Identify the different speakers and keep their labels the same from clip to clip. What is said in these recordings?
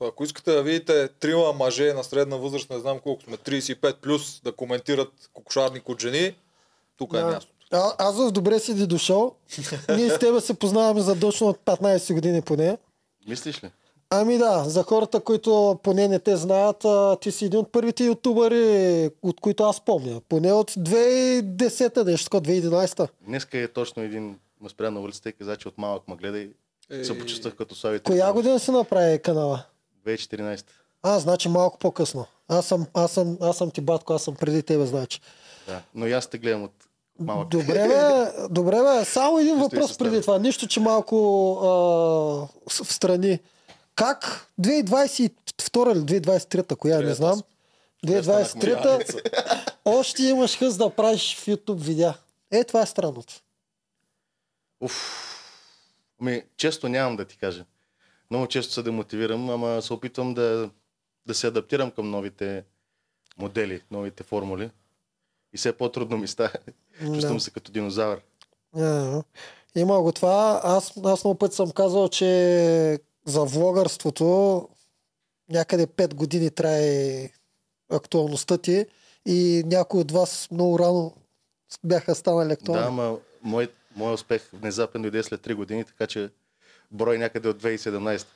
Speaker 1: Ако искате да видите трима мъже на средна възраст, не знам колко сме, 35 плюс, да коментират кокошарник от жени, тук е
Speaker 2: Да.
Speaker 1: място.
Speaker 2: А, аз в добре си ти дошъл. Ние с тебе се познаваме задочно от 15 години поне.
Speaker 3: Мислиш ли?
Speaker 2: Ами да, за хората, които поне не те знаят, а, ти си един от първите ютубъри, от които аз помня. Поне от 2010-та, нещо такова, 2011-та.
Speaker 3: Днеска е точно един ме спря на улицата и каза, че от малък ме гледа и се почувствах като славите.
Speaker 2: Коя година си направи канала?
Speaker 3: 2014.
Speaker 2: А, значи малко по-късно. Аз съм, аз съм, аз съм ти батко, аз съм преди тебе, значи.
Speaker 3: Да. Но и аз те гледам от малък.
Speaker 2: Добре, бе, добре, бе. Само един
Speaker 3: Чисто и
Speaker 2: въпрос
Speaker 3: състави.
Speaker 2: преди това. Нищо, че малко а, с- в страни. Как 2022 или 2023-та, коя не
Speaker 1: Трета
Speaker 2: знам,
Speaker 1: сме.
Speaker 2: 2023-та още имаш хъс да правиш в YouTube видеа. Е, това е странното.
Speaker 3: Уф. Ами, често нямам да ти кажа. Много често се демотивирам, ама се опитвам да, да се адаптирам към новите модели, новите формули. И все по-трудно ми става. Чувствам се като динозавър.
Speaker 2: Да. Е, Има го това. Аз, аз много път съм казал, че за влогърството някъде 5 години трае актуалността ти и някои от вас много рано бяха станали
Speaker 3: Това... Да,
Speaker 2: актуални.
Speaker 3: ама мой, мой успех внезапен дойде след 3 години, така че брой някъде от 2017.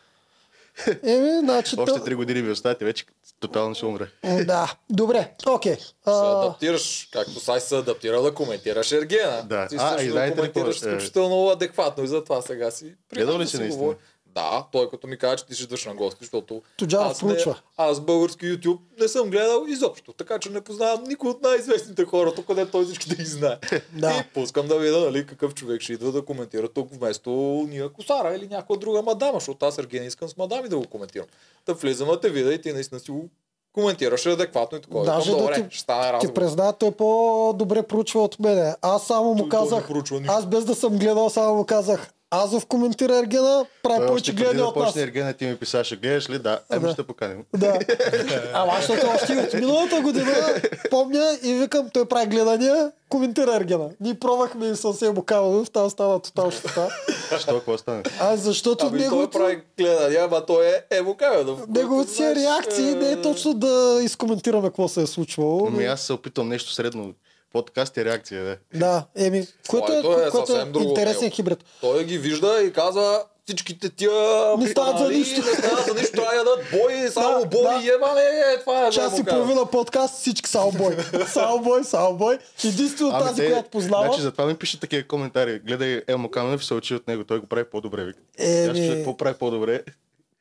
Speaker 2: Еми, значи...
Speaker 3: Още
Speaker 2: то- Е,
Speaker 3: 3 години ми остават и вече тотално ще умра.
Speaker 2: М, Да, добре, окей.
Speaker 1: Се
Speaker 2: А,
Speaker 1: адаптираш, както сай се адаптира да коментираш Ергена.
Speaker 3: Да.
Speaker 1: Ти
Speaker 3: А,
Speaker 1: също
Speaker 3: и
Speaker 1: го
Speaker 3: знаете ли
Speaker 1: коментираш
Speaker 3: какво е?
Speaker 1: изключително адекватно и затова сега си.
Speaker 3: Гледал ли
Speaker 1: да
Speaker 3: си
Speaker 1: си
Speaker 3: наистина?
Speaker 1: говори. Да, той като ми каже, че ти ще идваш на гости, защото
Speaker 2: Тоджаров
Speaker 1: аз, не,
Speaker 2: проучва.
Speaker 1: аз български YouTube не съм гледал изобщо, така че не познавам никой от най-известните хора, тук къде той всички да ги знае.
Speaker 2: Да.
Speaker 1: И пускам да видя нали, какъв човек ще идва да коментира тук вместо Ния Косара или някоя друга мадама, защото аз Ергена искам с мадами да го коментирам. Да влизам да те видя и ти наистина си го коментираш адекватно и такова.
Speaker 2: Даже
Speaker 1: Викам,
Speaker 2: да
Speaker 1: добре,
Speaker 3: е,
Speaker 2: ти-
Speaker 1: ще стане
Speaker 2: ти
Speaker 1: разговор.
Speaker 2: призна, той по-добре проучва от мене. Аз само му
Speaker 1: Той- той не
Speaker 2: казах,
Speaker 1: проучва нищо.
Speaker 2: аз без да съм гледал, само му казах, Азов коментира Ергена, прави
Speaker 3: Той
Speaker 2: повече
Speaker 3: още преди
Speaker 2: гледане
Speaker 3: да
Speaker 2: от нас.
Speaker 3: почне Ергена ти ми писаше, гледаш ли? Да,
Speaker 2: Да.
Speaker 3: ами ще поканим.
Speaker 2: Да. Ама аз, защото още от миналата година помня и викам, той прави гледания, коментира Ергена. Ние пробвахме и съвсем букално, в тази става тотал щета.
Speaker 3: Що, какво стане?
Speaker 2: А защото
Speaker 1: Ами той
Speaker 2: неговото,
Speaker 1: прави гледания, ама той е Ево Каведов.
Speaker 2: неговото си реакции не е точно да изкоментираме какво се е случвало.
Speaker 3: Ами аз се опитвам нещо средно. Подкаст и реакция, да.
Speaker 2: Да, еми, което е,
Speaker 1: Твоето е
Speaker 2: което е
Speaker 1: съвсем друго
Speaker 2: интересен
Speaker 1: дело.
Speaker 2: хибрид.
Speaker 1: Той ги вижда и казва всичките тия...
Speaker 2: Не стават за
Speaker 1: британали,
Speaker 2: нищо.
Speaker 1: Не стават за нищо, трябва да дадат бой, само
Speaker 2: Да,
Speaker 1: бой,
Speaker 2: да.
Speaker 1: ева не, е, това е
Speaker 2: Час и
Speaker 1: Ево Каведов.
Speaker 2: половина подкаст, всички саубой. Саубой, саубой. Единствено
Speaker 3: Ами
Speaker 2: тази,
Speaker 3: те-
Speaker 2: която познавам.
Speaker 3: Значи затова ми пише такива коментари. Гледай Елмо Каменев и се учи от него. Той го прави по-добре. Вик. Аз ще
Speaker 2: Еми,
Speaker 3: чуя какво прави по-добре.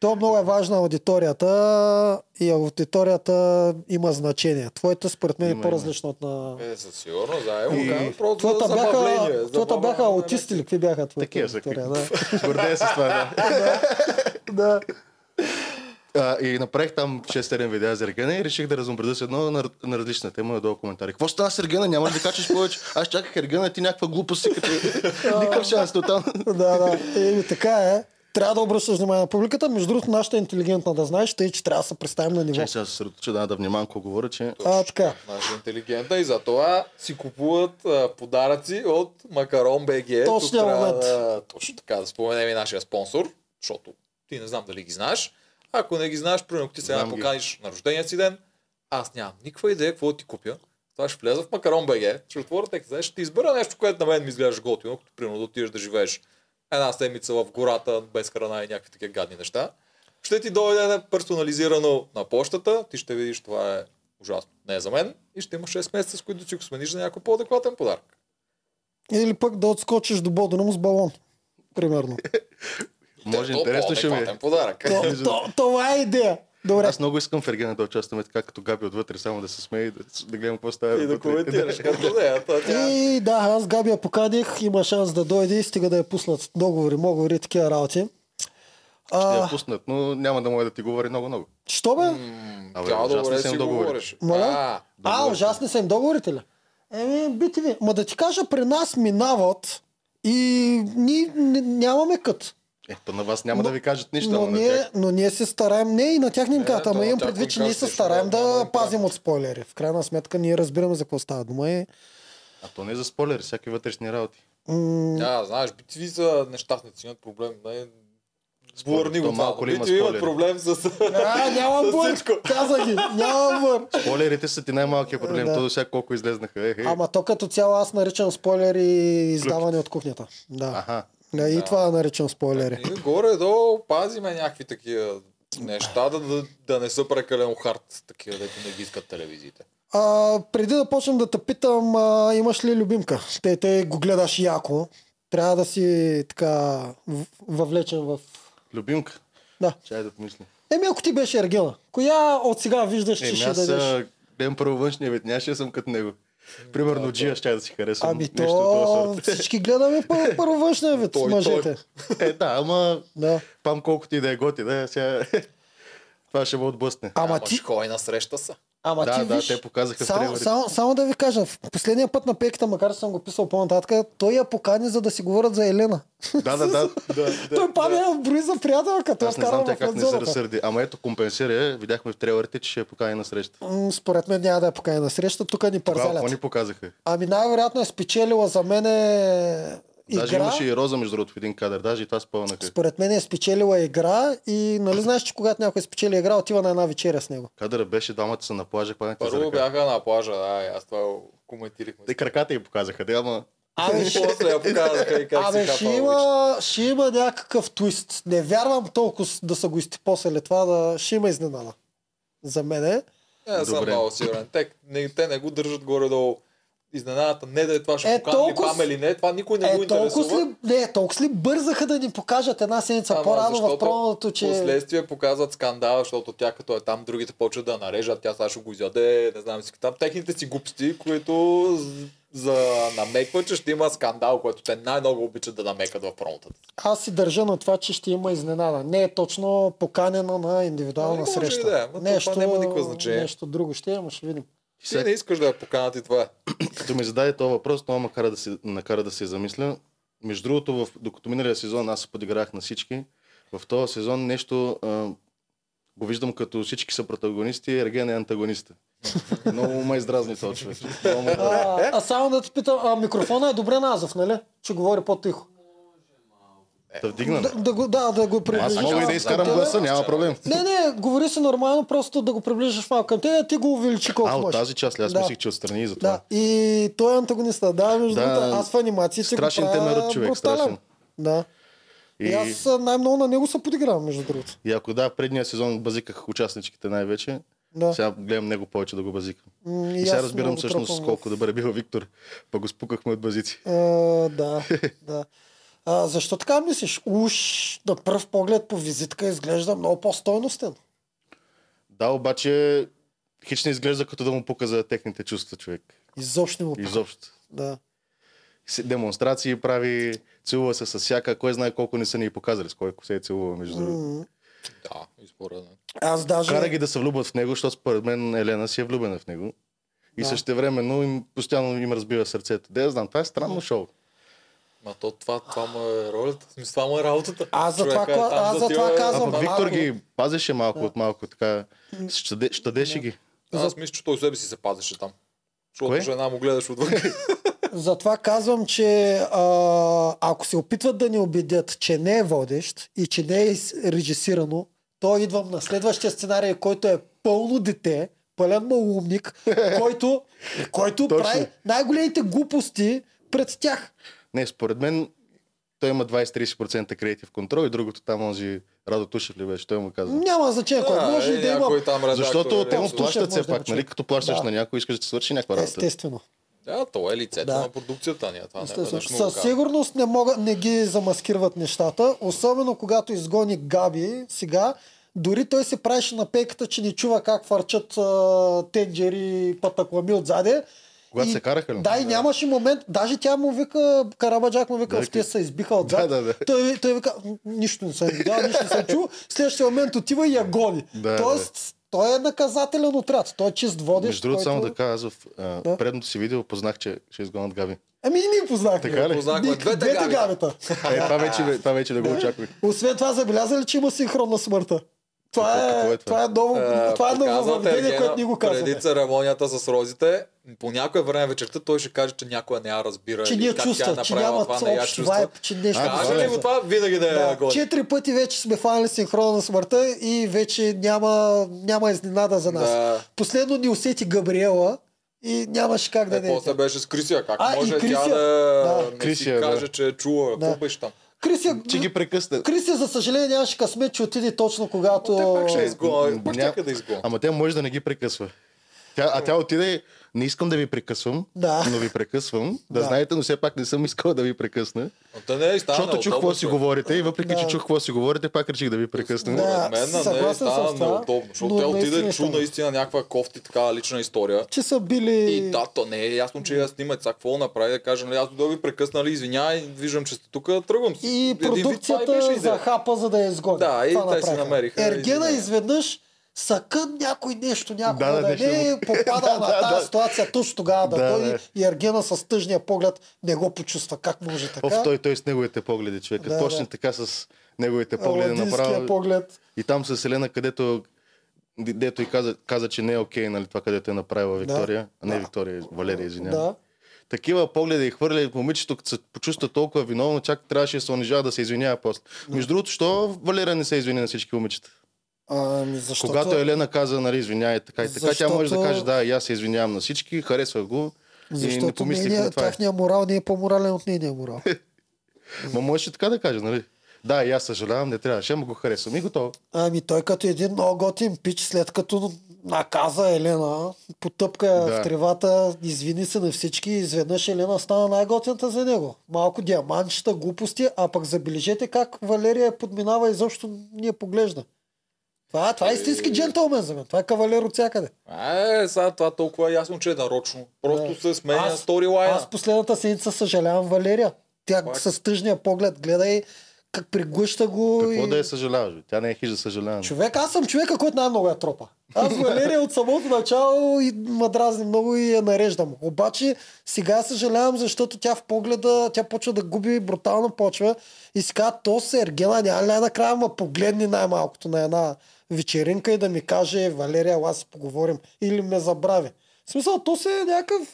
Speaker 2: То много е важна аудиторията и аудиторията има значение. Твоята според мен е
Speaker 3: Има,
Speaker 2: по-различна от на...
Speaker 1: Е, със сигурност, да, Ево
Speaker 3: И-
Speaker 1: Каведов, просто
Speaker 2: Твоята
Speaker 1: за
Speaker 2: бяха,
Speaker 1: забавление,
Speaker 2: твоята
Speaker 1: забава,
Speaker 2: бяха
Speaker 1: нали?
Speaker 2: аутисти ли? Какви бяха твоята
Speaker 3: Такива са.
Speaker 2: аудитория? Да.
Speaker 3: Гордея се с това, да.
Speaker 2: да.
Speaker 3: А, и направих там 6-7 видеа за Регена и реших да разнообразя с едно на, на различна тема надолу коментари. Какво стана с Регена? Няма ли да качаш повече? Аз чаках Регена, ти някаква глупост си като... Никакъв шанс тотално.
Speaker 2: да, да. Еми, така е. Трябва да обръщаш внимание на публиката. Между другото, нашата е интелигентна да знаеш, тъй, че трябва да се представим на ниво.
Speaker 3: Чай сега се съсредоточа, да, да внимавам какво говоря,
Speaker 1: Е,
Speaker 3: че...
Speaker 2: А, така.
Speaker 1: Наша интелигентна и затова си купуват а, подаръци от Макарон БГ.
Speaker 2: Точния момент.
Speaker 1: Да, точно така, да споменем и нашия спонсор, защото ти не знам дали ги знаеш. Ако не ги знаеш, примерно ако ти сега
Speaker 3: Знам
Speaker 1: ме
Speaker 3: ги.
Speaker 1: поканиш на рождения си ден, аз нямам никаква идея какво да ти купя. Това ще вляза в Макарон БГ, ще отворя текста, ще ти избера нещо, което на мен ми изглежда готино, като примерно да отидеш да живееш една седмица в гората, без храна и някакви такива гадни неща. Ще ти дойде персонализирано на почтата, ти ще видиш това е ужасно. Не е за мен и ще имаш 6 месеца, с които да си го смениш за някой по-адекватен подарък.
Speaker 2: Или пък да отскочиш до Бодена му с балон. Примерно.
Speaker 3: Може
Speaker 1: То
Speaker 3: интересно ще ми е.
Speaker 1: по-адекватен подарък.
Speaker 2: То, то, това е идея. Добре.
Speaker 3: Аз много искам в Ергена да участваме така, като Габи отвътре, само да се смее и да, Е, да гледам какво става.
Speaker 1: И да
Speaker 3: отвътре.
Speaker 1: коментираш като не, а то тя...
Speaker 2: И да, аз Габи я поканих, има шанс да дойде и стига да я пуснат договори, моговори и такива работи.
Speaker 3: Ще я
Speaker 2: А,
Speaker 3: пуснат, но няма да може да ти говори много-много.
Speaker 2: що бе?
Speaker 1: М,
Speaker 3: Абе,
Speaker 1: Тя
Speaker 3: ужасни
Speaker 1: добре
Speaker 3: са им
Speaker 1: си го
Speaker 3: договорите.
Speaker 1: говориш.
Speaker 2: Моля?
Speaker 1: А,
Speaker 2: А, ужасни са им договорите ли? Еми, бити ви. Ма да ти кажа, при нас минават и ние н- нямаме кът.
Speaker 3: Е, то на вас няма
Speaker 2: Но-
Speaker 3: да ви кажат нищо,
Speaker 2: но,
Speaker 3: ама на
Speaker 2: ние,
Speaker 3: тях.
Speaker 2: но ние се стараем, не и на тях не им
Speaker 1: Е,
Speaker 2: казват,
Speaker 1: то
Speaker 2: ама
Speaker 1: на
Speaker 2: имам
Speaker 1: тях
Speaker 2: предвид,
Speaker 1: им
Speaker 2: че ние
Speaker 1: казват
Speaker 2: се
Speaker 1: нищо,
Speaker 2: стараем
Speaker 1: да, няма
Speaker 2: да
Speaker 1: им
Speaker 2: пазим
Speaker 1: правят.
Speaker 2: от спойлери. В крайна сметка ние разбираме за какво става дума и...
Speaker 3: А то не е за спойлери, всякакви вътрешни работи.
Speaker 2: м,
Speaker 1: Да, знаеш, битви са нещастници, имат проблем. Не,
Speaker 3: Според
Speaker 1: Бурни
Speaker 3: то
Speaker 1: го това.
Speaker 3: малко ли има
Speaker 1: Бито имат
Speaker 3: спойлери?
Speaker 1: проблем с...
Speaker 2: А, няма
Speaker 1: С
Speaker 2: бър!
Speaker 1: всичко.
Speaker 2: Каза ги, няма бър!
Speaker 3: Спойлерите са ти най-малкият проблем.
Speaker 2: Да.
Speaker 3: То до сега колко излезнаха. Е, е.
Speaker 2: Ама то като цяло аз наричам спойлери издаване от кухнята. Да.
Speaker 3: Аха. Ами.
Speaker 2: Не, и
Speaker 1: Да.
Speaker 2: това наричам спойлери.
Speaker 1: Ние горе-долу пазиме някакви такива неща, да, да, да не са прекалено хард, такива, дето не ги искат телевизиите.
Speaker 2: А, преди да почнем да те питам, а, имаш ли любимка? Те, те го гледаш яко. Трябва да си така в- въвлечен в...
Speaker 3: Любимка.
Speaker 2: Да.
Speaker 3: Чай да помисля.
Speaker 2: Еми, ако ти беше Ергена, коя от сега виждаш, че
Speaker 3: Е,
Speaker 2: ще
Speaker 3: аз
Speaker 2: дадеш?
Speaker 3: а, гледам първо външния вид. Нямаше да съм като него. Примерно Джия ще е да си харесам.
Speaker 2: Ами
Speaker 3: нещо от
Speaker 2: то
Speaker 3: този сорт.
Speaker 2: всички гледаме пър- първо външния вид с
Speaker 1: Той, той.
Speaker 2: мъжете.
Speaker 3: Е, да, ама
Speaker 2: Да.
Speaker 3: пам колкото и да е готи, да, сега... Това ще ме отблъсне.
Speaker 2: Ама ти,
Speaker 1: Шкойна среща са.
Speaker 2: ама
Speaker 3: да,
Speaker 2: ти
Speaker 3: да,
Speaker 2: виж,
Speaker 3: те показаха в
Speaker 2: само,
Speaker 3: трейлерите.
Speaker 2: само, само да ви кажа, в последния път на пеката, макар че съм го писал по-нататък, той я покани за да си говорят за Елена.
Speaker 3: Да, да, да.
Speaker 1: Да,
Speaker 2: той пада я брои за приятелка, той
Speaker 3: Аз не знам
Speaker 2: вкарва
Speaker 3: тя
Speaker 2: в
Speaker 3: как не се
Speaker 2: надзората.
Speaker 3: разсърди. Ама ето компенсира. я. Видяхме в трейлерите, че ще я покани на среща.
Speaker 2: М, Според мен няма да я покани на среща, тук ни
Speaker 3: Тогава какво ни
Speaker 2: парзалят.
Speaker 3: показаха?
Speaker 2: Ами най-вероятно е спечелила за мен е игра.
Speaker 3: Даже имаше и роза, между другото, в един кадър. Даже и това спълнаха.
Speaker 2: Според мен е спечелила игра и нали знаеш, че когато някой спечели игра, отива на една вечеря с него.
Speaker 3: Кадъра беше двамата са на плажа, хванати за
Speaker 1: Първо
Speaker 3: ръка.
Speaker 1: бяха на плажа, да, и аз това го коментирахме. Ами,
Speaker 3: Те краката й показаха. Те, ама...
Speaker 2: Абе, ще-
Speaker 1: После я показаха и как
Speaker 2: Абе,
Speaker 1: се
Speaker 2: Ами,
Speaker 1: хапа
Speaker 2: ще
Speaker 1: момичето.
Speaker 2: има, ще има някакъв твист. Не вярвам толкова с- да са го изтипосали това, да ще има изненада. За мен е.
Speaker 1: Не, не съм
Speaker 3: Добре.
Speaker 1: много сигурен. Те не, те не го държат горе-долу. Изненадата не да е това ще
Speaker 2: Е,
Speaker 1: е, покани ли
Speaker 2: толкова с-
Speaker 1: пам или не, това никой не го
Speaker 2: Е, толкова
Speaker 1: интересува.
Speaker 2: ли, не, толкова ли бързаха да ни покажат една седмица
Speaker 1: Ама
Speaker 2: по-рано в
Speaker 1: защото
Speaker 2: промото, че...
Speaker 1: Последствие показват скандала, защото тя като е там, другите почват да нарежат, тя сега ще го изяде, не знам си там. Техните си глупости, които з- за намеква, че ще има скандал, който те най-много обичат да намекат в промотата.
Speaker 2: Аз си държа на това, че ще има изненада. Не е точно поканена на индивидуална
Speaker 1: Ами, може и
Speaker 2: среща.
Speaker 1: да е, но то това няма никакво значение.
Speaker 2: нещо друго ще има, ще видим.
Speaker 1: Ти не искаш да я поканат и това е.
Speaker 3: Като ми зададе този въпрос, това ме кара да се, накара да се замисля. Между другото, в, докато миналия сезон аз се подиграх на всички, в този сезон нещо а, го виждам като всички са протагонисти, Ерген е антагониста. Много ме издразни този човек. Много ме
Speaker 1: Е,
Speaker 3: издразни.
Speaker 2: А, а само да те питам, а микрофона е добре на Азов, нали? Че говори по-тихо.
Speaker 3: Да вдигнам.
Speaker 2: Е, Да, да, го, да, да го е. приближиш.
Speaker 3: Аз мога и да
Speaker 2: към
Speaker 3: изкарам
Speaker 2: тебе.
Speaker 3: гласа, няма проблем.
Speaker 2: Не, не, говори си нормално, просто да го приближиш малко към тебе, ти го увеличи колко
Speaker 3: А, от
Speaker 2: можеш.
Speaker 3: тази част, ли? аз
Speaker 2: Да.
Speaker 3: мислих, че отстрани и за
Speaker 2: Да,
Speaker 3: това.
Speaker 2: и той е антагониста. Да, между
Speaker 3: Да,
Speaker 2: другото, аз в анимации си го
Speaker 3: страшен
Speaker 2: правя
Speaker 3: темерът човек,
Speaker 2: брутален.
Speaker 3: страшен.
Speaker 2: Да. И...
Speaker 3: И-
Speaker 2: аз а, най-много на него се подигравам, между другото.
Speaker 3: И ако да, предния сезон базиках участничките най-вече,
Speaker 2: Да.
Speaker 3: сега гледам него повече да го базикам.
Speaker 2: М,
Speaker 3: И,
Speaker 2: аз
Speaker 3: сега разбирам
Speaker 2: много
Speaker 3: всъщност
Speaker 2: тропам в-
Speaker 3: колко добър е бил Виктор, па го спукахме от базици.
Speaker 2: А, да, да. А, защо така мислиш? Уж на пръв поглед по визитка изглежда много по-стойностен.
Speaker 3: Да, обаче хич не изглежда като да му пука за техните чувства човек.
Speaker 2: Изобщо не му.
Speaker 3: Изобщо.
Speaker 2: Да.
Speaker 3: Си- Демонстрации прави, целува се с всяка, кой знае колко не са ни и показали, с кой се е целува между другото.
Speaker 2: М.
Speaker 1: Да, изпоредно.
Speaker 2: Аз даже...
Speaker 3: Кара ги да се влюбват в него, защото според мен Елена си е влюбена в него. И
Speaker 2: Да.
Speaker 3: същевременно им, постоянно им разбива сърцето. Де, я знам, това е странно шоу.
Speaker 1: Ма то това, това му е ролята, в смисъл, това му е работата.
Speaker 2: Аз за
Speaker 1: Човека
Speaker 2: това
Speaker 1: е
Speaker 2: кла-
Speaker 1: там
Speaker 2: аз за това
Speaker 1: тия-
Speaker 2: казвам.
Speaker 3: А
Speaker 2: Ама
Speaker 3: пък Виктор
Speaker 2: малко-
Speaker 3: ги пазеше малко
Speaker 2: Да.
Speaker 3: от малко, така. Щаде, щадеше ги.
Speaker 1: Аз мисля, че той себе си се пазеше там.
Speaker 3: Кое?
Speaker 1: Защото жена му гледаш отвън.
Speaker 2: Затова казвам, че а, ако се опитват да ни убедят, че не е водещ и че не е из- режисирано, то идвам на следващия сценарий, който е пълно дете, пълен малумник, който, който
Speaker 3: Точно.
Speaker 2: прави най-големите глупости пред тях.
Speaker 3: Не, според мен той има 20-30% креатив контрол и другото там онзи Радо Тушев ли беше, той му каза.
Speaker 2: Няма значение кой.
Speaker 1: Да,
Speaker 2: Може и
Speaker 1: е,
Speaker 2: да има...
Speaker 1: някой там редактор,
Speaker 3: Защото
Speaker 1: е,
Speaker 3: те му
Speaker 1: нещо.
Speaker 2: Тушев
Speaker 3: плащат все
Speaker 2: може да
Speaker 3: пак,
Speaker 2: му
Speaker 3: нали?
Speaker 2: чуе.
Speaker 3: Като плащаш
Speaker 2: Да.
Speaker 3: на някой, искаш да ти свърши някаква работа.
Speaker 2: Естествено.
Speaker 1: Да, то е лицето
Speaker 2: Да.
Speaker 1: на продукцията ни. а Това не е
Speaker 2: Естествено.
Speaker 1: веднъж му го
Speaker 2: Със
Speaker 1: казвам.
Speaker 2: сигурност не, мога, не ги замаскират нещата, особено когато изгони Габи сега. Дори той се правеше на пейката, че не чува как фарчат а, тенджери и патаклами отзаде.
Speaker 3: Когато
Speaker 2: и,
Speaker 3: се караха ли?
Speaker 2: Да, и нямаше момент. Даже тя му вика, Карабаджак му вика,
Speaker 3: Да,
Speaker 2: в те се избиха отзад.
Speaker 3: Да, да, да.
Speaker 2: Той, той вика, «М, нищо не съм видял, нищо не съм чул. В следващия момент отива и я гони.
Speaker 3: Да,
Speaker 2: Тоест, той е наказателен отряд. Той е чист водещ.
Speaker 3: Между другото, само
Speaker 2: който-
Speaker 3: да Е, кажа, аз в а,
Speaker 2: Да.
Speaker 3: предното си видео познах, че ще изгонят Габи.
Speaker 2: Ами и ние познахме.
Speaker 3: Така ли?
Speaker 1: Познахме
Speaker 2: Ние-
Speaker 1: двете
Speaker 2: Двете
Speaker 1: гавита.
Speaker 2: гавита.
Speaker 3: Е, това вече, това вече да го очаквах.
Speaker 2: Освен това, забелязали, че има синхрон на смъртта. Това
Speaker 3: Какво- какво
Speaker 2: е,
Speaker 3: е това?
Speaker 2: това е ново,
Speaker 1: А,
Speaker 2: това е ново
Speaker 1: показвате
Speaker 2: въведение,
Speaker 1: Ергена
Speaker 2: което ни го казваме.
Speaker 1: Преди церемонията с розите, по някое време вечерта той ще каже, че някоя не я разбира.
Speaker 2: Че
Speaker 1: или
Speaker 2: ни я
Speaker 1: как тя
Speaker 2: чувства,
Speaker 1: е
Speaker 2: че
Speaker 1: направила
Speaker 2: нямат
Speaker 1: това, не я
Speaker 2: общ
Speaker 1: чувства.
Speaker 2: вайб, че нещо.
Speaker 3: А,
Speaker 1: Каже
Speaker 3: добре.
Speaker 1: ли го това, е, винаги да, я
Speaker 2: Да,
Speaker 1: гони.
Speaker 2: четири пъти вече сме фанали синхрона на смъртта и вече няма, няма изненада за нас.
Speaker 1: Да.
Speaker 2: Последно ни усети Габриела и нямаше как да
Speaker 1: Е,
Speaker 2: не е.
Speaker 1: после беше с Крисия. Как
Speaker 2: А, и
Speaker 1: може
Speaker 2: Крисия.
Speaker 1: тя да,
Speaker 2: Да.
Speaker 1: не
Speaker 3: Крисия,
Speaker 1: си
Speaker 3: да.
Speaker 1: каже, че е чула? Какво
Speaker 2: Да.
Speaker 1: беше там?
Speaker 2: Крисия,
Speaker 3: Че ги прекъсна.
Speaker 2: Крисия, за съжаление, нямаше късмет, че отиде
Speaker 1: То...
Speaker 2: точно
Speaker 1: Те
Speaker 2: когато...
Speaker 1: пак ще изгонят.
Speaker 3: Е, м,
Speaker 1: Пак
Speaker 3: ня-
Speaker 1: чака да изгонят.
Speaker 3: Ама тя може да не ги прекъсва. Тя, а тя отиде, и, не искам да ви прекъсвам,
Speaker 2: Да.
Speaker 3: но ви прекъсвам. Да,
Speaker 2: Да.
Speaker 3: знаете, но все пак не съм искал да ви прекъсна.
Speaker 1: Но Те не е станало.
Speaker 3: защото чух какво си говорите и въпреки, че
Speaker 2: Да.
Speaker 3: чух какво си говорите, пак реших да ви прекъсна.
Speaker 2: Да.
Speaker 1: Според мен не е
Speaker 2: съгласен съм
Speaker 1: стана
Speaker 2: с това,
Speaker 1: неудобно, защото
Speaker 2: но
Speaker 1: тя
Speaker 2: наистина
Speaker 1: отиде
Speaker 2: е
Speaker 1: чу
Speaker 2: станало.
Speaker 1: наистина някаква кофти така лична история.
Speaker 2: Че са били...
Speaker 1: И да, то не е ясно, че я снимат. Сега какво направи да кажа, нали аз да ви прекъсна, нали, извинявай, виждам, че сте тук, тръгвам си. Един
Speaker 2: И
Speaker 1: вид това е
Speaker 2: продукцията
Speaker 1: беше
Speaker 2: беше
Speaker 1: идея.
Speaker 2: за хапа, за да я изгони.
Speaker 1: Да, и
Speaker 2: Това
Speaker 1: те си
Speaker 2: направиха.
Speaker 1: намериха.
Speaker 2: Ергена
Speaker 1: Извинявай.
Speaker 2: изведнъж съкън някой нещо, някой да,
Speaker 3: Да, да,
Speaker 2: да,
Speaker 3: нещо
Speaker 2: не е
Speaker 3: му-
Speaker 2: попадал на
Speaker 3: Да,
Speaker 2: тази
Speaker 3: да.
Speaker 2: ситуация точно тогава да,
Speaker 3: Да,
Speaker 2: дойде
Speaker 3: да.
Speaker 2: и Ергена с тъжния поглед не го почувства. Как може така?
Speaker 3: Оф, той, той с неговите погледи, човек.
Speaker 2: Да,
Speaker 3: Да, Почне
Speaker 2: да.
Speaker 3: така с неговите погледи
Speaker 2: Аладинския
Speaker 3: е направо.
Speaker 2: поглед.
Speaker 3: И там с Елена, където дето и каза, каза, че не е окей, нали, това, където е направила Виктория. Да. А не
Speaker 2: Да.
Speaker 3: Виктория, Валерия, извинявам.
Speaker 2: Да.
Speaker 3: такива погледи и хвърли момичето, като се почувства толкова виновно, чак трябваше да се унижава да се извинява после. Между другото, що Валера не се извини на всички момичета?
Speaker 2: Ами, защото...
Speaker 3: Когато Елена каза, нали, извинявай, така и така,
Speaker 2: Защото-
Speaker 3: тя може да каже, да, и аз се извинявам на всички, харесвах го. и не
Speaker 2: Защото
Speaker 3: помислих
Speaker 2: нейния,
Speaker 3: на това. е.
Speaker 2: тяхния морал не е по-морален от нейния морал.
Speaker 3: Ма можеше така да каже, нали? Да, и аз съжалявам, не трябваше, ама го харесвам и готово.
Speaker 2: Ами той като един много готин пич, след като наказа Елена, потъпка да.
Speaker 3: Да.
Speaker 2: в тревата, извини се на всички, изведнъж Елена стана най-готината за него. Малко диамантчета, глупости, а пък забележете как Валерия подминава и изобщо ни я поглежда. Това, това е истински джентълмен за мен. Това е кавалер от всякъде.
Speaker 1: Е, сега това толкова е ясно, че е нарочно. Просто
Speaker 2: Да.
Speaker 1: се сменя
Speaker 2: Аз-
Speaker 1: сторилайна.
Speaker 2: Аз последната седмица съжалявам Валерия. Тя
Speaker 1: Пак.
Speaker 2: с тъжния поглед гледа и как пригъща го.
Speaker 3: Какво
Speaker 2: и...
Speaker 3: да е съжаляваш? бе? Тя не е хижа да съжалявам.
Speaker 2: Човек, аз съм човека, който най-много я тропа. Аз Валерия от самото начало и ма дразни много и я нареждам. Обаче сега съжалявам, защото тя в погледа, тя почва да губи брутална почва и сега то се Ергена няма ли най-накрая ма погледни най-малкото на една вечеринка и да ми каже Валерия, ела си поговорим или ме забрави. В смисъл, то се е някакъв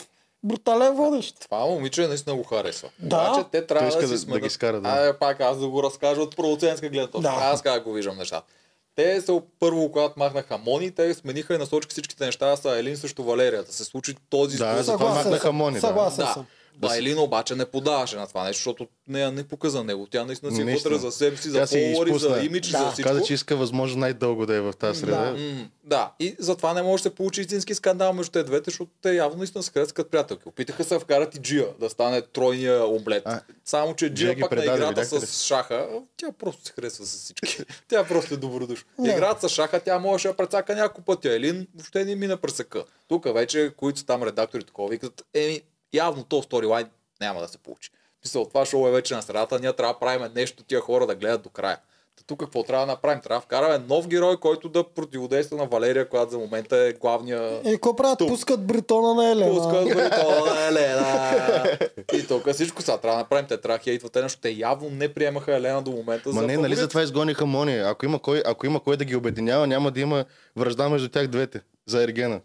Speaker 2: брутален водещ.
Speaker 1: Това момиче наистина го харесва.
Speaker 2: Да.
Speaker 1: Обаче те
Speaker 3: Той
Speaker 1: трябва
Speaker 3: иска
Speaker 1: да,
Speaker 3: да-
Speaker 1: си
Speaker 3: да
Speaker 1: сменят.
Speaker 3: ги скара, да.
Speaker 1: Айде, пак аз да го разкажа от продуцентска гледна точка.
Speaker 2: Да.
Speaker 1: Аз как го виждам нещата. Те са първо, когато махнаха Мони, те смениха и насочиха всичките неща са Елин срещу Валерия. Да се случи този
Speaker 3: Да,
Speaker 1: спор.
Speaker 3: за това
Speaker 2: Съгласен
Speaker 3: махнаха
Speaker 2: съм.
Speaker 3: Мони. Да.
Speaker 2: Съгласен
Speaker 1: Да.
Speaker 2: съм.
Speaker 1: Да, Елина обаче не подаваше на това нещо, защото нея не показа него. Тя наистина си е
Speaker 3: Ами, Наистина.
Speaker 1: вътре за себе си, за
Speaker 3: Тя си
Speaker 1: фолуари, за
Speaker 3: изпусна.
Speaker 1: имидж,
Speaker 2: Да.
Speaker 1: за всичко.
Speaker 3: Каза, че иска възможно най-дълго да е в тази среда.
Speaker 2: Да.
Speaker 1: М, да, и затова не може да се получи истински скандал между те двете, защото те явно наистина се харесват приятелки. Опитаха се да вкарат и Джия да стане тройния омлет.
Speaker 3: А,
Speaker 1: Само, че
Speaker 3: Джия
Speaker 1: Джия
Speaker 3: ги
Speaker 1: пак на
Speaker 3: предаде,
Speaker 1: играта
Speaker 3: видяхте ли?
Speaker 1: с шаха, тя просто се харесва с всички. тя просто е добродушна.
Speaker 2: Не.
Speaker 1: Играта с шаха, тя можеше да прецака няколко пъти. Елин въобще не мина пресъка. Тук вече, които са там редактори такова, викат, еми, явно то сторилайн няма да се получи. Мисъл, това шоу е вече на средата, ние трябва да правим нещо тия хора да гледат до края. Та тук какво трябва да направим? Трябва да вкараме нов герой, който да противодейства на Валерия, която за момента е главния
Speaker 2: И какво правят?
Speaker 1: Тук.
Speaker 2: Пускат бритона на
Speaker 3: Е,
Speaker 2: Елена.
Speaker 1: Пускат бритона, Елена. е, И тук всичко сега трябва да направим. Те трябва да хейтват те нещо. Те явно не приемаха Елена до момента.
Speaker 3: Ма
Speaker 1: за
Speaker 3: не, нали
Speaker 1: фаворит.
Speaker 3: за това изгониха Мони? Ако има, кой, ако има кой да ги обединява, няма да има връжда между тях двете за Ергена.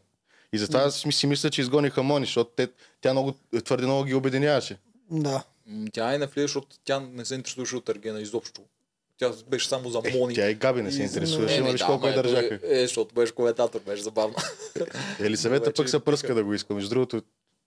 Speaker 3: И затова аз ми си мисля, че изгониха Мони, защото те, тя много, твърде много ги обединяваше.
Speaker 2: Да.
Speaker 1: М, Тя и не влиза, защото тя не се интересуваше от Ергена нали, изобщо. Тя беше само за Мони.
Speaker 3: Е, тя и Gabi не се
Speaker 1: И-
Speaker 3: интересуваше,
Speaker 1: Еми,
Speaker 3: ама виж
Speaker 1: да,
Speaker 3: колко я
Speaker 1: ма, ето,
Speaker 3: държаха. Е,
Speaker 1: Е, защото беше коментатор, беше забавно.
Speaker 3: Елисавета пък
Speaker 1: вече-
Speaker 3: се пръска да го иска. Между другото,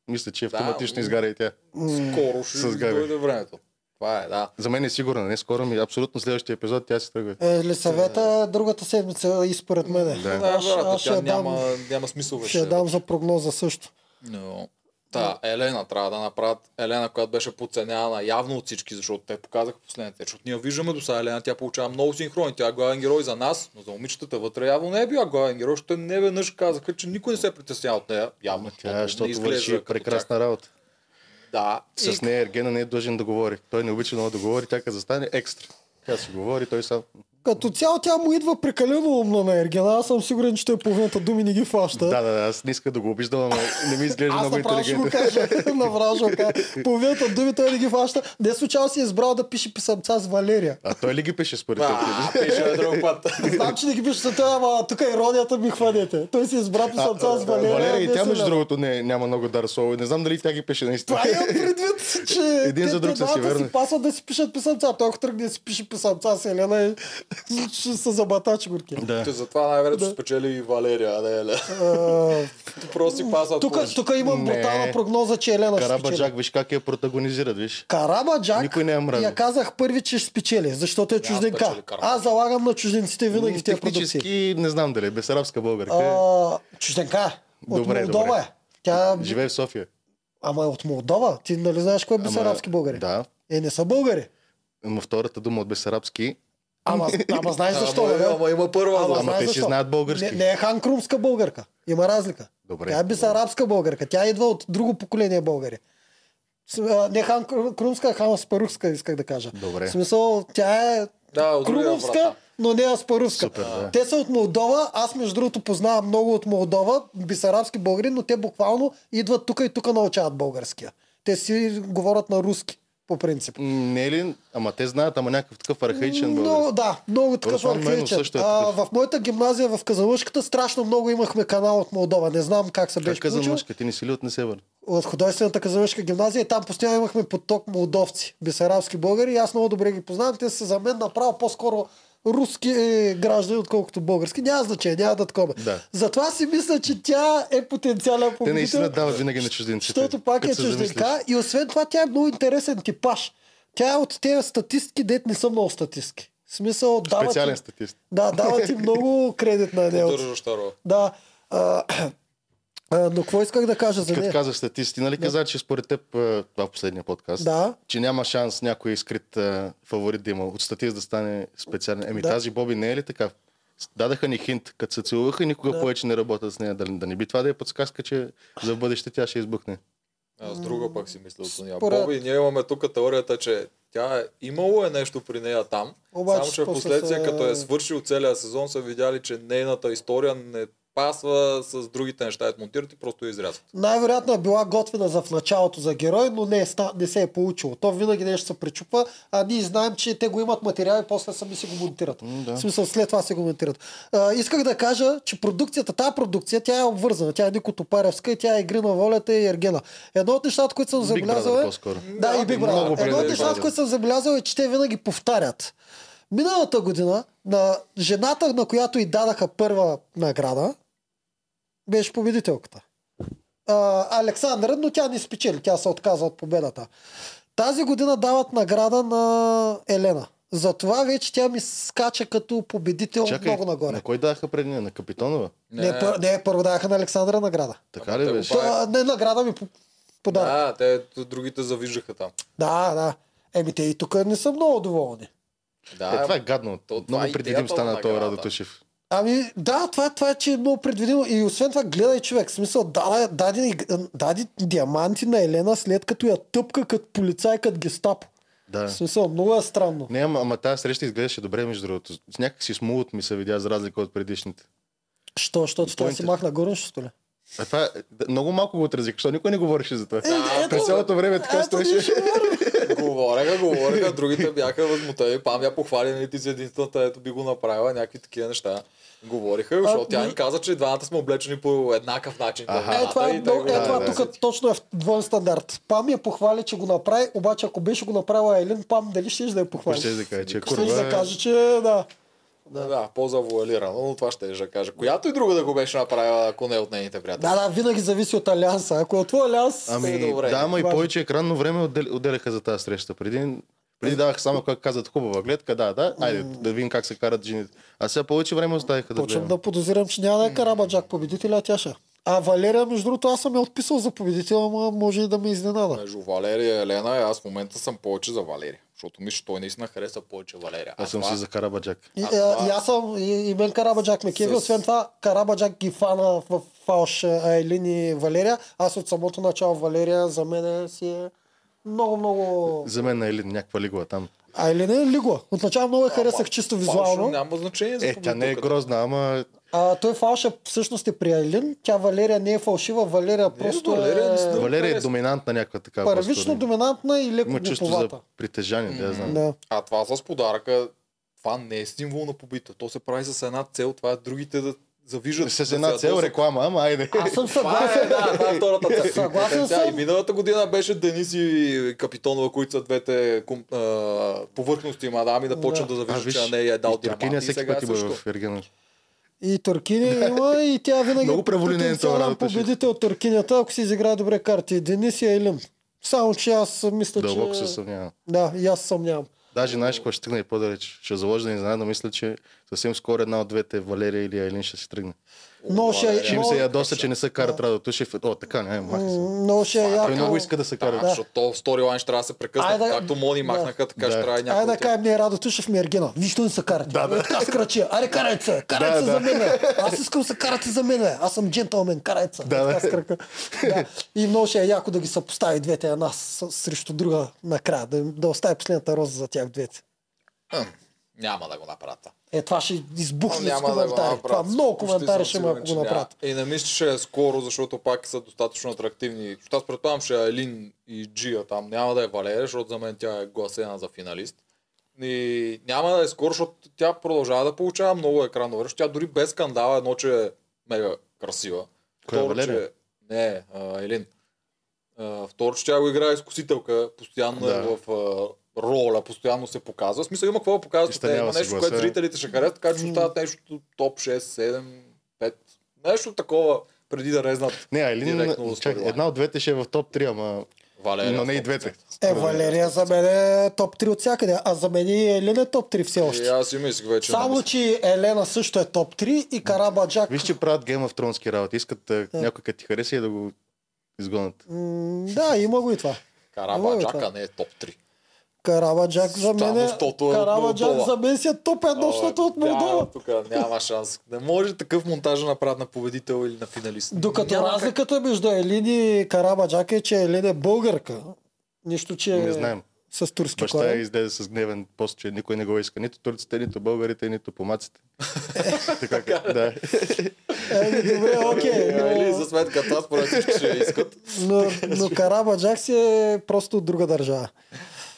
Speaker 3: мисля, че е
Speaker 1: Да,
Speaker 3: автоматично
Speaker 1: м.
Speaker 3: изгаря и тя.
Speaker 1: Скоро ще
Speaker 3: С Габи.
Speaker 1: дойде времето. Това е, да.
Speaker 3: За мен е сигурна, не скоро ми. Абсолютно следващия епизод тя се тръгва.
Speaker 2: Е, Елисавета другата седмица и според мен.
Speaker 3: Е, Да.
Speaker 2: Аз,
Speaker 1: вероятно,
Speaker 2: аз ще
Speaker 1: тя
Speaker 2: я
Speaker 1: няма,
Speaker 2: дам,
Speaker 1: няма смисъл
Speaker 2: ще
Speaker 1: вече.
Speaker 2: я дам за прогноза също.
Speaker 1: Но... Та, Елена трябва да направят. Елена, която беше подценявана явно от всички, защото те показаха последните. Защото ние виждаме до сега Елена, тя получава много синхрони. Тя е главен герой за нас, но за момичетата вътре явно не е била главен герой, защото те не веднъж казаха, че никой не се притеснява от нея. Явно,
Speaker 3: Тя, е, защото
Speaker 1: изглежда
Speaker 3: върши
Speaker 1: като
Speaker 3: прекрасна работа.
Speaker 1: тях. Да.
Speaker 3: С нея Ергена не е длъжен да говори. Той не обича много да говори, тя като застане екстра. Тя си говори, той сам.
Speaker 2: Като цяло тя му идва прекалено умна на Ергена. Аз съм сигурен, че той половината думи не ги фаща.
Speaker 3: Да, да, да, аз не иска да го обиждам, ама не ми изглежда
Speaker 2: Аз
Speaker 3: много
Speaker 2: направо ще го
Speaker 3: интелигентен.
Speaker 2: кажа. направо ще го кажа. Половината думи той не ги фаща. Не случайно си е избрал да пише писъмца с Валерия.
Speaker 3: А той ли ги пише според теб?
Speaker 1: А, пише друг път.
Speaker 2: Знам, че Значи не ги пише за това, ама тук иронията ми хванете. Той си избра писъмца с Валерия.
Speaker 3: Валерия, и
Speaker 2: не
Speaker 3: тя
Speaker 2: си
Speaker 3: между
Speaker 2: на-
Speaker 3: другото не, няма много дарсове. Не знам дали тя ги пише наистина.
Speaker 2: Това е- имам предвид, че
Speaker 3: Един за
Speaker 2: те-
Speaker 3: друг
Speaker 2: те
Speaker 3: са си
Speaker 2: двамата
Speaker 3: верни.
Speaker 2: си пасват да си пишат писъмца. Той ако тръгне да си пише писъмца с Елена, е- ще се забатачи горки.
Speaker 3: Да.
Speaker 1: Те Затова най-вероятно ще спечели и Валерия, а не Еле.
Speaker 2: А,
Speaker 1: Просто си пасва
Speaker 2: Тук, тук имам
Speaker 3: Не.
Speaker 2: брутална прогноза, че
Speaker 1: е
Speaker 2: Елена ще спечели.
Speaker 3: Карабаджак, виж как я протагонизират, виж.
Speaker 2: Карабаджак
Speaker 3: Никой не е я мрази.
Speaker 2: я казах първи, че ще спечели, защото е
Speaker 1: спечели
Speaker 2: чужденка.
Speaker 1: Карабаджак.
Speaker 2: Аз залагам на чужденците винаги в тези продукции.
Speaker 3: Ами, Технически не знам дали, е безарабска българка.
Speaker 2: А, чужденка е. От
Speaker 3: Добре,
Speaker 2: Молдова
Speaker 3: добре.
Speaker 2: е. Тя,
Speaker 3: е. Живее в София.
Speaker 2: ама е от Молдова. Ти нали знаеш кой е
Speaker 3: Ама-
Speaker 2: бесарабски българи?
Speaker 3: Да.
Speaker 2: Е, не са българи.
Speaker 3: Ама втората дума от бесарабски.
Speaker 2: Ама, ама знаеш защо,
Speaker 1: ама,
Speaker 2: нали?
Speaker 1: ама има първа.
Speaker 2: Ама
Speaker 1: Ама,
Speaker 3: Ама
Speaker 2: знаеш
Speaker 3: те си
Speaker 2: защо?
Speaker 3: знаят български.
Speaker 2: Не, не е ханкрумска българка. Има разлика.
Speaker 3: Добре.
Speaker 2: Тя е бесарабска българка. Тя идва от друго поколение българи. С- а, Не хан крумска, а хан аспарухска, исках да кажа.
Speaker 3: Добре.
Speaker 2: В смисъл, тя е
Speaker 1: Да, от другия
Speaker 2: крумовска,
Speaker 1: врата.
Speaker 2: но не аспарухска.
Speaker 3: Супер, да.
Speaker 2: Те са от Молдова. Аз, между другото, познавам много от Молдова, бесарабски българи, но те буквално идват тук и тук научават българския. Те си говорят на руски, по принцип.
Speaker 3: М, Не е ли? Ама те знаят, ама някакъв такъв архаичен
Speaker 2: Но,
Speaker 3: български.
Speaker 2: да, много такъв
Speaker 3: Руслан Менов
Speaker 2: архаичен.
Speaker 3: също е
Speaker 2: а,
Speaker 3: такъв.
Speaker 2: в моята гимназия в Казалъшката страшно много имахме канал от Молдова. Не знам как се
Speaker 3: Как
Speaker 2: беше
Speaker 3: каза
Speaker 2: получил.
Speaker 3: мъжка, ти не си ли от Несебър?
Speaker 2: От художествената Казалъшка гимназия и там постоянно имахме поток молдовци, бесарабски българи. И аз много добре ги познавам. Те са за мен направо по-скоро руски е, граждани, отколкото български. Няма значение, няма да такова.
Speaker 3: Да.
Speaker 2: Затова си мисля, че тя е потенциален победител.
Speaker 3: Те наистина дават винаги на чужденците.
Speaker 2: Защото пак
Speaker 3: като
Speaker 2: е
Speaker 3: се замислиш.
Speaker 2: чужденка и освен това тя е много интересен типаж. Тя е от тези статистики, дет не са много статистки. В смисъл, дават
Speaker 3: Специален
Speaker 2: им-
Speaker 3: статист.
Speaker 2: Да, дават ти много кредит на нея.
Speaker 1: Поддържаш Таро.
Speaker 2: Да. А, а, но какво исках да кажа за
Speaker 3: Като
Speaker 2: нея?
Speaker 3: каза статисти, нали каза, че според теб, а, това в последния подкаст,
Speaker 2: Да.
Speaker 3: че няма шанс някой изкрит а, фаворит да има от статист да стане специален. Еми
Speaker 2: Да.
Speaker 3: тази Боби не е ли така? С- Дадаха ни хинт, като се целуваха и никога
Speaker 2: Да.
Speaker 3: повече не работят с нея. Да, да не би това да е подсказка, че за в бъдеще тя ще избухне.
Speaker 1: Аз друга пак си мисля от нея.
Speaker 2: Според-
Speaker 1: Боби, ние имаме тук теорията, че тя е имало е нещо при нея там,
Speaker 2: Обаче,
Speaker 1: само че в
Speaker 2: после
Speaker 1: последствие,
Speaker 2: се-
Speaker 1: като е свършил целия сезон, са видяли, че нейната история не пасва с другите неща, които монтират и просто я изрязват.
Speaker 2: Най-вероятно е била готвена за в началото за герой, но не, е, ста- не се е получило. То винаги нещо се пречупва, а ние знаем, че те го имат материал и после сами си го монтират.
Speaker 3: М, да.
Speaker 2: В смисъл, след това се го монтират. А, исках да кажа, че продукцията, тази продукция, тя е обвързана. Тя е Нико Топаревска и тя е Игри на волята и Ергена. Едно от нещата, които съм
Speaker 3: Big
Speaker 2: забелязал
Speaker 3: Brother
Speaker 2: е...
Speaker 3: по-скоро.
Speaker 2: Да, и Big
Speaker 1: много
Speaker 2: Brother.
Speaker 1: преди
Speaker 2: Едно от
Speaker 1: Big
Speaker 2: нещата,
Speaker 3: Brother.
Speaker 2: които съм забелязал е, че те винаги повтарят. Миналата година на жената, на която и дадаха първа награда, беше победителката. А, Александра, но тя не спечели, тя се отказа от победата. Тази година дават награда на Елена. Затова вече тя ми скача като победител
Speaker 3: Чакай,
Speaker 2: много нагоре.
Speaker 3: на кой даха пред нея? На Капитонова?
Speaker 2: Не, не, пър, не първо даваха на Александра награда.
Speaker 3: Така
Speaker 1: Ама
Speaker 3: ли
Speaker 1: те го
Speaker 3: беше?
Speaker 1: пак-
Speaker 2: То, а, не награда ми по- подарък.
Speaker 1: да, те т- другите завиждаха там.
Speaker 2: Да, да. Еми те и тук не са много доволни.
Speaker 1: Да,
Speaker 3: Е, това е гадно.
Speaker 1: то това е
Speaker 3: Много предвидим
Speaker 1: идеята на
Speaker 3: стана този
Speaker 1: наградата.
Speaker 3: Радо Тушев.
Speaker 2: Ами да, това, това е, че е много предвидимо. И освен това гледай човек. В смисъл, даде, даде, даде диаманти на Елена след като я тъпка като полицай, като гестапо.
Speaker 3: Да.
Speaker 2: В смисъл, много е странно.
Speaker 3: Не, ама, ама тази среща изглеждаше добре, между другото. С- Някак си смулът ми се видя, за разлика от предишните.
Speaker 2: Що, защото тя си
Speaker 3: Поинтът.
Speaker 2: махна горнището ли?
Speaker 3: А това е- да, много малко го отразих, защото никой не говореше
Speaker 1: Е,
Speaker 3: за това.
Speaker 1: Да,
Speaker 3: През цялото време така
Speaker 2: Е, ето е, ние
Speaker 3: стоеше.
Speaker 2: ще говорим.
Speaker 1: Говореха, говореха, другите бяха възмутени. Пам я похвали, нали ти си единствената, ето би го направила, някакви такива неща. Говориха, защото тя им каза, че двамата сме облечени по еднакъв начин.
Speaker 3: Аха.
Speaker 1: двамата,
Speaker 2: Е, това, е,
Speaker 1: и те
Speaker 2: много-
Speaker 1: го
Speaker 2: е, това
Speaker 1: правят.
Speaker 3: да,
Speaker 2: тук точно е в двоен стандарт. Пам я похвали, че го направи, обаче ако беше го направила Елин, Пам дали ще да я похвали?
Speaker 3: Ще да кажа, че
Speaker 2: Ще
Speaker 3: е
Speaker 2: да
Speaker 3: курва.
Speaker 2: каже, че е, да.
Speaker 1: Да, да, по-завуалирано, но това ще ще кажа. Която и друга да го беше направила, ако не от нейните приятели.
Speaker 2: Да, да, винаги зависи от алианса. Ако е твой алианс,
Speaker 1: Е,
Speaker 3: Ами,
Speaker 1: добре.
Speaker 3: да, ама и
Speaker 2: Важно.
Speaker 3: повече екранно време отдел- отделяха за тази среща. Преди, преди даваха само как казват хубава гледка, да, да, айде да видим как се карат жените. А сега повече време оставиха да
Speaker 2: почвам
Speaker 3: гледам.
Speaker 2: да подозирам, че няма да е Карабаджак победителя, а тя ще. е. А Валерия, между другото, аз съм я отписал за победител, ама може и да ме изненада.
Speaker 1: Между Валерия и Елена, аз в момента съм повече за Валерия. Защото мисля, че той наистина харесва повече Валерия.
Speaker 3: Аз съм
Speaker 1: това-
Speaker 3: си за Карабаджак.
Speaker 2: И,
Speaker 1: А,
Speaker 2: а,
Speaker 1: това-
Speaker 2: и аз съм, и, и мен Карабаджак ме кеви.
Speaker 1: С-
Speaker 2: Освен това, Карабаджак ги фана в фалш а, Айлин и Валерия. Аз от самото начало Валерия за мен си е много, много...
Speaker 3: За мен е ли някаква лигова там.
Speaker 2: А или не, Лигла. Отначало много я
Speaker 1: Ама,
Speaker 2: харесах чисто
Speaker 1: Фалшо
Speaker 2: визуално.
Speaker 1: няма значение за
Speaker 3: Е, тя не е
Speaker 1: публиката.
Speaker 3: грозна, ама
Speaker 2: А той фалша всъщност е при Айлин. Тя Валерия не е фалшива. Валерия просто
Speaker 1: Валерия не
Speaker 2: е
Speaker 1: знам.
Speaker 3: Валерия е
Speaker 1: харесва.
Speaker 3: доминантна някаква така.
Speaker 2: първично доминантна и леко
Speaker 3: Има чувство за
Speaker 2: глуповата.
Speaker 3: притежание, да я знам.
Speaker 2: Да.
Speaker 1: А това с подаръка, това не е символ на побита. То се прави с една цел, това е другите да завиждат.
Speaker 3: С
Speaker 1: да
Speaker 3: една
Speaker 1: се
Speaker 3: цел
Speaker 1: ядосат.
Speaker 3: реклама, ама айде.
Speaker 2: Аз съм
Speaker 1: Това е,
Speaker 2: съгласен.
Speaker 1: да, това е втората цел.
Speaker 2: Съгласен
Speaker 1: Сега,
Speaker 2: съм.
Speaker 1: И миналата година беше Денис и Капитонова, които са двете ком, а, повърхности мадами да почнат да,
Speaker 3: А,
Speaker 1: завиждат,
Speaker 3: виж,
Speaker 1: че не е дал
Speaker 3: и Туркиня
Speaker 1: диаманти. И
Speaker 3: всеки
Speaker 1: сега
Speaker 3: път
Speaker 1: е
Speaker 3: има
Speaker 1: също.
Speaker 3: в Ергена.
Speaker 2: И Туркиня има и тя винаги
Speaker 3: Много преволинен е това
Speaker 2: потенциален
Speaker 3: работа ще.
Speaker 2: победител от Туркинята, ако си изиграе добре карти. Денис и Елин. Само, че аз мисля,
Speaker 3: Дълбоко
Speaker 2: че...
Speaker 3: се съмнявам.
Speaker 2: Да, и аз съмнявам.
Speaker 3: Даже знаеш какво ще тръгне и по-далеч. Ще заложи да не знае, но мисля, че съвсем скоро една от двете, Валерия или Айлин, ще си тръгне.
Speaker 2: Но
Speaker 1: О,
Speaker 2: ще-
Speaker 1: Валерия,
Speaker 3: Ще им
Speaker 2: Много
Speaker 3: се
Speaker 2: е
Speaker 3: ядоса, че не се карат радото. Ще... ф- О, така, не,
Speaker 2: М,
Speaker 3: махай се.
Speaker 2: Много ще е
Speaker 1: Това е
Speaker 3: Той много
Speaker 2: яко.
Speaker 3: иска да се
Speaker 1: Да,
Speaker 3: кара.
Speaker 1: защото то сторилайн ще трябва да се прекъсне.
Speaker 2: Айде да-
Speaker 1: Както Мони
Speaker 2: да.
Speaker 1: махнаха, така ще
Speaker 3: Да.
Speaker 1: трябва и някой.
Speaker 2: Айде да
Speaker 1: от тях.
Speaker 2: кажем, ние Радо Тушев ми е Ергена. Нищо не се карате. Да, да. Аз крачи. Аре, карайте се. Карайте се
Speaker 3: Да, да.
Speaker 2: за мен. Аз искам да се карате за мен. бе. Аз съм джентълмен. Карайте се.
Speaker 3: Да, да.
Speaker 2: Така с крака. Да. И много ще е яко да ги съпостави двете една с- срещу друга накрая. Да, да остави последната роза за тях двете.
Speaker 1: М, Няма да го направят. това.
Speaker 2: Е, това ще избухне с
Speaker 1: Няма да е го
Speaker 2: коментари.
Speaker 1: направят.
Speaker 2: това много
Speaker 1: Почти
Speaker 2: коментари
Speaker 1: съм
Speaker 2: ще има, ако
Speaker 1: сигурен,
Speaker 2: го
Speaker 1: че
Speaker 2: направят.
Speaker 1: няма. И не мисля, че ще е скоро, защото пак са достатъчно атрактивни. Защото аз предполагам, че Елин и Джия там няма да е Валерия, защото за мен тя е гласена за финалист. И няма да е скоро, защото тя продължава да получава много екранно време. Тя дори без скандала едно, че е мега красива.
Speaker 3: Коя е
Speaker 1: Второ,
Speaker 3: Валерия?
Speaker 1: че... Не, а, Елин. А, второ, че тя го играе изкусителка, постоянно е
Speaker 3: Да.
Speaker 1: в а, роля, постоянно се показва. В смисъл има какво да показва, те,
Speaker 3: Изтънява
Speaker 1: има
Speaker 3: си
Speaker 1: нещо,
Speaker 3: гласа.
Speaker 1: което зрителите ще харесат, така че ще
Speaker 2: М.
Speaker 1: остават нещо топ 6, 7, 5. Нещо такова, преди да резнат
Speaker 3: Не, Айлин,
Speaker 1: Директно
Speaker 3: чакай,
Speaker 1: сторилайн.
Speaker 3: една от двете ще е в топ 3, ама...
Speaker 1: Валерия.
Speaker 3: Но не и
Speaker 1: 100%.
Speaker 3: двете.
Speaker 2: Е, Валерия за мен е топ 3 от всякъде. А за мен и Елена е топ 3 все
Speaker 1: И
Speaker 2: още.
Speaker 1: аз си мислих вече.
Speaker 2: Само,
Speaker 1: нали?
Speaker 2: че Елена също е топ 3 и Карабаджак.
Speaker 3: Виж, че правят Game of Thrones-ки работи. Искат а, някой като ти хареса и да го изгонят.
Speaker 2: М, да, има го и това.
Speaker 1: Карабаджака не е топ 3.
Speaker 2: Карабаджак за
Speaker 1: Само
Speaker 2: мен е...
Speaker 1: защото е от
Speaker 2: Карабаджак
Speaker 1: Молдова.
Speaker 2: за мен си е топ 1, защото е от Молдова.
Speaker 1: Тук няма шанс. Не може такъв монтаж да направят на победител или на финалист.
Speaker 2: Докато
Speaker 1: Няма как.
Speaker 2: разликата между Елин и Карабаджак е, че Елин е българка. Нищо, че
Speaker 3: Не знаем.
Speaker 2: с турски
Speaker 3: Баща е я
Speaker 2: корен.
Speaker 3: излезе с гневен пост, че никой не го иска. Нито турците, нито българите, нито помаците. така, да.
Speaker 2: Е, добре, окей.
Speaker 1: Или
Speaker 2: но-
Speaker 1: за сметка това според всички ще я искат.
Speaker 2: Но,
Speaker 3: е,
Speaker 2: но Карабаджак си е просто от друга държава.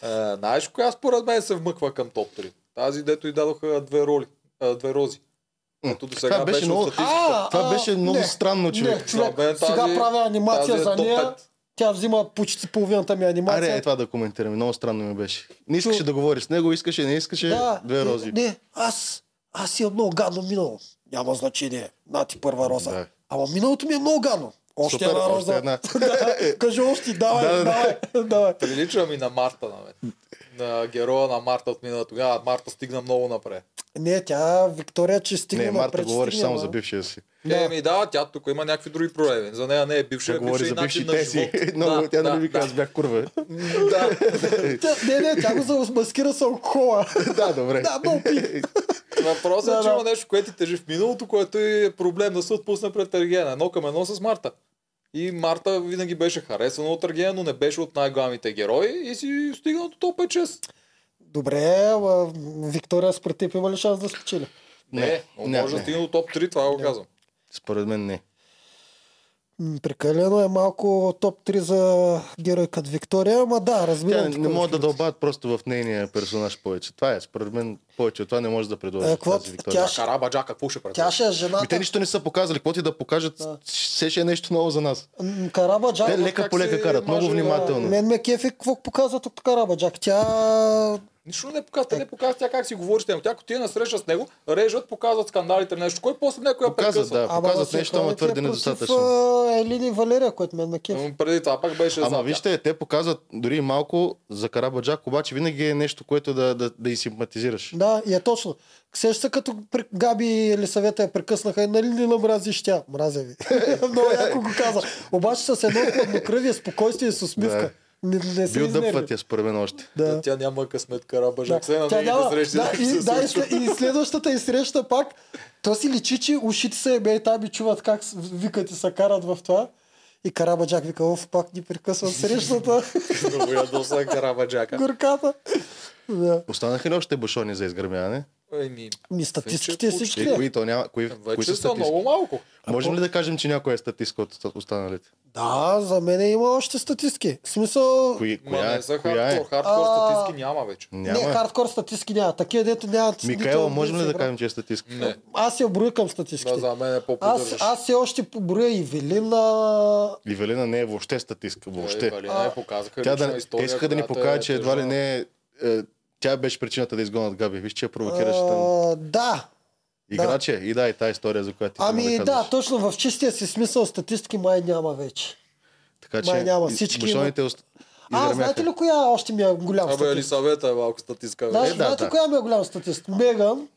Speaker 1: А, Е, знаеш коя според мен се вмъква към топ 3? Тази, дето и дадоха две, роли, а, две рози. Ето до сега
Speaker 3: Това беше
Speaker 1: беше
Speaker 3: много-
Speaker 1: много...
Speaker 3: Това беше много странно, човек.
Speaker 2: Не, човек,
Speaker 1: За мен тази-
Speaker 2: сега правя анимация
Speaker 1: тази е
Speaker 2: за
Speaker 1: топ
Speaker 2: нея.
Speaker 1: пет.
Speaker 2: Тя взима почти половината ми анимация.
Speaker 3: Аре, е това да коментираме. Много странно ми беше. Не искаше
Speaker 2: Чу-
Speaker 3: да говори с него, искаше, не искаше. две
Speaker 2: не,
Speaker 3: рози.
Speaker 2: Не, аз, аз имам много гадно минало. Няма значение. На ти първа роза.
Speaker 3: Да.
Speaker 2: Ама миналото ми е много гадно. Още
Speaker 3: Супер,
Speaker 2: една
Speaker 3: още
Speaker 2: роза.
Speaker 3: една.
Speaker 2: да, кажи още, давай,
Speaker 3: Да, да,
Speaker 2: давай, давай.
Speaker 1: Прилича ми на Марта, на мен. На героя на Марта от миналата. Тогава Марта стигна много напред.
Speaker 2: Не, тя, Виктория, че стигна
Speaker 3: Не, Марта
Speaker 2: напред,
Speaker 3: говориш
Speaker 2: стигна,
Speaker 3: само
Speaker 2: ма.
Speaker 3: за бившия си.
Speaker 1: Да.
Speaker 2: Да.
Speaker 1: Еми Е, да, тя тук има някакви други проблеми. За нея не е бивша,
Speaker 3: Тя
Speaker 1: е
Speaker 3: говори
Speaker 1: бивша и
Speaker 3: за
Speaker 1: начин
Speaker 3: бившите
Speaker 1: на
Speaker 3: си.
Speaker 1: живот.
Speaker 3: Но тя да ми
Speaker 1: да,
Speaker 3: казва, бях курва.
Speaker 1: да.
Speaker 2: Тя, не, не, тя го замаскира с алкохола.
Speaker 3: Да, добре.
Speaker 2: да, много пи.
Speaker 1: Въпросът
Speaker 2: Да,
Speaker 1: е, че
Speaker 2: да.
Speaker 1: има нещо, което ти тежи в миналото, което е проблем да се отпусне пред Ергена. Едно към едно с Марта. И Марта винаги беше харесвана от Ергена, но не беше от най-главните герои и си стигна до топ 5-6.
Speaker 2: Добре, ама, Виктория, според теб има ли шанс да спечели?
Speaker 1: Не, но може да стигне до топ 3, това го казвам.
Speaker 3: Според мен не.
Speaker 2: М, Прекалено е малко топ 3 за геройката Виктория, ама да, разбирам.
Speaker 3: Тя не, не
Speaker 2: такова
Speaker 3: могат да
Speaker 2: нещо.
Speaker 3: дълбават просто в нейния персонаж повече. Това е, според мен, повече от това не може да
Speaker 2: Е,
Speaker 3: предложи
Speaker 2: какво-
Speaker 3: тази Виктория.
Speaker 2: тя ще-
Speaker 1: Карабаджа, какво ще прави?
Speaker 2: Тя ще е
Speaker 3: Ми Ами те
Speaker 2: жената.
Speaker 3: нищо не са показали, какво ти да покажат,
Speaker 2: Да.
Speaker 3: все ще е нещо ново за нас.
Speaker 2: М, Карабаджак.
Speaker 3: Те лека
Speaker 1: как
Speaker 3: по лека
Speaker 1: се
Speaker 3: карат, много
Speaker 1: мажа-
Speaker 3: внимателно.
Speaker 2: Мен ме кефи какво показва тук Карабаджак. Тя...
Speaker 1: Нищо не показва, те не показват тя как си говори с него. Тя ако ти е на среща с него, режат, показват скандалите нещо. Кой после някой я
Speaker 3: Показват,
Speaker 1: прекъсва?
Speaker 3: да, показват
Speaker 2: на
Speaker 3: нещо, ама
Speaker 2: синхроните
Speaker 3: твърде
Speaker 2: е против,
Speaker 3: недостатъчно.
Speaker 2: а, Елина и Валерия, което мен ме кефи.
Speaker 1: Но Преди това пак беше за
Speaker 3: Ама вижте, те показват дори и малко за Карабаджак, обаче винаги е нещо, което да, да, да и симпатизираш.
Speaker 2: Да, и е точно. Сеща се като при- Габи и Елисавета я прекъснаха и нали не намразиш тя? Мразя ви. Много яко го каза. Обаче с едно хладнокръвие, спокойствие и с усмивка. Не, не се
Speaker 3: Бил
Speaker 2: изнерви.
Speaker 3: дъпват я според мен още.
Speaker 2: Да.
Speaker 1: Тя няма късмет Карабаджак. Все
Speaker 2: Да,
Speaker 1: на
Speaker 2: тя
Speaker 1: нейните
Speaker 2: няма,
Speaker 1: срещи
Speaker 2: да,
Speaker 1: нещо
Speaker 2: и,
Speaker 1: се
Speaker 2: да, и,
Speaker 1: случва.
Speaker 2: след- и следващата и среща пак, то си личи, че ушите се ебе и таби чуват как с- викат и се карат в това. И Карабаджак вика, оф, пак ни прекъсват срещата,
Speaker 1: Много ядоса Карабаджака.
Speaker 2: горката. Да.
Speaker 3: Останаха ли още бушони за изгърмяване?
Speaker 1: Еми,
Speaker 2: Ми статистиките е
Speaker 1: Вече
Speaker 2: всички.
Speaker 3: И
Speaker 2: да.
Speaker 3: кои, то няма, кои, кои
Speaker 1: вече
Speaker 3: са
Speaker 1: са
Speaker 3: статистики?
Speaker 1: много малко.
Speaker 3: Можем ли да кажем, че някой е статистика от от останалите?
Speaker 2: Да, за мен има още статистики. В смисъл,
Speaker 3: Кои,
Speaker 1: Ма
Speaker 3: коя,
Speaker 1: не за
Speaker 3: е? коя е?
Speaker 1: хардкор. Хардкор
Speaker 2: А,
Speaker 1: статистики няма вече.
Speaker 2: Няма. Не,
Speaker 3: Няма.
Speaker 2: хардкор статистики няма. Такива, дето нямат...
Speaker 3: Микаела,
Speaker 2: нито-
Speaker 3: можем ли
Speaker 2: нито
Speaker 3: да
Speaker 2: игра.
Speaker 3: кажем, че е статистика?
Speaker 1: Не.
Speaker 2: Аз я броя към
Speaker 1: Да,
Speaker 2: статистиките.
Speaker 1: за мен е
Speaker 2: аз,
Speaker 1: по-поддържаш.
Speaker 2: аз все още поброя и Велина...
Speaker 3: И Велина не е въобще статистика, въобще.
Speaker 1: Е, не показаха
Speaker 3: Тя
Speaker 1: лична
Speaker 3: да,
Speaker 1: история,
Speaker 3: иска да ни
Speaker 1: която
Speaker 3: покаже,
Speaker 1: е
Speaker 3: че едва ли
Speaker 1: тъжна.
Speaker 3: не е, е, тя беше причината да изгонят Габи. Виж, че я провокираше там.
Speaker 2: А, да,
Speaker 3: Играче, и да, и тази история, за която ти си
Speaker 2: ами
Speaker 3: ме
Speaker 2: да,
Speaker 3: казваш.
Speaker 2: точно в чистия си смисъл статистики май няма вече.
Speaker 3: Така че
Speaker 2: май няма, всички
Speaker 3: бушоните ост-
Speaker 2: А,
Speaker 3: изгърмяха.
Speaker 2: знаете ли коя още ми е голям
Speaker 1: Абе,
Speaker 2: статист?
Speaker 1: Елисавета е малко статистика.
Speaker 2: Да,
Speaker 1: бе.
Speaker 3: Е, да,
Speaker 2: знаете
Speaker 3: да.
Speaker 2: коя ми е голям статист? Меган.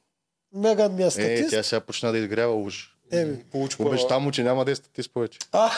Speaker 2: Меган ми е
Speaker 3: Е,
Speaker 2: статист. Е,
Speaker 3: тя сега почна да изгрява уж.
Speaker 2: Еми.
Speaker 1: Получи
Speaker 3: Обеща му, че няма да е статист повече.
Speaker 2: А,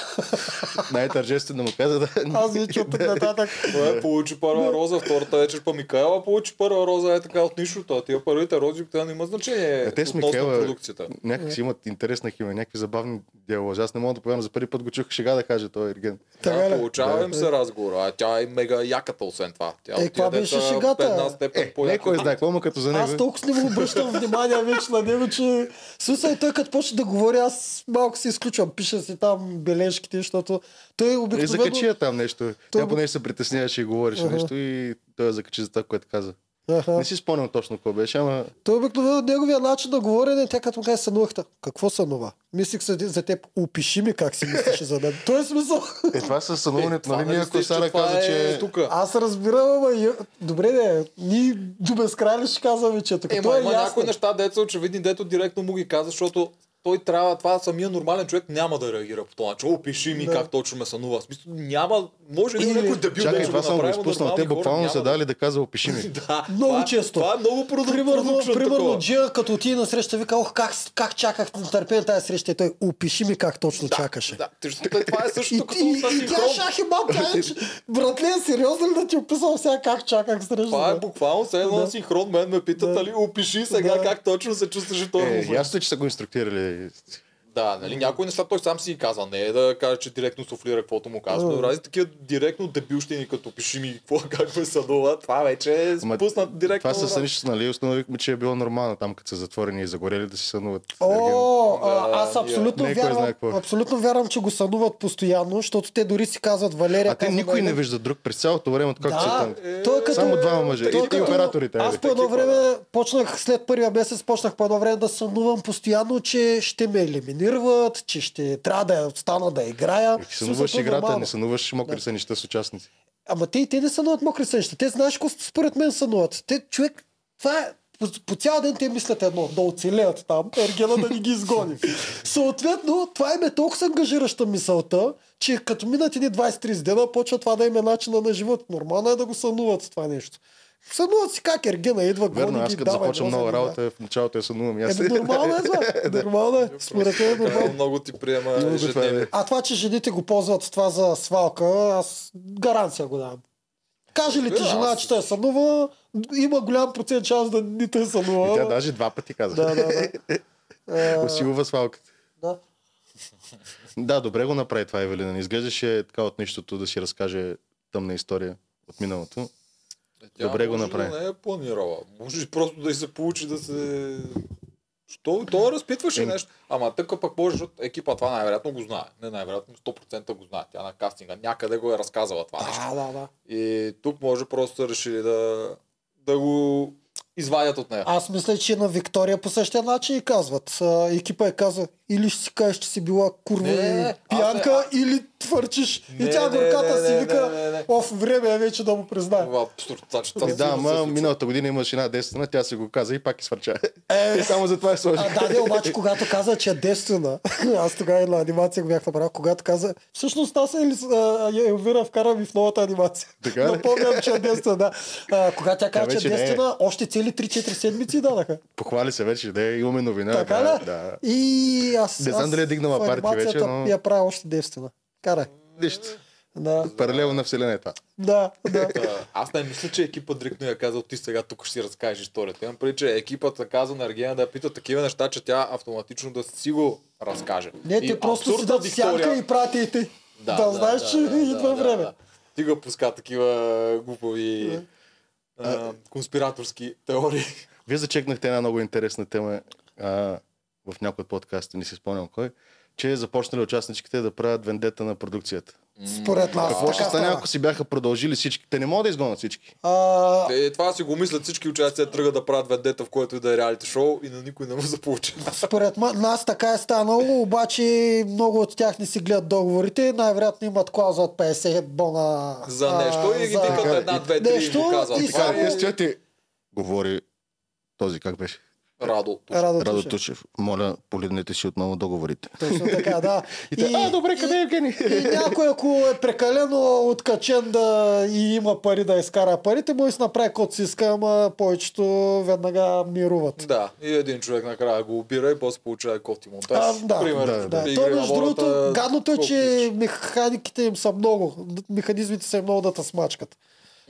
Speaker 3: Най-тържествено му каза да...
Speaker 2: аз ви чуя тук нататък.
Speaker 3: е.
Speaker 1: Той Е, получи първа роза, втората вечер па Микаела получи първа роза, е така от нищото. А тия първите рози обикновено няма значение
Speaker 3: Е, те с
Speaker 1: относно
Speaker 3: Микаела-
Speaker 1: продукцията.
Speaker 3: Някак си имат интересна химия, някакви забавни диалози. Аз не мога да повярвам, за първи път го чух шега да каже той е Ерген.
Speaker 2: Така
Speaker 1: да,
Speaker 2: ли?
Speaker 1: получава
Speaker 3: Да.
Speaker 1: им се разговор. А тя е мега яката, освен това. Тя
Speaker 2: Е,
Speaker 1: отиде
Speaker 2: каква беше
Speaker 1: деца
Speaker 2: шегата?
Speaker 1: в Една степен
Speaker 3: Е, не
Speaker 1: по-яка.
Speaker 3: кой знае, какво му като
Speaker 1: Е,
Speaker 3: за него.
Speaker 2: Аз толкова с не му обръщам внимание вече на него, че в смисъл той като почне да говори, аз малко се изключвам, пиша си там бележките, защото той
Speaker 3: Е, закачи
Speaker 2: обикновено...
Speaker 3: я там нещо.
Speaker 2: Той
Speaker 3: Тя
Speaker 2: го-
Speaker 3: поне ще се притесняваше и говореше
Speaker 2: Ага.
Speaker 3: нещо и той я закачи за това, което каза.
Speaker 2: Аха.
Speaker 3: Не си спомням точно какво беше, ама
Speaker 2: Той обикновено неговия начин на говорене, тя като му каже сънувахте. Какво сънува? Мислих се за теб. Опиши ми как си мислеше за мен. Той е смисъл.
Speaker 3: е това със
Speaker 1: Е,
Speaker 3: сънуването,
Speaker 1: това
Speaker 3: нали?
Speaker 1: нали
Speaker 3: Ние
Speaker 1: сте,
Speaker 3: ако Сара
Speaker 1: това
Speaker 3: каза,
Speaker 1: е
Speaker 3: че...
Speaker 1: Тука.
Speaker 2: Аз разбирам, ама и... добре де, ние до безкрайно ще казваме, че е така.
Speaker 1: Е,
Speaker 2: Той
Speaker 1: ма,
Speaker 2: е
Speaker 1: има някои
Speaker 2: ясно.
Speaker 1: неща, деца очевидни, дето директно му ги каза, защото той трябва, това самия нормален човек няма да реагира по този начин. Опиши ми
Speaker 2: Да.
Speaker 1: как точно ме сънува. В Смисъл, няма, може ли
Speaker 2: Или-
Speaker 1: някой дебил да
Speaker 3: Чакай,
Speaker 1: го
Speaker 3: това съм го
Speaker 1: направи, но
Speaker 3: изпуснал. Те
Speaker 1: нормални хора
Speaker 3: буквално
Speaker 1: няма
Speaker 3: са
Speaker 1: да-
Speaker 3: дали да казва, опиши ми.
Speaker 1: Да,
Speaker 2: Много
Speaker 1: това е-
Speaker 2: често.
Speaker 1: Това е много продук-
Speaker 2: Примерно,
Speaker 1: продукшен
Speaker 2: примерно
Speaker 1: такова.
Speaker 2: Джия, като отиде на среща, вика, ох, как, как чаках на търпение тази среща. И той, опиши ми как точно чакаше.
Speaker 1: Да, точно така, това е
Speaker 2: И,
Speaker 1: същото като
Speaker 2: и,
Speaker 1: на
Speaker 2: и тя
Speaker 1: синхрон.
Speaker 2: шах и бам, тя е, че, братле, сериозно ли да ти описвам сега как чаках среща?
Speaker 1: Това е буквално все едно
Speaker 2: Да.
Speaker 1: на синхрон. Мен ме питат,
Speaker 2: Да.
Speaker 1: дали опиши сега
Speaker 2: Да.
Speaker 1: как точно се чувстваш в този
Speaker 3: Е,
Speaker 1: момент.
Speaker 3: ясно е, че са го инструктирали.
Speaker 1: Да, нали, някои неща той сам си ги казва. Не е да каже, че директно суфлира каквото му казва.
Speaker 2: Мгм.
Speaker 1: Но рази такива директно дебилщини, като пиши ми какво, как ме съдува, това вече е
Speaker 3: Ма,
Speaker 1: спуснат директно.
Speaker 3: Това със сънища, нали? Установихме, че е било нормално там, като са затворени и загорели да си сънуват. Ерген.
Speaker 2: О, е,
Speaker 1: Да,
Speaker 2: а, аз абсолютно
Speaker 3: ние- Не, кой знае
Speaker 2: вярвам,
Speaker 3: какво. е.
Speaker 2: абсолютно вярвам, че го сънуват постоянно, защото те дори си казват Валерия. "Е,
Speaker 3: А те
Speaker 2: казва
Speaker 3: никой не
Speaker 2: Валерия.
Speaker 3: вижда друг през цялото време, откакто са
Speaker 2: Да,
Speaker 3: там.
Speaker 2: той е като...
Speaker 3: Само двама мъже.
Speaker 2: той е
Speaker 3: И- и операторите,
Speaker 2: Аз
Speaker 3: айде.
Speaker 2: по едно
Speaker 1: Такива,
Speaker 3: е?
Speaker 2: време почнах, след първия месец почнах по едно време да сънувам постоянно, че ще ме елиминират, че ще трябва да остана да играя.
Speaker 3: Е, Ти
Speaker 2: Смисъл,
Speaker 3: сънуваш
Speaker 2: то е
Speaker 3: играта,
Speaker 2: нормално.
Speaker 3: не сънуваш мокри
Speaker 2: Да.
Speaker 3: сънища с участници.
Speaker 2: Ама те и те не сънуват мокри сънища. Те знаеш какво според мен сънуват. Те човек, това е по, по цял ден те мислят едно, да оцелеят там, ергена да ни ги изгони. Съответно, това им е толкова ангажираща мисълта, че като минат едни 20-30 дена, почва това да им е начина на живот. Нормално е да го сънуват това нещо. Сънуват си как ергена идва,
Speaker 3: Верно,
Speaker 2: гони
Speaker 3: аз
Speaker 2: ги,
Speaker 3: като
Speaker 2: дава
Speaker 3: започвам
Speaker 2: едно за
Speaker 3: нова
Speaker 2: друго.
Speaker 3: работа, в началото я сънувам. и Аз
Speaker 2: Еми, нормално е, това. Нормално е. Според мен е
Speaker 1: Така,
Speaker 2: нормално.
Speaker 1: много ти приема
Speaker 3: Много това е.
Speaker 1: ежедневие.
Speaker 2: А това, че жените го ползват това за свалка, аз гаранция го давам. Каже ли ти
Speaker 1: Да,
Speaker 2: жена,
Speaker 1: аз-
Speaker 2: че те е сънува, има голям процент шанс да не те е
Speaker 3: И
Speaker 2: сънува.
Speaker 3: тя даже два пъти каза.
Speaker 2: Да, да, да. Е,
Speaker 3: Усилва свалката.
Speaker 2: да.
Speaker 3: Да, добре го направи това Евелина. Не изглеждаше така от нищото да си разкаже тъмна история от миналото.
Speaker 1: Е, тя
Speaker 3: Добре го
Speaker 1: може
Speaker 3: направи.
Speaker 1: Да не е планирала. Може и просто да й се получи да се... Що? Той разпитваше
Speaker 3: Е.
Speaker 1: нещо. Ама тъка пък може, защото екипа това най-вероятно го знае. Не най-вероятно, 100% го знае. Тя на кастинга някъде го е разказала това нещо.
Speaker 2: А, да, да.
Speaker 1: И тук може просто са решили да, да го извадят от нея.
Speaker 2: Аз мисля, че на Виктория по същия начин и казват. А, екипа е казва, или ще си кажеш, че си била курва
Speaker 1: Не, не, не.
Speaker 2: и пиянка,
Speaker 1: Аз
Speaker 2: или твърчиш. и
Speaker 1: Не,
Speaker 2: тя
Speaker 1: не,
Speaker 2: горката
Speaker 1: не,
Speaker 2: си
Speaker 1: не,
Speaker 2: вика,
Speaker 1: не, не, не.
Speaker 2: оф, време е вече да му признае.
Speaker 1: Това абсурд, това, че това
Speaker 3: И да,
Speaker 1: сигурно се
Speaker 3: ама
Speaker 1: случва.
Speaker 3: миналата година имаше една действена, тя си го каза и пак и свърча.
Speaker 2: Е,
Speaker 3: И само за това е сложи.
Speaker 2: А, да, не, обаче, когато каза, че е девствена, аз тогава и на анимация го бях направил, когато каза, всъщност аз е, Елвира вкара ми в новата анимация.
Speaker 3: Така ли?
Speaker 2: Напомням, че е девствена, да. А, когато тя каза, че
Speaker 3: вече
Speaker 2: е
Speaker 3: не е.
Speaker 2: девствена, още цели 3-4 седмици й дадаха.
Speaker 3: Похвали се вече, да имаме новина.
Speaker 2: така
Speaker 3: да,
Speaker 2: ли?
Speaker 3: да.
Speaker 2: И аз...
Speaker 3: Не знам
Speaker 2: аз
Speaker 3: дали е дигнала
Speaker 2: в
Speaker 3: партия
Speaker 2: анимацията
Speaker 3: вече, но-
Speaker 2: я правя още девствена. Карай.
Speaker 3: Нищо.
Speaker 2: Да,
Speaker 3: Паралел на е вселената.
Speaker 2: да, да.
Speaker 1: Та, Аз не мисля, че екипа директно я казал, ти сега тук ще си разкажеш историята. Имам преди, че екипът е казал на Аргена да я пита такива неща, че тя автоматично да си го разкаже.
Speaker 2: Не, те
Speaker 1: И
Speaker 2: просто си
Speaker 1: абсурдната
Speaker 2: дадат сянка и прати и ти. Да, знаеш, че идва време.
Speaker 1: Ти го пуска такива глупави а, конспираторски теории.
Speaker 3: Вие зачекнахте една много интересна тема а, в някой от подкастите, не си спомням кой, че започнали участничките да правят вендета на продукцията.
Speaker 2: Според нас.
Speaker 3: Какво ще
Speaker 2: така
Speaker 3: стане,
Speaker 2: стана.
Speaker 3: ако си бяха продължили всички? Те не могат да изгонят всички.
Speaker 2: А,
Speaker 1: Те, Е, това си го мислят всички участия тръгват да правят вендета, в което и да е реалити шоу и на никой не му заполучи.
Speaker 2: Според ма- нас така е станало, обаче много от тях не си гледат договорите. Най-вероятно имат клауза от 50 бона.
Speaker 1: За
Speaker 2: а,
Speaker 1: нещо и ги
Speaker 2: за-
Speaker 1: викат
Speaker 3: Така,
Speaker 1: една,
Speaker 3: и-
Speaker 1: две, три и
Speaker 2: Нещо
Speaker 1: го казват.
Speaker 2: и
Speaker 1: Това
Speaker 2: само-
Speaker 1: е
Speaker 2: Е, стоят
Speaker 3: ти. Говори този, как беше?
Speaker 1: Радо.
Speaker 2: Радо,
Speaker 3: Радо
Speaker 2: Радо
Speaker 3: Тушев. Моля, погледнете си отново договорите.
Speaker 2: Точно така, да.
Speaker 3: И, те, а, добре, къде е Евгений?
Speaker 2: И, и някой, ако е прекалено откачен да и има пари да изкара парите, може да си направи код си иска, ама повечето веднага мируват.
Speaker 1: Да, и един човек накрая го обира и после получава кофти монтаж.
Speaker 2: А, да.
Speaker 1: Пример,
Speaker 3: Да,
Speaker 2: Да,
Speaker 1: игри
Speaker 2: то
Speaker 1: на
Speaker 2: между
Speaker 1: волята,
Speaker 2: другото, гадното е,
Speaker 1: колко
Speaker 2: че
Speaker 1: искаш.
Speaker 2: механиките им са много. Механизмите са им много да те смачкат.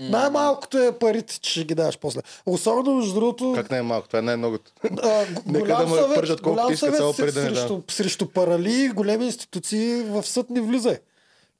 Speaker 2: Най-малкото е парите, че ще ги даваш после. Особено, между другото,
Speaker 3: Как най-малко? Това е най-многото.
Speaker 2: а,
Speaker 3: Нека да
Speaker 2: голям
Speaker 3: ме
Speaker 2: съвет,
Speaker 3: пържат колкото
Speaker 2: голям
Speaker 3: искат,
Speaker 2: съвет
Speaker 3: само
Speaker 2: си-
Speaker 3: пари да не дам.
Speaker 2: срещу, срещу парали и големи институции в съд не влизай.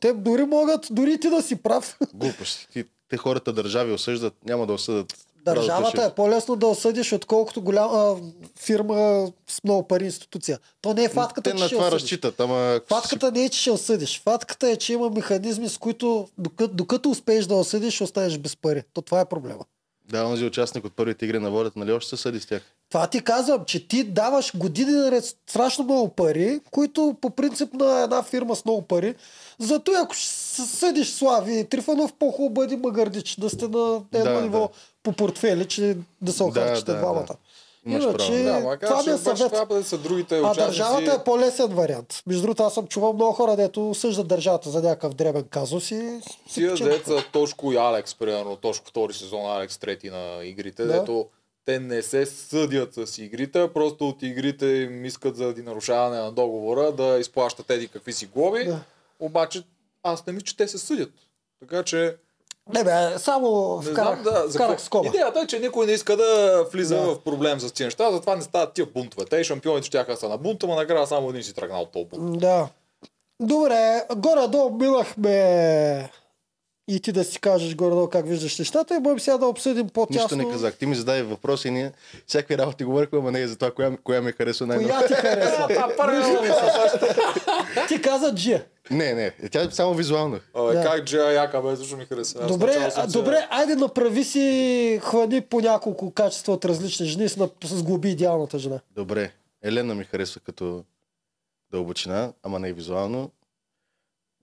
Speaker 2: Те дори могат, дори и ти да си прав.
Speaker 3: Глупост. Ти, те хората държави осъждат, няма да осъдат. Радо
Speaker 2: Държавата
Speaker 3: Тушев.
Speaker 2: е по-лесно да осъдиш, отколкото голяма фирма с много пари институция. То не е фатката,
Speaker 3: Те
Speaker 2: че
Speaker 3: на
Speaker 2: ще
Speaker 3: това
Speaker 2: осъдиш.
Speaker 3: разчитат, ама...
Speaker 2: Фатката не е, че ще осъдиш. Фатката е, че има механизми, с които докато, докато успееш да осъдиш, ще останеш без пари. То това е проблема.
Speaker 3: Да, онзи участник от първите игри на волята, нали още се съди с тях?
Speaker 2: Това ти казвам, че ти даваш години наред страшно много пари, които по принцип на една фирма с много пари. Зато и ако ще с- съдиш Слави Трифанов, по-хубаво бъди магардич, да сте на едно
Speaker 3: Да,
Speaker 2: ниво
Speaker 3: да.
Speaker 2: по портфели, че да се
Speaker 3: Да,
Speaker 2: охарчите
Speaker 3: да, да.
Speaker 2: двамата.
Speaker 3: Имаш
Speaker 2: Иначе,
Speaker 3: право.
Speaker 1: Да, макар,
Speaker 2: това ми е
Speaker 1: че обаче
Speaker 2: съвет.
Speaker 1: това пъде са другите
Speaker 2: А
Speaker 1: участници.
Speaker 2: държавата е по-лесен вариант. Между другото, аз съм чувал много хора, дето съждат държавата за някакъв дребен казус и си
Speaker 1: Тия
Speaker 2: печелят.
Speaker 1: деца Тошко и Алекс, примерно, Тошко втори сезон, Алекс трети на игрите,
Speaker 2: Да.
Speaker 1: да. дето те не се съдят с игрите, а просто от игрите им искат заради нарушаване на договора да изплащат еди какви си глоби.
Speaker 2: Да.
Speaker 1: Да. Обаче аз не мисля, че те се съдят. Така че
Speaker 2: Не бе, само
Speaker 1: не
Speaker 2: вкарах,
Speaker 1: знам да... за
Speaker 2: вкарах
Speaker 1: какво-
Speaker 2: скоба.
Speaker 1: Идеята е, че никой не иска да влиза
Speaker 2: Да.
Speaker 1: да. в проблем с тези неща, затова не стават тия бунтове. Те и шампионите щяха да са на бунта, но накрая само един си тръгнал от този бунт.
Speaker 2: Да. Добре, горе-долу минахме и ти да си кажеш горе-долу как виждаш нещата и можем сега да обсъдим
Speaker 3: Нищо
Speaker 2: по-тясно.
Speaker 3: не казах. Ти ми зададе въпроси и ние всякакви работи говорихме, ама не е за това, коя, коя ми харесва най-много.
Speaker 2: Коя ти хареса?
Speaker 1: А, първо ми се
Speaker 2: ти каза Джия.
Speaker 3: Не, не. Тя е само визуално.
Speaker 1: Абе,
Speaker 2: Да.
Speaker 1: Как Джея Яка бе, защо ми хареса? Аз
Speaker 2: Добре,
Speaker 1: начало съм
Speaker 2: а,
Speaker 1: се-
Speaker 2: добре, айде направи си хвани по няколко качества от различни жени, с, на- с глоби идеалната жена.
Speaker 3: Добре. Елена ми харесва като дълбочина, ама не и визуално.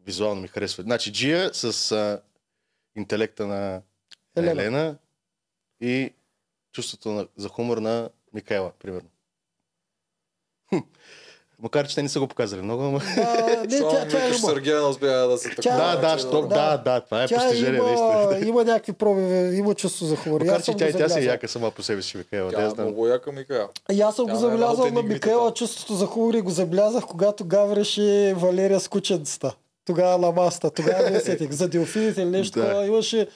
Speaker 3: Визуално ми харесва. Значи Джия с а, интелекта на
Speaker 2: Елена.
Speaker 3: Елена. Елена и чувството на, за хумор на Микаела, примерно. Хм. Макар, че те не са го показали много, ама...
Speaker 2: А, не,
Speaker 1: Само
Speaker 2: тя, тя е
Speaker 1: викаш, е
Speaker 2: има.
Speaker 1: Сергея не успя да се така.
Speaker 2: Тя-
Speaker 3: Да, да,
Speaker 1: че-
Speaker 3: що,
Speaker 2: да.
Speaker 3: да, да, това е
Speaker 2: Тя
Speaker 3: постижение, наистина.
Speaker 2: има, има някакви пробиви, има чувство за хумор. И
Speaker 3: Макар,
Speaker 2: аз
Speaker 3: че
Speaker 2: съм
Speaker 3: тя,
Speaker 2: го
Speaker 3: и тя си е
Speaker 2: забелязал.
Speaker 3: яка сама по себе си, Микаела.
Speaker 1: Тя
Speaker 3: Да,
Speaker 1: е
Speaker 3: знам.
Speaker 1: много яка Микаел.
Speaker 2: И аз съм
Speaker 1: Тя е
Speaker 2: го
Speaker 1: една от
Speaker 2: забелязал на
Speaker 1: енигмите
Speaker 2: Микаела
Speaker 1: там.
Speaker 2: чувството за хумор и го забелязах, когато гавреше Валерия с кученцата. Тогава на маста, тогава не сетих. За делфините или нещо,
Speaker 3: Да.
Speaker 2: да. имаше...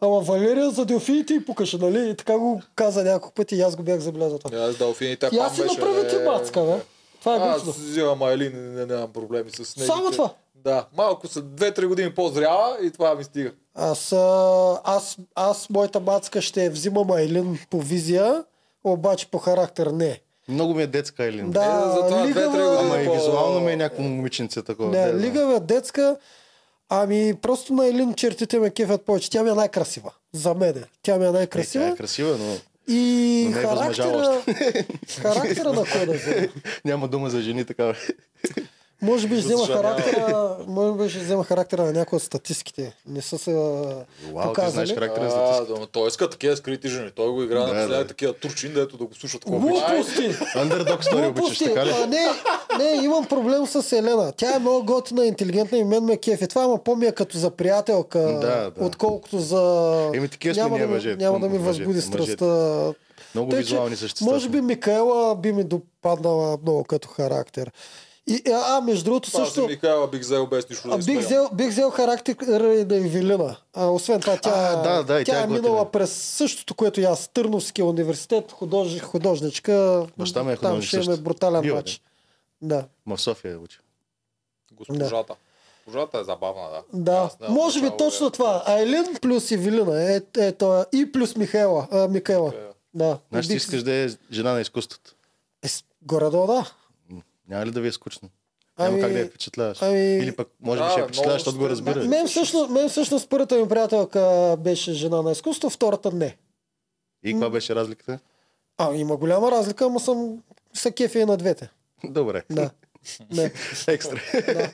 Speaker 2: Ама Валерия за делфините и пукаше, нали? И така го каза няколко пъти и аз го бях забелязал това.
Speaker 1: Тя е с Далфините.
Speaker 2: и аз си направя ти мацка, бе. Това е гръчно.
Speaker 1: Аз взимам Айлин, не, не, нямам проблеми с нея.
Speaker 2: Само това.
Speaker 1: Да, малко са 2-3 години по-зряла и това ми стига.
Speaker 2: Аз, а, аз, аз, моята мацка ще я взимам Айлин по визия, обаче по характер не.
Speaker 3: Много ми е детска Елин.
Speaker 2: Да,
Speaker 1: Е, за това
Speaker 2: лигава-
Speaker 1: две-три години
Speaker 3: Ама и
Speaker 1: по-
Speaker 3: визуално ми е някакво момиченце такова.
Speaker 2: Не,
Speaker 3: да, да.
Speaker 2: лигава детска. Ами, просто на Елин чертите ме кефят повече. Тя ми е най-красива. За мен. Тя ми е
Speaker 3: Е, тя
Speaker 2: най-красива.
Speaker 3: е красива, но
Speaker 2: И
Speaker 3: но не е
Speaker 2: характера,
Speaker 3: възмъжала
Speaker 2: характера на кода взема.
Speaker 3: няма дума за жени такава.
Speaker 2: Може би ще взема
Speaker 1: Защото няма.
Speaker 2: характера, може би ще взема характера на някои от статистиките. Не са се а,
Speaker 3: Вау, ти знаеш
Speaker 2: показали.
Speaker 3: характера за
Speaker 1: А,
Speaker 3: тиск.
Speaker 1: да, но той иска такива скрити жени. Той го играе
Speaker 3: Да,
Speaker 1: на
Speaker 3: да.
Speaker 1: такива турчин, дето да го слушат колко обича.
Speaker 2: Глупости!
Speaker 3: Underdog story обичаш,
Speaker 2: Глупости!
Speaker 3: така ли?
Speaker 2: А, не, не, имам проблем с Елена. Тя е много готина, интелигентна и мен ме кефи. Това ма по-ми е като за приятелка,
Speaker 3: Да, да.
Speaker 2: отколкото за...
Speaker 3: Еми, такива сме
Speaker 2: няма,
Speaker 3: ние,
Speaker 2: да, ми-
Speaker 3: мъжете.
Speaker 2: няма да ми
Speaker 3: Мъжете,
Speaker 2: възбуди
Speaker 3: мъжете.
Speaker 2: страстта.
Speaker 3: Много
Speaker 2: Тъй, че,
Speaker 3: визуални същества.
Speaker 2: Може би Микаела би ми допаднала много като характер. И, а, а, между другото
Speaker 1: Аз си
Speaker 2: също...
Speaker 1: Микаела бих взел без нищо да
Speaker 2: А, бих,
Speaker 1: изпея.
Speaker 2: взел, бих взел характер и на Евелина. А, освен това, тя,
Speaker 3: А, да, да, и
Speaker 2: тя,
Speaker 3: тя е
Speaker 2: е минала
Speaker 3: готина.
Speaker 2: през същото, което и аз. Търновския университет, худож, художничка.
Speaker 3: Баща ми е
Speaker 2: Там
Speaker 3: художник
Speaker 2: ще имаме
Speaker 3: също.
Speaker 2: брутален
Speaker 3: Бил е.
Speaker 2: матч. Да.
Speaker 3: Ма в София учи.
Speaker 1: Госпожата. госпожата е забавна, да.
Speaker 2: Да,
Speaker 1: Аз не,
Speaker 2: може би
Speaker 1: отначало
Speaker 2: точно
Speaker 1: е-
Speaker 2: това. Айлин плюс Евелина. Е, е, това. И плюс Михайла. А, Микайла.
Speaker 1: Е,
Speaker 2: Да.
Speaker 3: Знаеш, ти
Speaker 2: Бих-
Speaker 3: искаш да е жена на изкуството.
Speaker 2: Е, с- Горе-долу, да.
Speaker 3: Няма ли да ви е скучно? Няма
Speaker 2: Ами-
Speaker 3: как да я впечатляваш.
Speaker 2: ами-
Speaker 3: Или пък може би
Speaker 1: Да,
Speaker 3: ще
Speaker 1: бе,
Speaker 3: я впечатляваш, защото го
Speaker 1: много стрес.
Speaker 3: разбираш.
Speaker 2: Мен всъщност, мен всъщност първата ми приятелка беше жена на изкуство, втората не.
Speaker 3: И каква беше разликата?
Speaker 2: А, има голяма разлика, но съм са кефи и на двете.
Speaker 3: Добре.
Speaker 2: Да. Не.
Speaker 3: Екстра.
Speaker 2: Да.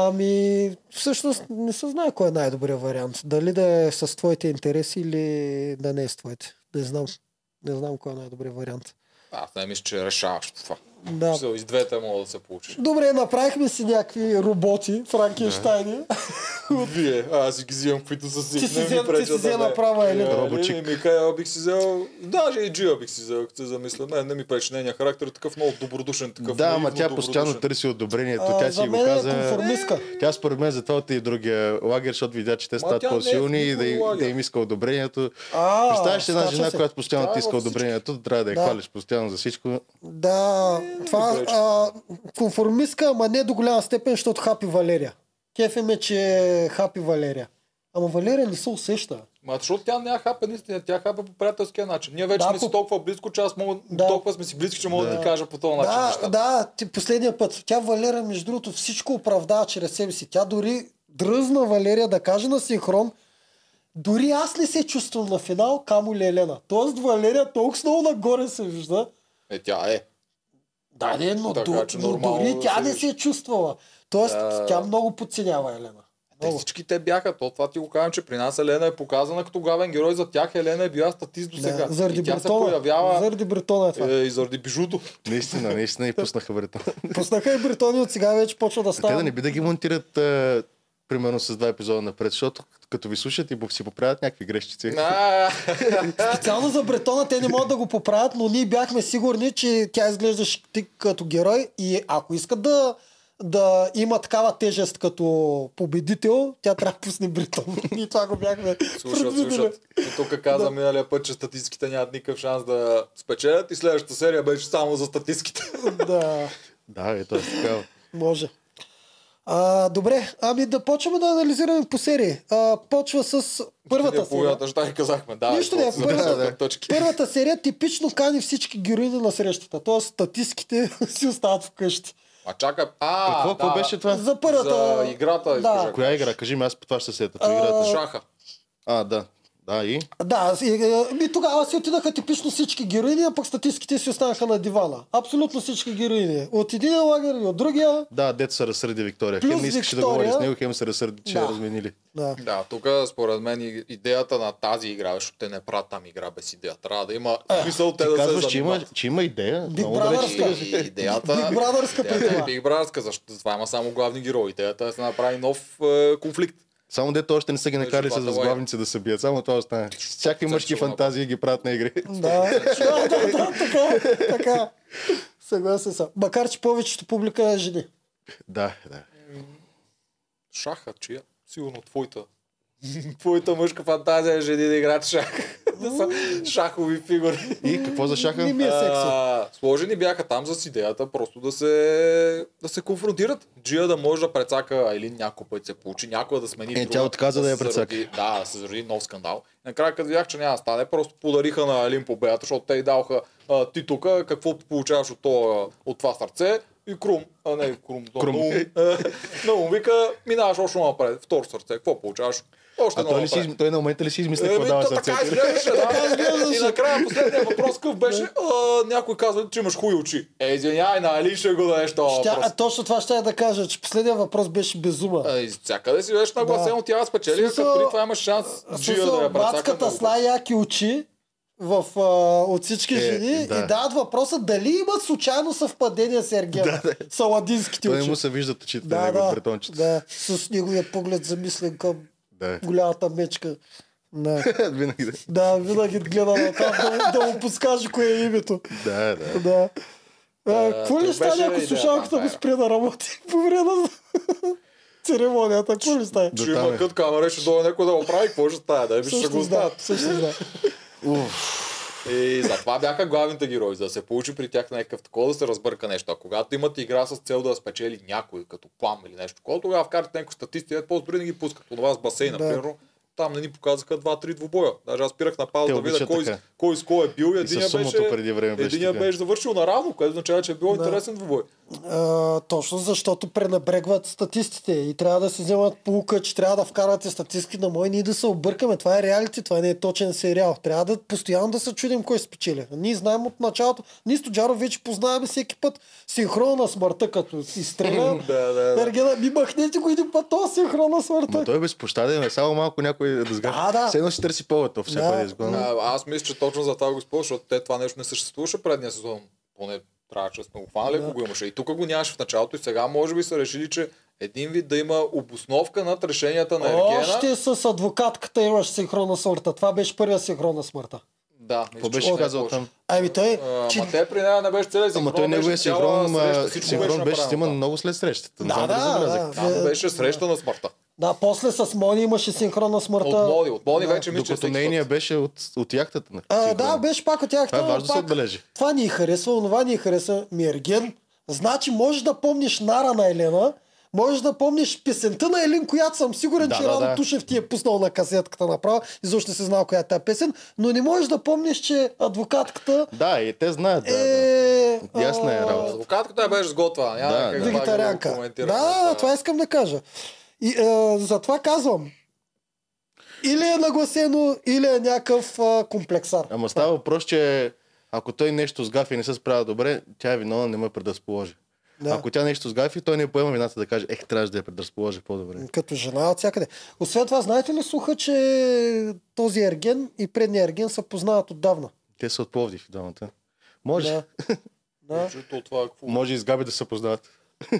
Speaker 2: Ами, всъщност не се знае кой е най-добрият вариант. Дали да е с твоите интереси или да не е с твоите. Не знам. Не знам кой е най-добрият вариант.
Speaker 1: Аз не мисля, че решаваш това.
Speaker 2: Да.
Speaker 1: Мисля, и с двете мога да се получиш.
Speaker 2: Добре, направихме си някакви роботи, Франкенштайни.
Speaker 1: Вие, а, аз си ги взимам, които са си.
Speaker 2: Ти си
Speaker 1: не ми
Speaker 2: взе- ти
Speaker 1: пречат
Speaker 2: си
Speaker 1: да
Speaker 2: взе
Speaker 1: не.
Speaker 2: направо,
Speaker 1: Е,
Speaker 2: Елин.
Speaker 1: Елин
Speaker 3: Робочик.
Speaker 1: И Микаел бих си взел, даже и Джия бих си взел, като се замисля. Не, не ми пречи нейния характер, е такъв много добродушен. Такъв
Speaker 3: Да, ама
Speaker 1: наивно
Speaker 3: тя постоянно
Speaker 1: добродушен.
Speaker 3: търси одобрението.
Speaker 2: А,
Speaker 3: Тя
Speaker 2: за
Speaker 3: си го
Speaker 2: мен е
Speaker 3: каза.
Speaker 2: конформистка.
Speaker 3: Тя според мен затова ти и другия лагер, защото видя, че те стават
Speaker 1: тя не е в
Speaker 3: по-силни и
Speaker 1: никой
Speaker 3: да, им-
Speaker 1: лагер.
Speaker 3: да им иска одобрението.
Speaker 2: А, значи
Speaker 3: Представяш ли една
Speaker 2: скача
Speaker 3: жена,
Speaker 2: се.
Speaker 3: която постоянно
Speaker 1: Да,
Speaker 3: ти иска
Speaker 1: във всички.
Speaker 3: одобрението, трябва да я
Speaker 2: Да.
Speaker 3: хвалиш постоянно за всичко.
Speaker 2: Да, това
Speaker 1: пречи.
Speaker 2: а, конформистка, ама не до голяма степен, защото хапи Валерия. Кефе ме, че е хапи Валерия. Ама Валерия не се усеща.
Speaker 1: Ма, защото тя няма хапе, наистина, тя хапе по приятелския начин. Ние вече
Speaker 2: Да,
Speaker 1: не си
Speaker 2: по-
Speaker 1: толкова близко, че аз мога,
Speaker 2: Да.
Speaker 1: толкова сме си близки, че мога да,
Speaker 3: Да.
Speaker 1: ти кажа по този начин.
Speaker 2: Да,
Speaker 1: нещата.
Speaker 2: да, ти последния път. Тя Валерия, между другото, всичко оправдава чрез себе си. Тя дори дръзна Валерия да каже на синхрон, дори аз не се чувствам на финал, камо ли Елена. Тоест Валерия толкова много нагоре се вижда.
Speaker 1: Е, тя е.
Speaker 2: Да, не, но,
Speaker 1: Така,
Speaker 2: до,
Speaker 1: че
Speaker 2: но
Speaker 1: нормално
Speaker 2: дори
Speaker 1: да
Speaker 2: тя
Speaker 1: се
Speaker 2: не
Speaker 1: вижда.
Speaker 2: се е чувствала. Тоест,
Speaker 1: Да.
Speaker 2: тя много подценява Елена.
Speaker 1: Те
Speaker 2: Много.
Speaker 1: всички те бяха, то това ти го казвам, че при нас Елена е показана като главен герой, за тях Елена е била статист до сега.
Speaker 2: Да, заради
Speaker 1: и тя се
Speaker 2: Бретона.
Speaker 1: появява
Speaker 2: Заради Бретона е това.
Speaker 1: е, и заради бижуто.
Speaker 3: Наистина, наистина и пуснаха врата.
Speaker 2: Пуснаха и Бретони от сега вече почва да
Speaker 3: Те
Speaker 2: става.
Speaker 3: да не би да ги монтират а, примерно с два епизода напред, защото като ви слушат и си поправят някакви грешчици.
Speaker 1: А,
Speaker 2: Специално за Бретона те не могат да го поправят, но ние бяхме сигурни, че тя изглеждаше ти като герой и ако искат да, да има такава тежест като победител, тя трябва да пусне Бретон. И това го бяхме
Speaker 1: Слушат,
Speaker 2: предвидели.
Speaker 1: слушат. И тук каза миналия път, че статистиките нямат никакъв шанс да спечелят и следващата серия беше само за статистиките.
Speaker 2: Да,
Speaker 3: Да, е, т.е. така.
Speaker 2: може. А, добре, ами да почваме да анализираме по серии. А, почва с първата
Speaker 1: Ние
Speaker 2: серия.
Speaker 1: е половината ще казахме. Да,
Speaker 2: Нищо не е, първата-
Speaker 1: точки.
Speaker 2: Първата серия типично кани всички героини на срещата. Тоест статистиките си остават вкъщи.
Speaker 1: А чакай. А,
Speaker 3: Какво,
Speaker 1: да,
Speaker 3: какво беше това?
Speaker 2: За първата...
Speaker 1: За играта,
Speaker 2: да.
Speaker 1: изкажа.
Speaker 3: Коя игра? Кажи ми, аз по това ще се сета. По
Speaker 2: А,
Speaker 3: играта.
Speaker 1: Шаха.
Speaker 3: А, да. Да, и?
Speaker 2: Да, и, е, ми тогава си отидаха типично всички героини, а пък статистиките си останаха на дивана. Абсолютно всички героини. От един лагер и от другия.
Speaker 3: Да, дето се разсърди Виктория.
Speaker 2: Плюс
Speaker 3: хем не искаше да
Speaker 2: Виктория.
Speaker 3: говори с него, хем се разсърди, че
Speaker 2: Да.
Speaker 3: да. разменили.
Speaker 2: Да.
Speaker 1: Да, тук според мен и- идеята на тази игра, защото те не правят там игра без идея. Трябва да има
Speaker 2: Е,
Speaker 1: смисъл те
Speaker 3: Ти
Speaker 1: да се
Speaker 3: казваш, че има,
Speaker 1: занимават.
Speaker 3: че има идея.
Speaker 2: Big
Speaker 3: много
Speaker 2: Brother
Speaker 3: далеч
Speaker 2: Brotherска.
Speaker 1: И-
Speaker 3: стигаш.
Speaker 2: стига.
Speaker 1: и идеята...
Speaker 2: Big Brotherска
Speaker 1: идеята
Speaker 2: при
Speaker 1: е
Speaker 2: това.
Speaker 1: Big Brotherска, защото затова има само главни герои. Идеята е да се направи нов е, конфликт.
Speaker 3: Само дето още не са ги накарали с
Speaker 1: Жопата
Speaker 3: възглавници да се бият. Само това остане. Всякакви мъжки
Speaker 1: Сексуално.
Speaker 3: фантазии ги правят на игри.
Speaker 2: Да, да, да, да, така, е, така. е. Съгласен съм. Макар, че повечето публика е жени.
Speaker 3: да, да.
Speaker 1: Шаха, чия? Сигурно твоята. твоята мъжка фантазия е жени да играят шах. да са шахови фигури.
Speaker 3: И какво за шаха?
Speaker 2: Не ми е секси.
Speaker 1: А, сложени бяха там с идеята просто да се, да се конфронтират. Джия да може да прецака Айлин няколко път се получи, някоя да смени
Speaker 3: Е, тя
Speaker 1: друга,
Speaker 3: отказа да я
Speaker 1: се зароди- Да, да се зароди нов скандал. Накрая като видях, че няма да стане, просто подариха на Айлин победата, защото те й даваха а, ти тук, какво получаваш от, това, от това сърце и Крум, а не Крум,
Speaker 3: Крум.
Speaker 1: Крум. на ум вика, минаваш още напред, второ сърце, какво получаваш? Още
Speaker 3: А
Speaker 1: едно
Speaker 3: той, ли си,
Speaker 1: напред.
Speaker 3: изм- той на момента ли си измисля какво
Speaker 1: Еми,
Speaker 3: дава
Speaker 1: Е, то така
Speaker 3: сърцето?
Speaker 1: изглеждаше, да. И накрая последния въпрос какъв беше, а, някой казва, че имаш хуй очи. Е, извинявай, нали ще го дадеш това
Speaker 2: Щя,
Speaker 1: въпрос.
Speaker 2: а точно това ще я да кажа, че последния въпрос беше безума.
Speaker 1: А, и Всякъде си беше нагласено, тя спечели, а
Speaker 2: Смисъл-
Speaker 1: като преди това имаш шанс Джия да
Speaker 2: Смисъл,
Speaker 1: я прецака.
Speaker 2: бацката
Speaker 1: много.
Speaker 2: с най-яки очи в, а, от всички
Speaker 3: Е,
Speaker 2: жени
Speaker 3: да.
Speaker 2: и дават въпроса дали имат случайно съвпадение с Ергена. Саладинските
Speaker 3: Той не
Speaker 2: очи.
Speaker 3: му се виждат очите на
Speaker 2: Да,
Speaker 3: него,
Speaker 2: да,
Speaker 3: бретончета.
Speaker 2: да, с неговия поглед замислен към
Speaker 3: Да.
Speaker 2: голямата мечка. Да,
Speaker 3: Винаги да.
Speaker 2: да винаги гледа на там да, да му подскаже кое е името.
Speaker 3: Да, да.
Speaker 2: Да. А,
Speaker 1: Да,
Speaker 2: какво
Speaker 1: тук
Speaker 2: ли стане,
Speaker 1: беше
Speaker 2: ако
Speaker 1: идеята, е.
Speaker 2: слушалката го
Speaker 1: да.
Speaker 2: спре да работи по време на церемонията? Какво ли стане?
Speaker 1: Ще
Speaker 3: До там е.
Speaker 1: има кът камера, ще дойде някой да е, го прави, какво ще стане? Да, и ще го
Speaker 2: Всъщност да,
Speaker 1: знаят.
Speaker 2: всъщност да.
Speaker 1: И затова бяха главните герои, за да се получи при тях някакъв такова, да се разбърка нещо. А когато имате игра с цел да спечели някой, като плам или нещо, такова, тогава вкарате някаква статистика, по-добре да ги пускат. Това с басейна,
Speaker 2: Да.
Speaker 1: примерно, там не ни показаха 2-3 двубоя. Даже аз спирах на пауза
Speaker 3: Те
Speaker 1: да видя
Speaker 3: обичат
Speaker 1: кой,
Speaker 3: така.
Speaker 1: кой с кой е бил и
Speaker 3: И
Speaker 1: един
Speaker 3: със сумото
Speaker 1: беше,
Speaker 3: преди време беше
Speaker 1: единия
Speaker 3: така.
Speaker 1: беше завършил наравно, което означава, че е бил
Speaker 2: Да.
Speaker 1: интересен двубой.
Speaker 2: А, точно защото пренебрегват статистите и трябва да си вземат полука, че трябва да вкарвате статистики на мой, ние да се объркаме. Това е реалити, това не е точен сериал. Трябва да постоянно да се чудим кой спечели. Ние знаем от началото, ние Стоджаров вече познаваме всеки път синхрона смъртта, като изстреля.
Speaker 1: Да, да, да.
Speaker 2: Ергена, ми махнете го един път, то синхрона
Speaker 3: Ма
Speaker 2: смъртта.
Speaker 3: той е безпощаден, е само малко някой да сгърне.
Speaker 2: Да, да.
Speaker 3: Все едно си търси повод, всеки
Speaker 2: Да.
Speaker 3: да, е да изгоня.
Speaker 1: А, аз мисля, че точно за това го използваш, защото те това нещо не съществуваше предния сезон. Поне трябваше да сме го хванали, ако го имаше. И тук го нямаше в началото и сега може би са решили, че един вид да има обосновка над решенията на Ергена.
Speaker 2: Още с адвокатката имаш синхрона смъртта. Това беше първия синхрона смъртта.
Speaker 1: Да, мисля,
Speaker 3: Какво
Speaker 1: че
Speaker 3: беше
Speaker 1: това е
Speaker 3: казал
Speaker 1: лошо.
Speaker 3: там?
Speaker 2: Ами той,
Speaker 1: А,
Speaker 2: че
Speaker 1: Ма те при нея не беше целият синхрон.
Speaker 3: Ама той неговия
Speaker 1: беше цяла
Speaker 3: синхрон, ма,
Speaker 1: среща, всичко
Speaker 3: синхрон беше
Speaker 1: направено
Speaker 3: сниман
Speaker 1: там.
Speaker 3: много след срещата.
Speaker 2: Да,
Speaker 3: Знам дали
Speaker 2: да,
Speaker 3: забелязах.
Speaker 2: да.
Speaker 1: Там беше среща на смъртта.
Speaker 2: Да, после с Мони имаше синхронна смъртта.
Speaker 1: От Мони, от Мони
Speaker 2: да.
Speaker 1: вече мисля, че
Speaker 3: Докато
Speaker 1: всеки
Speaker 3: нейния
Speaker 1: път.
Speaker 3: беше от, от яхтата. на
Speaker 2: А,
Speaker 3: синхрон.
Speaker 2: да, беше пак от тях.
Speaker 3: Това е важно да се отбележи.
Speaker 2: Това ни харесва, онова ни харесва. Мирген. Значи можеш да помниш Нара на Елена, можеш да помниш песента на Елен, която съм сигурен,
Speaker 3: Да,
Speaker 2: че
Speaker 3: да,
Speaker 2: Радо
Speaker 3: да.
Speaker 2: Тушев ти е пуснал на касетката направо, изобщо не си знал коя е тази песен, но не можеш да помниш, че адвокатката
Speaker 3: Да, и те знаят. Да, да.
Speaker 2: е...
Speaker 3: Ясна е
Speaker 2: а,
Speaker 3: работа.
Speaker 1: Адвокатката я беше сготвена. Няма
Speaker 3: Да,
Speaker 1: как
Speaker 3: да.
Speaker 1: да го
Speaker 2: Вегетарианка.
Speaker 1: коментираме.
Speaker 2: Да, това искам да кажа. И, е, затова казвам. Или е нагласено, или е някакъв е, комплексар.
Speaker 3: Ама става въпрос, че ако той нещо сгафи и не се справя добре, тя е виновна, не ме предразположи.
Speaker 2: Да.
Speaker 3: Ако тя нещо сгафи, той не поема вината да каже, ех, трябваше да я предразположи по-добре.
Speaker 2: Като жена от всякъде. Освен това, знаете ли слуха, че този ерген и предния ерген се познават отдавна?
Speaker 3: Те са от Пловдив, двамата. Може,
Speaker 2: Да. да.
Speaker 1: Чуто от това е какво.
Speaker 3: може и с Габи да се познават.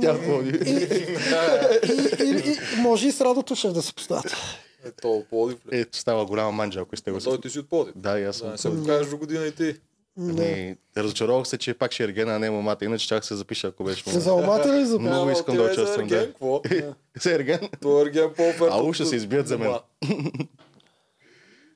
Speaker 3: тя е в Пловдив.
Speaker 2: И, и, и, може и с Радо Тушев да се познават.
Speaker 1: Е, то Пловдив ли?
Speaker 3: Ето става голяма манджа, ако сте го
Speaker 1: Ама Той ти си от Пловдив.
Speaker 3: Е, Да, и аз
Speaker 1: Да,
Speaker 3: съм.
Speaker 1: не се покажеш до година и ти.
Speaker 2: Не.
Speaker 3: Ами, разочаровах се, че пак ще е Ергена, а не момата. Иначе чак се запиша, ако беше
Speaker 2: За
Speaker 3: момата.
Speaker 2: умата ли за...
Speaker 3: Много
Speaker 1: Ама
Speaker 3: искам
Speaker 1: ти
Speaker 3: да
Speaker 1: е за
Speaker 3: участвам,
Speaker 1: Ерген,
Speaker 3: да.
Speaker 1: какво?
Speaker 3: Се е Ерген?
Speaker 1: Той е Ерген по оферта.
Speaker 3: Ау, ще се избият за мен.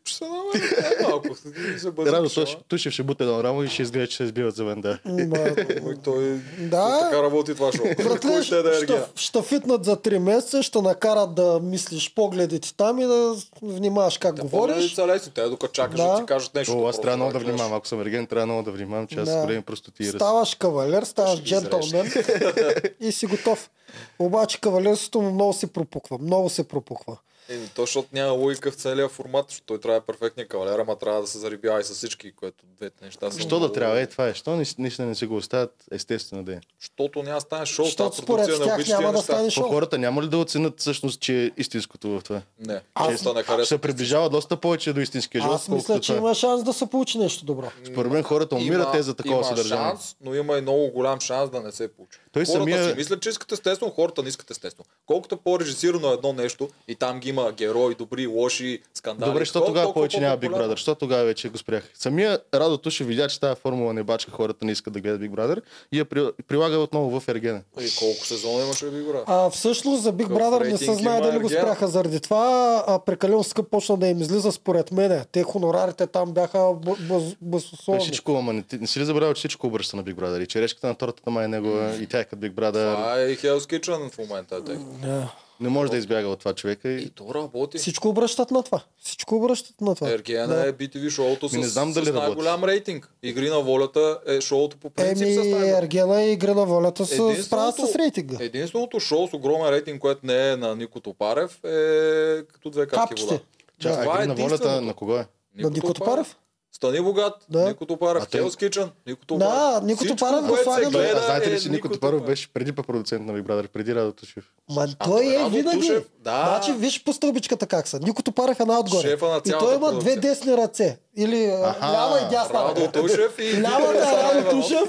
Speaker 1: Ще се намери е, малко. ще ти се бъде
Speaker 3: Радо
Speaker 1: пишала.
Speaker 3: Тош- Тушев ще бутне едно рамо и ще изглежда, че се избиват за мен, да.
Speaker 2: Ма,
Speaker 1: Ой, той...
Speaker 2: Да.
Speaker 1: Така работи това шоу.
Speaker 2: Братле,
Speaker 1: Кой ще е да е
Speaker 2: ще,
Speaker 1: Ерген?
Speaker 2: ще- ще фитнат за 3 месеца, ще накарат да мислиш погледите там и да внимаваш как говориш.
Speaker 1: Те е лесно, те докато чакаш да
Speaker 2: Да.
Speaker 1: ти кажат нещо.
Speaker 3: О, аз
Speaker 1: просто
Speaker 3: трябва много да
Speaker 1: гледаш.
Speaker 3: внимавам. Ако съм Ерген, трябва много да внимавам, че аз
Speaker 2: Да.
Speaker 3: време просто ти раз...
Speaker 2: Ставаш кавалер, ставаш джентълмен и си готов. Обаче кавалерството му много се пропуква. Много се пропуква.
Speaker 1: Еми, Е, то, защото няма логика в целия формат, защото той трябва да е перфектния кавалер, ама трябва да се зарибява и с всички, което двете неща са.
Speaker 3: Що
Speaker 1: много-
Speaker 3: да трябва? Е, това е. Що не- наистина не си го оставят естествено да е.
Speaker 1: Защото няма да стане шоу,
Speaker 2: Защото
Speaker 1: тази
Speaker 2: според
Speaker 1: продукция не
Speaker 2: тях
Speaker 1: обича тия
Speaker 2: няма да
Speaker 1: неща.
Speaker 2: стане
Speaker 3: То
Speaker 2: шоу.
Speaker 3: хората няма ли да оценят всъщност, че е истинското в това?
Speaker 1: Не,
Speaker 2: Аз-
Speaker 1: хората не
Speaker 3: Ще се
Speaker 1: харесват.
Speaker 3: приближава доста повече до истинския живот,
Speaker 2: Аз мисля,
Speaker 3: отколкото
Speaker 1: е.
Speaker 2: че
Speaker 3: това.
Speaker 2: има шанс да се получи нещо добро.
Speaker 3: Според мен хората умират
Speaker 1: Има-
Speaker 3: те за такова
Speaker 1: има
Speaker 3: съдържание.
Speaker 1: Шанс, но има и много голям шанс да не се получи.
Speaker 3: Той
Speaker 1: хората
Speaker 3: самия-
Speaker 1: си мислят, че искат естествено, хората не искат естествено. Колкото по-режисирано е едно нещо и там ги има герои, добри, лоши, скандали.
Speaker 3: Добре, що
Speaker 1: толкова-
Speaker 3: тогава
Speaker 1: толкова
Speaker 3: повече няма Big
Speaker 1: нали? по-популярно.
Speaker 3: Brother? Що тогава вече го спрях? Самия Радото ще видя, че тази формула не бачка, хората не искат да гледат Big Brother и я при- прилага отново в Ергена.
Speaker 1: И Ами, колко сезона имаше Big Brother?
Speaker 2: А всъщност за Big
Speaker 1: Какъв
Speaker 2: Brother не се
Speaker 1: рейтинг
Speaker 2: знае
Speaker 1: има
Speaker 2: дали го
Speaker 1: RG?
Speaker 2: спряха заради това, а прекалено скъп почна да им излиза според мене. Те хонорарите там бяха б- бъз-
Speaker 3: Той
Speaker 2: баснословни.
Speaker 3: Всичко, ама не, ти- не си ли забравял, че всичко обръща на Big Brother? И черешката на тортата май е негова, и тя е като Big Brother.
Speaker 1: Това е Hell's Kitchen в момента. Тъй.
Speaker 2: Да.
Speaker 3: Не може да избяга от това човека. И...
Speaker 1: И то работи.
Speaker 2: Всичко обръщат на това. Всичко обръщат на това.
Speaker 1: Ергена е BTV шоуто с,
Speaker 3: Ми Ами, не знам дали
Speaker 1: с
Speaker 3: работи.
Speaker 1: най-голям рейтинг. Игри на волята е шоуто по принцип
Speaker 2: Еми,
Speaker 1: с най-голям.
Speaker 2: Ергена и Игра на волята се
Speaker 1: Единственото- Е,
Speaker 2: справят с рейтинга.
Speaker 1: Единственото шоу с огромен рейтинг, което не е на Нико Топарев, е като две капки вода.
Speaker 2: Капките.
Speaker 3: Чакай,
Speaker 1: Да.
Speaker 3: а
Speaker 1: Това е
Speaker 3: игри на волята
Speaker 1: единственото.
Speaker 3: на кого е?
Speaker 2: На Нико Топарев?
Speaker 1: Стани богат,
Speaker 2: Да.
Speaker 1: Нико Топарев,
Speaker 3: А той-
Speaker 1: Hell's Kitchen, Нико Топарев.
Speaker 2: Да, Нико
Speaker 1: Всичко,
Speaker 2: Топарев го
Speaker 1: което
Speaker 2: слага
Speaker 1: се
Speaker 2: на-
Speaker 1: гледа
Speaker 3: а знаете
Speaker 1: е
Speaker 3: ли, че Нико
Speaker 1: Нико
Speaker 3: Топаров
Speaker 1: Топарев.
Speaker 3: беше преди па продуцент на Big Brother, преди Радо Тушев?
Speaker 2: Ма
Speaker 1: А,
Speaker 2: той е
Speaker 1: Радо
Speaker 2: винаги.
Speaker 1: Тушев, да.
Speaker 2: Значи виж по стълбичката как са. Никото Парев е една отгоре.
Speaker 1: Шефа на
Speaker 2: и той
Speaker 1: цялата
Speaker 2: има две
Speaker 1: продукция.
Speaker 2: десни ръце. Или а,
Speaker 3: Аха,
Speaker 2: лява и дясна
Speaker 1: Радо
Speaker 2: ръка.
Speaker 1: Тушев и
Speaker 2: Лявата е Радо
Speaker 1: Сараева.
Speaker 2: Тушев,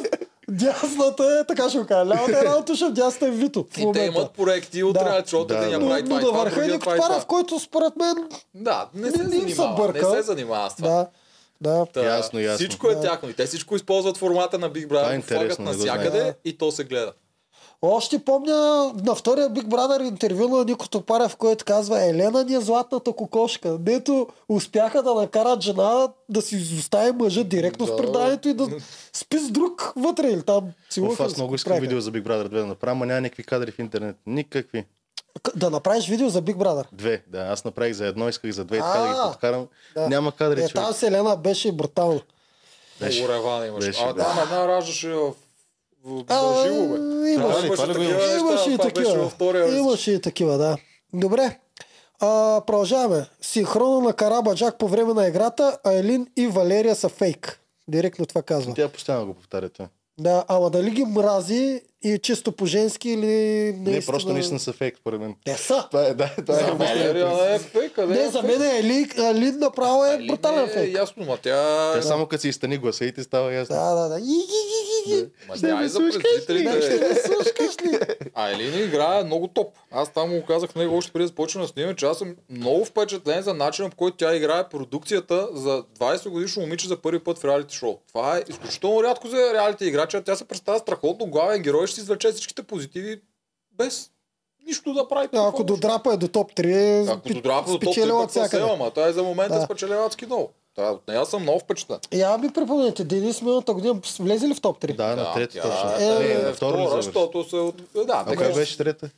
Speaker 2: дясната е, така ще го кажа, лявата е Радо Тушев, дясната е Вито. в
Speaker 1: И те
Speaker 2: момента.
Speaker 1: имат проекти от
Speaker 2: Да.
Speaker 1: трябва чота да
Speaker 3: Да,
Speaker 1: я
Speaker 3: да.
Speaker 1: прави това
Speaker 2: но, но
Speaker 1: и
Speaker 2: да
Speaker 1: това,
Speaker 2: върха е
Speaker 1: другия
Speaker 2: Нико
Speaker 1: това и това.
Speaker 2: Парев, който според мен,
Speaker 1: Да, не
Speaker 2: Не
Speaker 1: се
Speaker 2: им се
Speaker 1: занимава. Не
Speaker 2: бърка.
Speaker 1: се занимава с това.
Speaker 2: да, да.
Speaker 1: Та,
Speaker 3: Ясно, ясно.
Speaker 1: Всичко е тяхно. И те всичко използват формата на Big Brother.
Speaker 3: е
Speaker 1: го
Speaker 3: интересно,
Speaker 1: Флагат
Speaker 3: не го
Speaker 1: навсякъде и то се гледа.
Speaker 2: Още помня на втория Big Brother интервю на Нико Топарев, който казва Елена ни е златната кокошка. Дето успяха да накарат жена да си изостави мъжа директно
Speaker 1: Да.
Speaker 2: в преданието и да спи с друг вътре или там.
Speaker 3: Оф,
Speaker 2: целуваха ли
Speaker 3: аз
Speaker 2: се,
Speaker 3: много
Speaker 2: какво
Speaker 3: искам
Speaker 2: правиха?
Speaker 3: видео за Big Brother 2 да направя, ама няма никакви кадри в интернет. Никакви.
Speaker 2: К- Да направиш видео за Big Brother.
Speaker 3: Две, да. Аз направих за едно, исках за две и така да ги
Speaker 2: А,
Speaker 3: подкарам.
Speaker 2: да.
Speaker 3: Няма кадри,
Speaker 2: Е,
Speaker 3: човек.
Speaker 2: там с Елена беше брутално.
Speaker 3: Беше.
Speaker 1: Много ревана имаш.
Speaker 3: Беше,
Speaker 1: а,
Speaker 3: да.
Speaker 1: там една раждаше в... в...
Speaker 2: А,
Speaker 1: в живо, бе.
Speaker 2: имаше.
Speaker 1: Трябваше
Speaker 3: Това ли го
Speaker 1: такива
Speaker 3: имаше?
Speaker 1: неща,
Speaker 2: Имаше и
Speaker 1: това беше
Speaker 2: такива.
Speaker 1: във втория.
Speaker 2: Имаше и такива, да. Добре. А, продължаваме. Синхрона на Карабаджак по време на играта, а Елин и Валерия са фейк. Директно това казва.
Speaker 3: Тя постоянно го повтаря това.
Speaker 2: Да, ама дали ги мрази и е чисто по-женски или
Speaker 3: Не, просто наистина са фейк, според мен.
Speaker 2: Не са.
Speaker 3: Това е, да, това е.
Speaker 1: Да, Валерия не е фейк, къде
Speaker 2: Не,
Speaker 1: е
Speaker 2: за
Speaker 1: фейк?
Speaker 2: мен е Елин, Елин направо е
Speaker 1: Али
Speaker 2: брутален
Speaker 1: не,
Speaker 2: фейк.
Speaker 1: Ясно, ма тя...
Speaker 3: Тя само като си изтани гласа и ти става ясно.
Speaker 2: Да, да, да. И, и, и, и, и.
Speaker 1: Ма
Speaker 3: Ще
Speaker 1: тя
Speaker 3: ме
Speaker 1: и за
Speaker 3: слушаш
Speaker 2: Да, ще
Speaker 1: предзрителите.
Speaker 2: ме слушкаш ли?
Speaker 1: А Елина играе много топ. Аз там му казах на него още преди да започнем да снимаме, че аз съм много впечатлен за начина по който тя играе продукцията за 20 годишно момиче за първи път в реалити шоу. Това е изключително рядко за реалити играча. а Тя се представя страхотно главен герой, ще си извлече всичките позитиви без нищо да прави.
Speaker 2: Да, Ако
Speaker 1: такова.
Speaker 2: додрапа е до топ 3,
Speaker 1: Ако додрапа до топ,
Speaker 2: спечелила
Speaker 1: какво се
Speaker 2: всякъде.
Speaker 1: ама тя е за момента
Speaker 2: Да.
Speaker 1: спечелила адски много. Та, от нея съм много впечатлен.
Speaker 2: Я ми припомняте, Денис миналата година влезе ли в топ 3?
Speaker 3: Да, на трето
Speaker 1: тя
Speaker 3: точно.
Speaker 1: е,
Speaker 3: Не,
Speaker 1: е,
Speaker 3: на второ ли
Speaker 1: втора,
Speaker 3: завърши?
Speaker 1: защото се... от- Да,
Speaker 3: А
Speaker 1: така
Speaker 3: коя
Speaker 1: е.
Speaker 3: беше трета?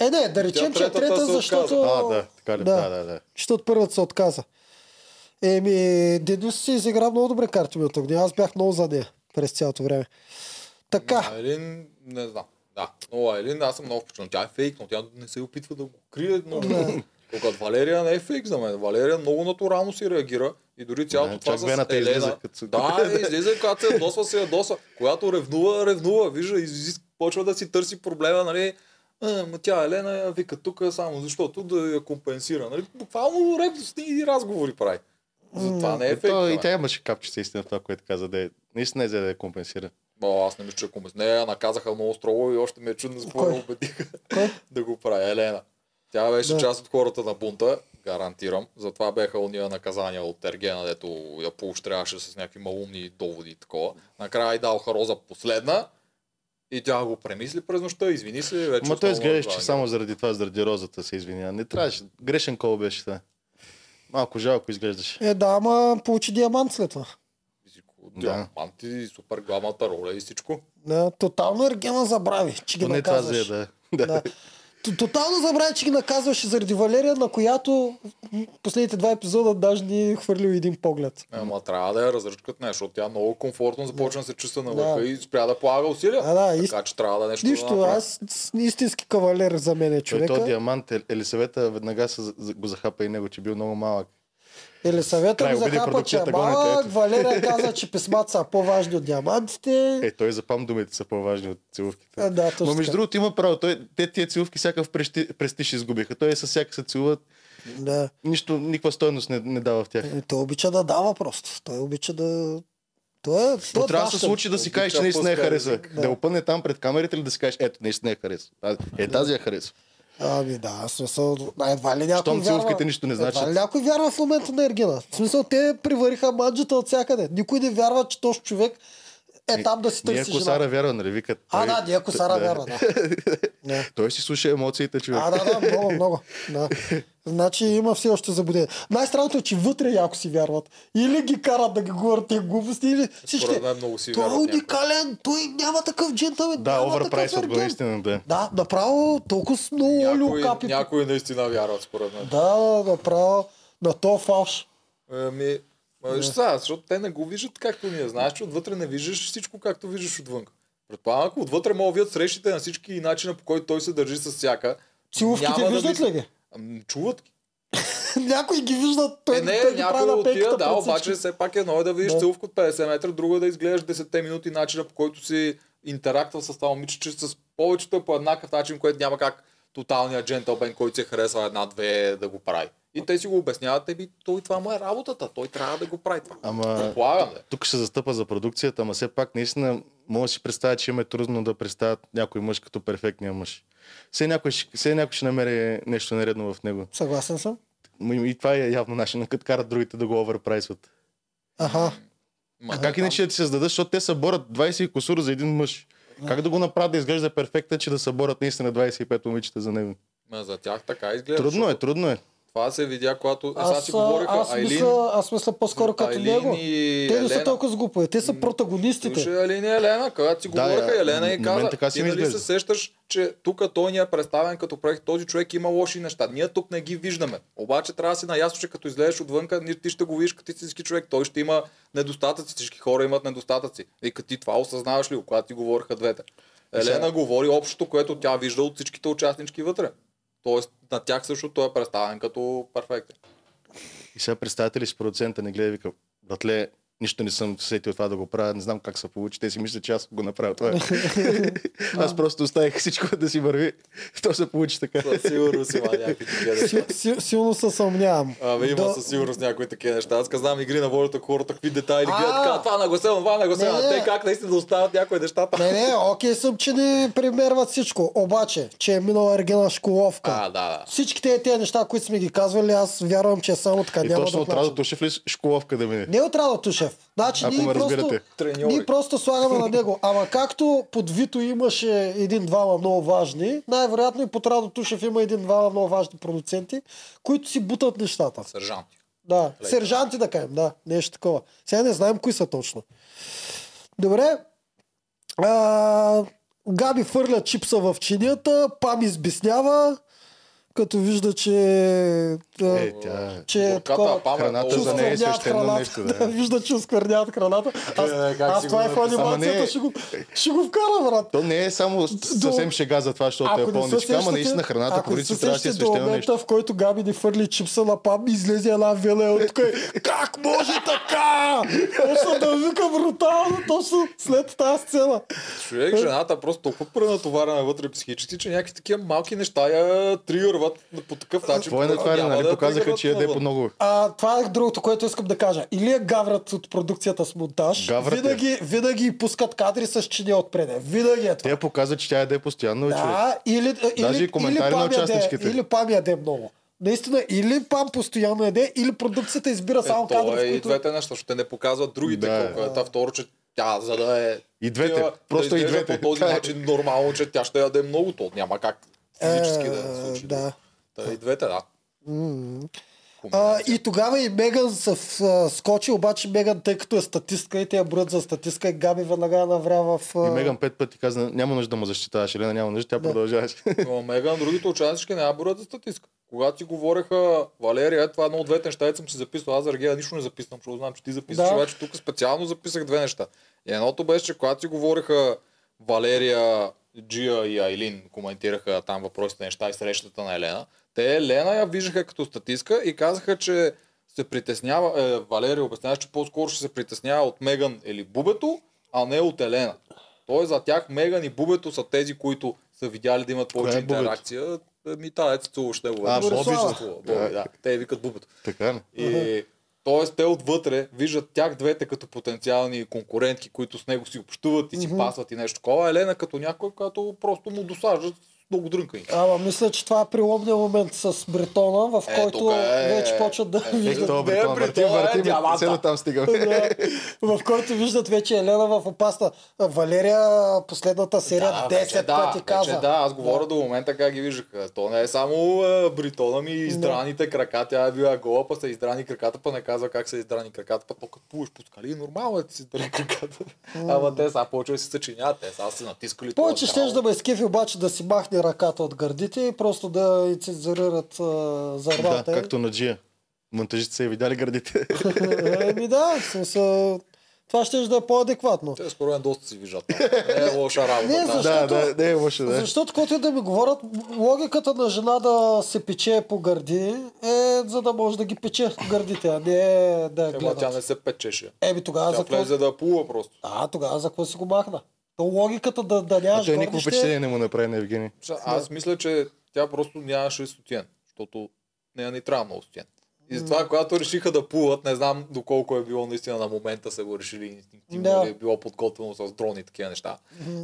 Speaker 2: Е, не, да речем, че е
Speaker 1: третата
Speaker 2: трета,
Speaker 1: се
Speaker 2: защото...
Speaker 1: отказа.
Speaker 3: А, да, така ли?
Speaker 2: Да.
Speaker 3: Да, да, да.
Speaker 2: Защото първата се отказа. Еми, Денис си изигра много добре карти миналата година. Аз бях много за нея през цялото време. Така,
Speaker 1: Айлин, не знам. Да, но Айлин, аз съм много впечатлен. Тя е фейк, но тя не се опитва да го крие. Но...
Speaker 2: Да.
Speaker 1: Докато Валерия не е фейк за мен. Валерия много натурално си реагира и дори цялото
Speaker 3: Да,
Speaker 1: това
Speaker 3: чак
Speaker 1: с Елена.
Speaker 3: вената излиза, като се-
Speaker 1: Да, излиза и когато се ядосва, се ядосва. Когато ревнува, ревнува. Вижда, изис... почва да си търси проблема, нали? А, Ма тя Елена я вика тук само защото да я компенсира. Нали? Буквално ревностни и разговори прави. Затова не е
Speaker 3: Е,
Speaker 1: фейк.
Speaker 3: то,
Speaker 1: за
Speaker 3: и
Speaker 1: мен.
Speaker 3: тя имаше капче истина в това, което каза. Да е, наистина е за да я компенсира.
Speaker 1: О, аз не мисля, че е комис. Не, я наказаха много строго и още ме е чудно, за какво
Speaker 2: Кой?
Speaker 1: я убедиха
Speaker 2: Кой?
Speaker 1: да го прави. Елена. Тя беше
Speaker 2: Да.
Speaker 1: част от хората на бунта, гарантирам. Затова беха уния наказания от Ергена, дето я поощряваше с някакви малумни доводи и такова. Накрая и дал Роза последна и тя го премисли през нощта, извини се и вече.
Speaker 3: Ма той
Speaker 1: отново
Speaker 3: изглеждаше, че
Speaker 1: е
Speaker 3: само заради това, заради розата се извинява. Не трябваше. Грешен кол беше това. Малко жалко изглеждаше.
Speaker 2: е да, ама получи диамант след това.
Speaker 1: физико.
Speaker 3: Да.
Speaker 1: Диаманти, супер главната роля и всичко.
Speaker 2: Да, тотално Ергена забрави, че ги
Speaker 3: Но не това за е
Speaker 2: наказваш.
Speaker 3: да. да.
Speaker 2: Да. Т- Тотално забрави, че ги наказваше заради Валерия, на която м, последните два епизода даже ни е хвърлил един поглед.
Speaker 1: Ама трябва да я разръчкат нещо, защото тя много комфортно започна да се чувства на
Speaker 2: Да.
Speaker 1: върха и спря да полага усилия.
Speaker 2: А, да,
Speaker 1: така че трябва да е нещо да
Speaker 2: Нищо,
Speaker 1: направи.
Speaker 2: аз с- истински кавалер за мен е
Speaker 3: Човека... Той,
Speaker 2: човека.
Speaker 3: то диамант, Ел- Елисавета веднага се, за- за- го захапа и него, че е бил много малък.
Speaker 2: Елисавета
Speaker 3: Край,
Speaker 2: ми
Speaker 3: обиди
Speaker 2: захапа, че е
Speaker 3: продукцията, гонете,
Speaker 2: малък.
Speaker 3: ето.
Speaker 2: Валерия каза, че писмата са по-важни от диамантите.
Speaker 3: Е, той запам думите са по-важни от целувките.
Speaker 2: А, да, точно
Speaker 3: Но между
Speaker 2: така.
Speaker 3: другото има право. Той, те тия целувки всякакъв прести- престиж изгубиха. Той е с всяка се целуват.
Speaker 2: Да.
Speaker 3: Нищо, никаква стойност не, не дава в тях.
Speaker 2: Е, Той обича да дава просто. Той обича да... Той е... Той
Speaker 3: Но
Speaker 2: е
Speaker 3: трябва да се
Speaker 2: баща.
Speaker 3: случи да си кажеш, че
Speaker 1: Обича
Speaker 3: наистина я
Speaker 1: пъскари.
Speaker 3: харесва.
Speaker 2: Да.
Speaker 3: Да. да опъне там пред камерите или да си кажеш, ето, наистина я харесва. А, Е, тази я харесва.
Speaker 2: Ами да, в смисъл... а, Едва ли някой
Speaker 3: Щом целувките нищо не значат.
Speaker 2: Едва ли някой вярва в момента на Ергена? В смисъл, те привариха манджата от всякъде. Никой не вярва, че този човек е там да си
Speaker 3: Ние
Speaker 2: търси жена.
Speaker 3: Косара вярва, нали викат?
Speaker 2: А,
Speaker 3: той-
Speaker 2: да, ние Косара
Speaker 3: да.
Speaker 2: вярва, да. Не.
Speaker 3: Той си слуша емоциите, човек.
Speaker 2: А, да, да, много, много. Да. Значи има все още забудение. Най-странното е, че вътре яко си вярват. Или ги карат да ги говорят тези глупости, или всички.
Speaker 1: Според мен много си
Speaker 2: Той е
Speaker 1: вярват някои.
Speaker 2: уникален, той няма такъв джентълмен.
Speaker 3: Да,
Speaker 2: няма такъв
Speaker 3: оверпрайс от го
Speaker 2: ерген.
Speaker 3: наистина, да.
Speaker 2: Да, направо толкова с много олио
Speaker 1: Някои,
Speaker 2: капи.
Speaker 1: някои наистина вярват, според мен.
Speaker 2: Да, направо на то фалш.
Speaker 1: Ами, ма виж сега, защото те не го виждат както ние. Знаеш, че отвътре не виждаш всичко както виждаш отвън. Предполагам, ако отвътре могат да видят срещите на всички и начина по който той се държи с всяка.
Speaker 2: Силовките
Speaker 1: няма да
Speaker 2: виждат ли ги?
Speaker 1: Ами, Чуват ги.
Speaker 2: Някои ги виждат, той,
Speaker 1: Е, не,
Speaker 2: той ги прави
Speaker 1: някой
Speaker 2: на пейката
Speaker 1: отива, да,
Speaker 2: пред
Speaker 1: обаче
Speaker 2: всички.
Speaker 1: все пак едно е да видиш
Speaker 2: Да.
Speaker 1: да. целувка от 50 метра, друго е да изглеждаш 10 минути начина по който си интерактвал с това момиче, че с повечето е по еднакъв начин, което няма как тоталният джентълбен, който се харесва една-две да го прави. И те си го обясняват, еби, той това му е работата, той трябва да го прави това.
Speaker 3: Ама
Speaker 1: Предполагам, да.
Speaker 3: тук ще застъпа за продукцията, ама все пак наистина мога да си представя, че им е трудно да представят някой мъж като перфектния мъж. Все някой, ще- все някой ще намери нещо нередно в него.
Speaker 2: Съгласен съм.
Speaker 3: М- И това е явно начинът, като карат другите да го оверпрайсват.
Speaker 2: Аха.
Speaker 1: Ма, е,
Speaker 3: А как иначе да ти създадеш, защото те се борят 20 и косур за един мъж. Как да го направят да изглежда перфектен, че да съборят наистина 25 момичета за него?
Speaker 1: Ма за тях така изглежда.
Speaker 3: Трудно е, трудно е.
Speaker 1: Това се видя, когато... Е, сега
Speaker 2: Аз,
Speaker 1: си
Speaker 2: а,
Speaker 1: говориха
Speaker 2: аз,
Speaker 1: Айлин,
Speaker 2: мисля, аз мисля по-скоро като
Speaker 1: Айлин
Speaker 2: него.
Speaker 1: и
Speaker 2: Те не
Speaker 1: Елена.
Speaker 2: са толкова сгупове, те са
Speaker 1: М,
Speaker 2: протагонистите.
Speaker 1: Слушай, Елина и Елена, когато си
Speaker 3: Да,
Speaker 1: говориха,
Speaker 3: я-
Speaker 1: Елена и
Speaker 3: на мен
Speaker 1: каза,
Speaker 3: така си
Speaker 1: ти
Speaker 3: ми
Speaker 1: нали се
Speaker 3: изглежда.
Speaker 1: сещаш, че тук той ни е представен като проект, този човек има лоши неща. Ние тук не ги виждаме. Обаче трябва да си наясно, че като излезеш отвънка, ни- ти ще го видиш като истински човек. Той ще има недостатъци. Всички хора имат недостатъци. И като ти това осъзнаваш ли, го, когато ти говориха двете.
Speaker 3: Е, сега-
Speaker 1: Елена говори общото, което тя вижда от всичките участнички вътре. Тоест, на тях също той е представен като перфектен.
Speaker 3: И сега представители с продуцента не гледа и вика, братле, нищо не съм сетил това да го правя, не знам как се получи. Те си мислят, че аз го направя това. е. аз просто оставих всичко да си върви. То се получи така.
Speaker 1: Със сигурност има някакви такива неща.
Speaker 2: Си- си- Силно се съмнявам.
Speaker 1: Абе, има
Speaker 2: Да.
Speaker 1: със сигурност някои такива неща. Аз казвам игри на волята хората, какви детайли гледат,
Speaker 2: А!
Speaker 1: така, това на го сема, това на го сема.
Speaker 2: Не, не.
Speaker 1: Те как наистина да остават някои нещата.
Speaker 2: Не, не, окей съм, че не примерват всичко. Обаче, че е минала Ергена Школовка.
Speaker 1: А, да, да.
Speaker 2: Всички тези, тези неща, които сме ги казвали, аз вярвам, че е само така.
Speaker 3: И
Speaker 2: няма
Speaker 3: точно
Speaker 2: да
Speaker 3: от
Speaker 2: плачем.
Speaker 3: Радо Тушев ли школовка да мине?
Speaker 2: Не от Радо Тушев. Значи,
Speaker 3: Ако
Speaker 2: ние
Speaker 3: ме
Speaker 2: просто,
Speaker 3: разбирате.
Speaker 1: Треньори.
Speaker 2: ние просто слагаме на него. Ама както под Вито имаше един-двама много важни, най-вероятно и под Радо Тушев има един-двама много важни продуценти, които си бутат нещата.
Speaker 1: Сержант.
Speaker 2: Да, сержанти да кажем, да, нещо такова. Сега не знаем кои са точно. Добре. А, Габи фърля чипса в чинията, Пам избеснява, като вижда, че... а,
Speaker 3: Е, тя...
Speaker 2: че е
Speaker 1: Бурката,
Speaker 2: такова,
Speaker 1: пама,
Speaker 3: Храната
Speaker 1: толкова-
Speaker 3: за нея е
Speaker 2: оскверняват
Speaker 3: свещено
Speaker 2: храната.
Speaker 3: нещо, да.
Speaker 2: Вижда, че оскверняват храната. Аз,
Speaker 1: Е, как
Speaker 2: аз
Speaker 1: си
Speaker 2: това
Speaker 1: го
Speaker 2: е в
Speaker 1: написал?
Speaker 3: Ама
Speaker 2: анимацията,
Speaker 3: не-
Speaker 2: ще го, ще го вкара, брат.
Speaker 3: То не е само с- съвсем шега за това, защото е
Speaker 2: не се
Speaker 3: пълничка, ама
Speaker 2: сещате-
Speaker 3: наистина храната
Speaker 2: ако
Speaker 3: по
Speaker 2: не се
Speaker 3: принцип трябва да си е
Speaker 2: сещате до
Speaker 3: свещено нещо.
Speaker 2: момента, в който Габи ни фърли чипса на пам, излезе една вила и тук е, как може така? Точно да вика брутално, точно след тази сцена.
Speaker 1: Човек, жената просто толкова пренатоварена вътре психически, че някакви такива малки неща я тригърват по такъв начин.
Speaker 3: Твое
Speaker 1: който
Speaker 3: натваря,
Speaker 1: няма
Speaker 3: нали?
Speaker 1: да я
Speaker 3: Показаха,
Speaker 1: тригърват
Speaker 3: че яде
Speaker 1: навън.
Speaker 3: по много.
Speaker 2: А, това е другото, което искам да кажа. Или е гаврат от продукцията с монтаж,
Speaker 3: Гаврат е.
Speaker 2: винаги, винаги пускат кадри с чине отпреде. Винаги е това.
Speaker 3: Те показват, че тя яде постоянно, човек.
Speaker 2: Да, или,
Speaker 3: Даже
Speaker 2: или,
Speaker 3: и
Speaker 2: или
Speaker 3: коментари на
Speaker 2: пам яде,
Speaker 3: участничките.
Speaker 2: или пам яде много. Наистина, или пам постоянно яде, или продукцията избира само
Speaker 1: Е, то
Speaker 2: кадри,
Speaker 1: е
Speaker 2: в
Speaker 1: и
Speaker 2: които...
Speaker 1: двете неща, ще не показват другите
Speaker 3: Да.
Speaker 1: колко е. Та второ, че тя, за да е...
Speaker 3: И двете,
Speaker 1: такива,
Speaker 3: просто и
Speaker 1: изглежда
Speaker 3: двете.
Speaker 1: По този
Speaker 3: Това е.
Speaker 1: начин нормално, че тя ще яде много, то няма как физически да
Speaker 2: Е,
Speaker 1: се случи.
Speaker 2: да.
Speaker 1: Та и двете, да.
Speaker 2: А, и тогава и Меган се в- а, скочи, обаче Меган, тъй като е статистка и те я броят за статистка, и Габи веднага я навря в... а,
Speaker 3: И Меган пет пъти каза, няма нужда да му защитаваш, Елена, няма нужда, тя продължаваше.
Speaker 1: Но Меган, другите участнички няма борят за статистика. Когато си говореха, Валерия, е, това е едно от двете неща, които съм си записал. Аз за Аргея нищо не записвам, защото знам, че ти записваш,
Speaker 2: Да.
Speaker 1: да. обаче тук специално записах две неща. И едното беше, че когато си говореха Валерия, Джия и Айлин, коментираха там въпросите, неща и срещата на Елена, те Елена я виждаха като статистка и казаха, че се притеснява, е, Валерия обясняваше, че по-скоро ще се притеснява от Меган или Бубето, а не от Елена. Той за тях Меган и Бубето са тези, които са видяли да имат повече
Speaker 3: е Бубето?
Speaker 1: интеракция. Е, Ми тази е целуваш него.
Speaker 3: А,
Speaker 1: Борислава.
Speaker 3: Бобичето.
Speaker 1: Боби, да. Те я викат Бубето.
Speaker 3: Така ли?
Speaker 1: И, тоест те отвътре виждат тях двете като потенциални конкурентки, които с него си общуват и си пасват и нещо такова. Елена като някой, която просто му досаждат с много дрънкани.
Speaker 2: Ама мисля, че това е приломния момент с Бретона, в
Speaker 1: Е,
Speaker 2: който
Speaker 1: тук е-
Speaker 2: вече почват да
Speaker 1: е,
Speaker 3: Е,
Speaker 2: виждат...
Speaker 3: то,
Speaker 1: Не,
Speaker 3: бретон,
Speaker 1: при
Speaker 3: върти,
Speaker 1: това е
Speaker 3: върти, бе,
Speaker 1: диаманта.
Speaker 3: все до там стигаме.
Speaker 2: да, в който виждат вече Елена в опасна. А, Валерия последната серия 10
Speaker 1: вече
Speaker 2: пъти
Speaker 1: вече
Speaker 2: каза.
Speaker 1: да, аз говоря до момента как ги виждаха. То не е само е, Бритона ми издраните крака, тя е била гола, па са издрани краката, па не казва как са издрани краката, па то като плуваш по скали, нормално е да ти си издрани краката. Ама те сега повече да си съчиняват, те сега са натискали това
Speaker 2: Повече ще
Speaker 1: драма.
Speaker 2: да ме скефи обаче да си махне ръката от гърдите и просто да инцензурират
Speaker 3: Да,
Speaker 2: зарвата.
Speaker 3: както на Джия. Монтажите са я видяли гърдите.
Speaker 2: Е, Еми да, в смисъл, това ще да е по-адекватно.
Speaker 1: Те според мен доста си виждат. там. Не е лоша работа.
Speaker 2: Не,
Speaker 1: да.
Speaker 2: защо?
Speaker 3: Да,
Speaker 2: Защото-
Speaker 3: да, не е лошо, да.
Speaker 2: Защото, когато и да ми говорят, логиката на жена да се пече по гърди е за да може да ги пече гърдите, а не
Speaker 3: Е,
Speaker 2: да я
Speaker 1: Ема тя не
Speaker 2: гледат.
Speaker 1: се печеше.
Speaker 2: Еми тогава
Speaker 1: Тя
Speaker 2: за какво...
Speaker 1: влезе да плува просто.
Speaker 2: А, тогава за какво си го махна? То логиката да, да
Speaker 3: А
Speaker 2: нямаш
Speaker 3: той никакво
Speaker 2: горнище...
Speaker 3: впечатление не му направи на Евгений.
Speaker 1: Ша- Аз мисля, че тя просто нямаше стотиен, защото нея не трябва много стотиен. И затова, когато решиха да плуват, не знам доколко е било наистина на момента са го решили инстинктивно
Speaker 2: Да.
Speaker 1: или е било подготвено с дрони и такива неща.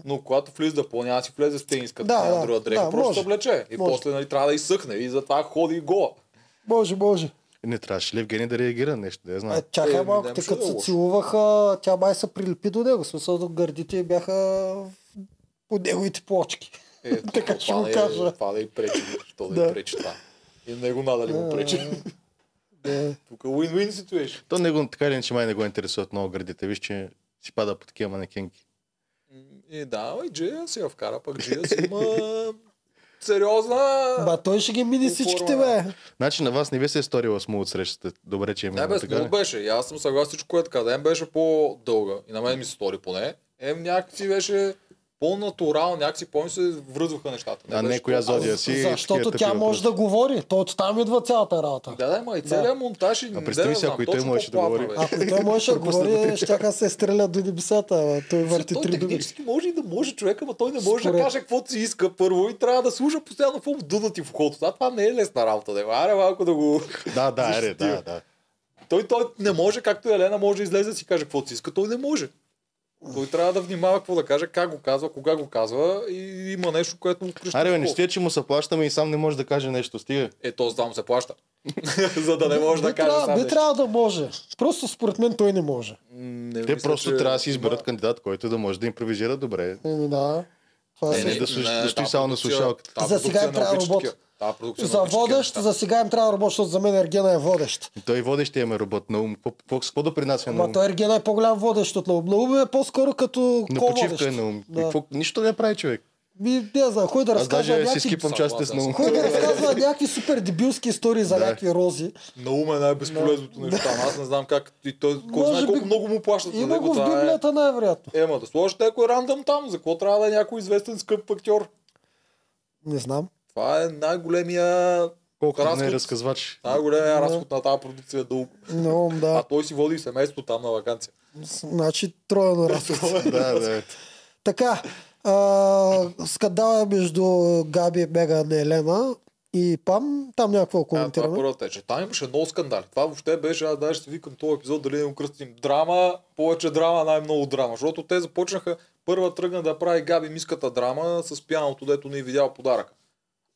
Speaker 1: Но когато влиза да плъня, си влезе с тениска,
Speaker 2: Да,
Speaker 1: да,
Speaker 2: да,
Speaker 1: да, друга дреха,
Speaker 2: да,
Speaker 1: просто
Speaker 2: може.
Speaker 1: се облече. И
Speaker 2: Може.
Speaker 1: после нали, трябва да изсъхне. И затова ходи гола.
Speaker 2: Боже, боже.
Speaker 3: Не трябваше ли Евгений да реагира нещо, да я знам.
Speaker 2: Е, чакай
Speaker 1: Е, ми,
Speaker 2: малко,
Speaker 1: да,
Speaker 2: те
Speaker 1: ще
Speaker 2: като
Speaker 1: е
Speaker 2: се
Speaker 1: лошо.
Speaker 2: целуваха, тя май се прилепи до него. В смисъл, гърдите й бяха по неговите плочки.
Speaker 1: Е,
Speaker 2: Така ще
Speaker 1: това,
Speaker 2: го
Speaker 1: не,
Speaker 2: кажа.
Speaker 1: това не и пречи. То да,
Speaker 2: Да. Е.
Speaker 1: и пречи това. И на него нада ли му пречи.
Speaker 2: Да.
Speaker 1: Тук е win-win situation.
Speaker 3: То не го, така или иначе май не го интересуват много градите. Виж, че си пада по такива манекенки.
Speaker 1: И да, и Джия си я вкара, пък Джия си има сериозна...
Speaker 2: Ба, той ще ги мине
Speaker 1: Оформя.
Speaker 2: всичките, бе.
Speaker 3: Значи на вас не ви се е сторила смут срещата. Добре, че е
Speaker 1: Не
Speaker 3: минало
Speaker 1: бе,
Speaker 3: така.
Speaker 1: смут
Speaker 3: ли?
Speaker 1: беше. И аз съм съгласен, всичко, което каза. Ем беше по-дълга. И на мен ми се стори поне. Ем някакси беше по-натурал, някакси по се връзваха нещата.
Speaker 3: А не
Speaker 1: беше
Speaker 3: коя
Speaker 1: по-
Speaker 3: зодия
Speaker 1: Аз-
Speaker 3: си. и
Speaker 2: Защото
Speaker 3: такива
Speaker 2: тя
Speaker 3: тъпи
Speaker 2: може да говори. То от там идва цялата работа.
Speaker 1: Да, да, ма и целият монтаж и...
Speaker 3: представи си, ако и той можеше да говори.
Speaker 2: Ако и той можеше да говори, ще да се стреля до небесата. Ама той върти
Speaker 1: той
Speaker 2: три думи.
Speaker 1: технически може и да може човека, но той не може
Speaker 2: Според-
Speaker 1: да каже каквото си иска първо и трябва да слуша постоянно какво му дъдат и в ухото. Това, това не е лесна работа. Да. Аре малко да го...
Speaker 3: Да, да, аре,
Speaker 1: Защитил.
Speaker 3: да, да.
Speaker 1: Той, той не може, както и Елена може да излезе да си каже каквото си иска, той не може. Той трябва да внимава какво да каже, как го казва, кога го казва и има нещо, което му крещи.
Speaker 3: Аре, бе,
Speaker 1: в
Speaker 3: не
Speaker 1: ухото.
Speaker 3: ще, че му се плащаме и сам не може да каже нещо. Стига.
Speaker 1: Е, то за това му се плаща. за да не може да
Speaker 2: Би
Speaker 1: каже
Speaker 2: трябва-
Speaker 1: сам.
Speaker 2: Би
Speaker 1: нещо.
Speaker 2: трябва да може. Просто според мен той не може.
Speaker 1: Не
Speaker 3: Те
Speaker 1: мисля,
Speaker 3: просто
Speaker 1: че-
Speaker 3: трябва да си изберат кандидат, който да може да импровизира добре.
Speaker 2: Еми, да. Това е
Speaker 3: Не,
Speaker 2: си.
Speaker 3: не, да слуш- да
Speaker 1: та
Speaker 3: стои само на
Speaker 1: продукция-
Speaker 3: слушалката.
Speaker 1: та
Speaker 2: За сега
Speaker 1: продукция
Speaker 2: им трябва
Speaker 1: не обича
Speaker 2: робот.
Speaker 1: такива. Та продукция не
Speaker 2: За
Speaker 1: обича такива
Speaker 2: водещ,
Speaker 1: неща.
Speaker 2: за сега им трябва да работи, защото за мен Ергена е водещ.
Speaker 3: Той водещия ме робот на ум. Какво- Какво какво да принася на
Speaker 2: Ама
Speaker 3: ум?
Speaker 2: той Ергена е по-голям водещ от Наум. Наум е по-скоро като
Speaker 3: На
Speaker 2: ко-водещ.
Speaker 3: почивка е на ум.
Speaker 2: Да.
Speaker 3: Какво- Нищо не прави човек.
Speaker 2: Ми, не знам, кой да
Speaker 3: Аз
Speaker 2: разказва
Speaker 3: даже си
Speaker 2: някакви...
Speaker 3: скипвам
Speaker 1: са,
Speaker 3: частите с
Speaker 1: да,
Speaker 3: на ум.
Speaker 1: са.
Speaker 2: Кой да разказва някакви супер дебилски истории за
Speaker 3: Да.
Speaker 2: някакви рози.
Speaker 1: Наум е най-безполезното нещо. там. Аз не знам как. И той, кой
Speaker 2: Може
Speaker 1: знае колко
Speaker 2: би-
Speaker 1: много му плащат за
Speaker 2: Има
Speaker 1: него.
Speaker 2: го в
Speaker 1: това е-
Speaker 2: Библията най-вероятно.
Speaker 1: Ема да сложиш някой рандъм там. За какво трябва да е някой известен скъп актьор?
Speaker 2: Не знам.
Speaker 1: Това е най-големия
Speaker 3: Колко не е
Speaker 1: разход.
Speaker 3: разказвач.
Speaker 1: най-големия
Speaker 2: Да.
Speaker 1: разход на тази продукция. Да...
Speaker 2: Но,
Speaker 1: А
Speaker 2: да.
Speaker 1: той си води и семейство там на вакансия.
Speaker 2: Значи троен разход.
Speaker 3: Да, да.
Speaker 2: Така, а, скандала между Габи, Меган и Елена и Пам, там някакво
Speaker 1: А, това е
Speaker 2: коментираме.
Speaker 1: първата тече. Там имаше много скандали. Това въобще беше, аз даже си викам този епизод, дали не го кръстим. Драма, повече драма, най-много драма. Защото те започнаха, първа тръгна да прави Габи миската драма с пианото, дето не е видял подаръка.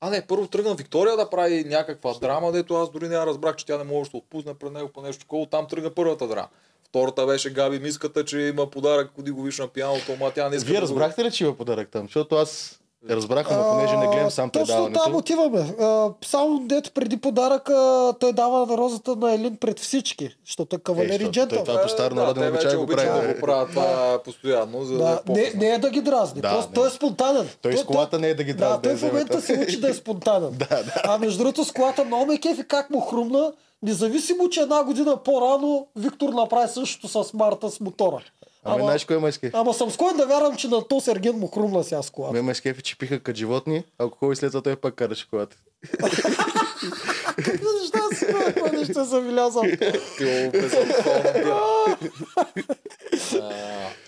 Speaker 1: А не, първо тръгна Виктория да прави някаква драма, дето аз дори не я разбрах, че тя не може да се отпусне пред него по нещо такова. Там тръгна първата драма. Втората беше Габи миската, че има подарък, ходи го виж на пианото, ама тя не иска.
Speaker 3: Вие
Speaker 1: да го-
Speaker 3: разбрахте ли, че има подарък там? Защото аз разбрах, но понеже не гледам сам
Speaker 2: А, Точно там
Speaker 3: предаването.
Speaker 2: отиваме. А, само дето преди подаръка той дава на розата на Елин пред всички, защото е
Speaker 3: Е,
Speaker 2: кавалер и
Speaker 3: защото
Speaker 2: джентъл.
Speaker 3: той това по старо народен
Speaker 1: те
Speaker 3: обичай
Speaker 1: вече
Speaker 3: го
Speaker 1: обичат
Speaker 3: прави,
Speaker 1: Да
Speaker 3: да.
Speaker 1: го правят това постоянно, за да,
Speaker 2: Да,
Speaker 1: е
Speaker 2: не,
Speaker 1: по-късно.
Speaker 2: не е да ги дразни,
Speaker 3: Да,
Speaker 2: просто
Speaker 3: не.
Speaker 2: той е спонтанен.
Speaker 3: Той с колата не е да ги дразни,
Speaker 2: Да, той
Speaker 3: да
Speaker 2: в
Speaker 3: вземе
Speaker 2: момента
Speaker 3: това.
Speaker 2: се учи да е спонтанен.
Speaker 3: Да, да.
Speaker 2: А между другото с колата много ме кефи как му хрумна, независимо, че една година по-рано Виктор направи същото с Марта с мотора.
Speaker 3: Ами, знаеш кое ме скефи?
Speaker 2: Ама съм склонен да вярвам, че на то Серген му хрумна сега с
Speaker 1: Ами-
Speaker 2: колата.
Speaker 3: Ме ме скефи, че пиха като животни, ако хубаво и след това той пак караше колата.
Speaker 2: Какви неща си правя, какво неща забелязвам.
Speaker 1: пил безалкохолна бира. А,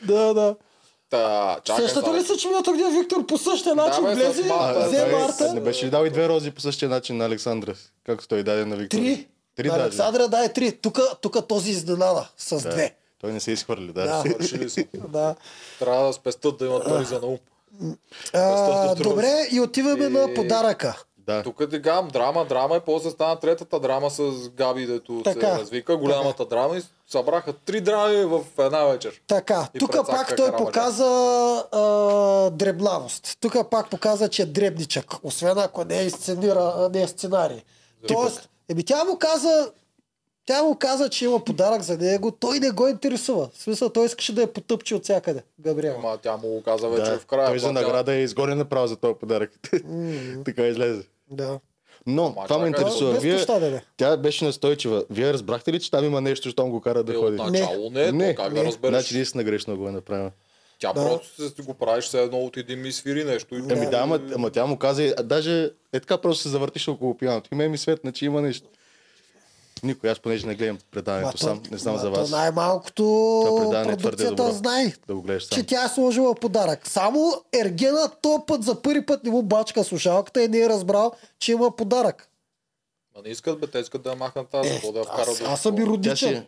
Speaker 2: Да, да.
Speaker 1: Та, чакай
Speaker 2: Сещате ли
Speaker 1: сега.
Speaker 2: се, че миналата година Виктор по същия начин
Speaker 1: бе, с
Speaker 2: влезе,
Speaker 1: Марта,
Speaker 2: взе
Speaker 1: той-
Speaker 2: Марта.
Speaker 3: Не беше ли дал и две рози по същия начин на Александра, както той даде на Виктория?
Speaker 2: Три.
Speaker 3: Три
Speaker 2: На
Speaker 3: даже.
Speaker 2: Александра дай три. Тук този изненада с
Speaker 3: Да.
Speaker 2: две.
Speaker 3: Той не се изхвърли, да.
Speaker 2: Да.
Speaker 1: Решили са.
Speaker 2: Да.
Speaker 1: Трябва да спестат да имат пари за наум.
Speaker 2: А,
Speaker 1: Пестото
Speaker 2: добре, и отиваме
Speaker 1: Е,
Speaker 2: на подаръка.
Speaker 3: Да.
Speaker 1: Тук ти гам, драма, драма и после стана третата драма с Габи, дето
Speaker 2: Така.
Speaker 1: се развика, голямата драма и събраха три драми в една вечер.
Speaker 2: Така,
Speaker 1: И
Speaker 2: тук
Speaker 1: прецака
Speaker 2: пак той
Speaker 1: Карабаджа.
Speaker 2: показа а, дребнавост. Тук пак показа, че е дребничък, освен ако не е, сценира, а, не е сценарий. Тоест, еми тя му каза, тя му каза, че има подарък за него, той не го интересува. В смисъл, той искаше да я потъпче от всякъде, Габриела.
Speaker 1: Ама тя му го каза вече
Speaker 3: Да.
Speaker 1: в края.
Speaker 3: Той за
Speaker 1: когато тя-
Speaker 3: награда е изгорен направо за този подарък. така излезе.
Speaker 2: Да.
Speaker 3: Но,
Speaker 1: Ма,
Speaker 3: това ме
Speaker 1: чакай, да.
Speaker 3: интересува.
Speaker 2: Без
Speaker 3: Вие,
Speaker 2: пощада, да.
Speaker 3: тя беше настойчива. Вие разбрахте ли, че там има нещо, щом го кара
Speaker 1: Е,
Speaker 3: да ходи?
Speaker 1: Отначало не, не, как да разбереш.
Speaker 3: Значи наистина грешно го е направил.
Speaker 1: Тя
Speaker 2: Да.
Speaker 1: просто се- го правиш все едно от един ми свири нещо. и-
Speaker 3: Еми да, ама, ама тя му каза, а даже е така просто се завъртиш около пианото. И мен ми светна, че има нещо. Никой, аз понеже не гледам предаването сам, не знам
Speaker 2: ма
Speaker 3: за
Speaker 2: то
Speaker 3: вас.
Speaker 2: Най-малкото
Speaker 3: Това предаване е твърде
Speaker 2: продукцията
Speaker 3: добро.
Speaker 2: знае,
Speaker 3: Да го гледаш сам.
Speaker 2: че тя е сложила подарък. Само Ергена то път за първи път не му бачка слушалката и не е разбрал, че има подарък.
Speaker 1: Ма не искат бе, те искат да я махнат тази, какво да я вкарат.
Speaker 2: Е, Аз,
Speaker 1: до-
Speaker 2: аз съм и
Speaker 3: Тя си
Speaker 2: родичен.
Speaker 3: е...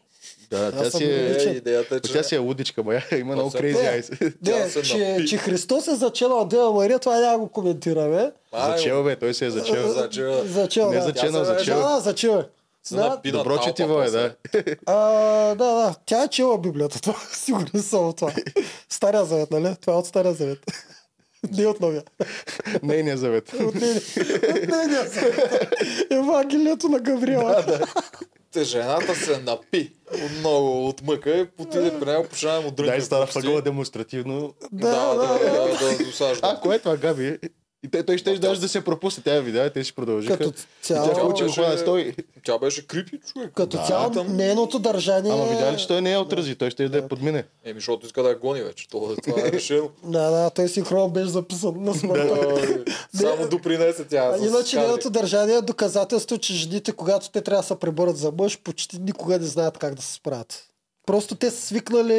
Speaker 3: Да, тя
Speaker 2: съм
Speaker 3: си е...
Speaker 1: Е, идеята е, че...
Speaker 3: Тя си е лудичка, мая. Има много
Speaker 1: се
Speaker 3: крейзи
Speaker 1: пее.
Speaker 3: айс.
Speaker 1: Тя
Speaker 2: Не,
Speaker 1: се
Speaker 2: че,
Speaker 1: напи.
Speaker 2: че Христос е зачел на Дева Мария, това няма го коментираме.
Speaker 1: Ай,
Speaker 3: Зачел бе, той се е зачел.
Speaker 1: За- Зачел.
Speaker 2: Зачел,
Speaker 3: Не
Speaker 2: да.
Speaker 1: зачел,
Speaker 3: зачена,
Speaker 1: се е
Speaker 2: Да,
Speaker 3: зачел.
Speaker 2: да, зачел е.
Speaker 1: се
Speaker 2: Да,
Speaker 1: напи на
Speaker 3: Добро
Speaker 1: талпа
Speaker 3: четиво е,
Speaker 1: после.
Speaker 3: да.
Speaker 2: а, да, да, тя е чела Библията, това сигурен съм от това. Стария завет, нали? Това е от Стария завет. Не от новия.
Speaker 3: Нейния завет.
Speaker 2: От нейния. От нейния. Евангелието на Гавриела.
Speaker 1: Те, жената се напи от много от мъка и отиде при него, почина да му дрънка.
Speaker 3: Дай стара
Speaker 1: почти.
Speaker 3: фагова демонстративно.
Speaker 1: Да, да, да, да, да, досажда.
Speaker 3: А, кое е това, Габи? И те, той ще даже да се пропусне. Тя я видя, и те ще продължиха.
Speaker 2: Като
Speaker 3: И тя ще
Speaker 2: цяло,
Speaker 3: учи
Speaker 1: беше-
Speaker 3: хора, стой.
Speaker 1: Тя беше крипи, човек. Ами,
Speaker 2: като
Speaker 1: Да,
Speaker 2: цяло
Speaker 1: там-
Speaker 2: нейното държание... е-
Speaker 3: Ама видя ли, че той не я отрази, той ще я да я подмине.
Speaker 1: Еми, ами, защото иска да я гони вече. Това, това е решено.
Speaker 2: Да, да, той синхрон беше записан на смъртта.
Speaker 1: Ой, Само допринесе тя.
Speaker 2: А
Speaker 1: с
Speaker 2: Иначе
Speaker 1: кадри.
Speaker 2: нейното държание е доказателство, че жените, когато те трябва да се преборят за мъж, почти никога не знаят как да се справят. Просто те са свикнали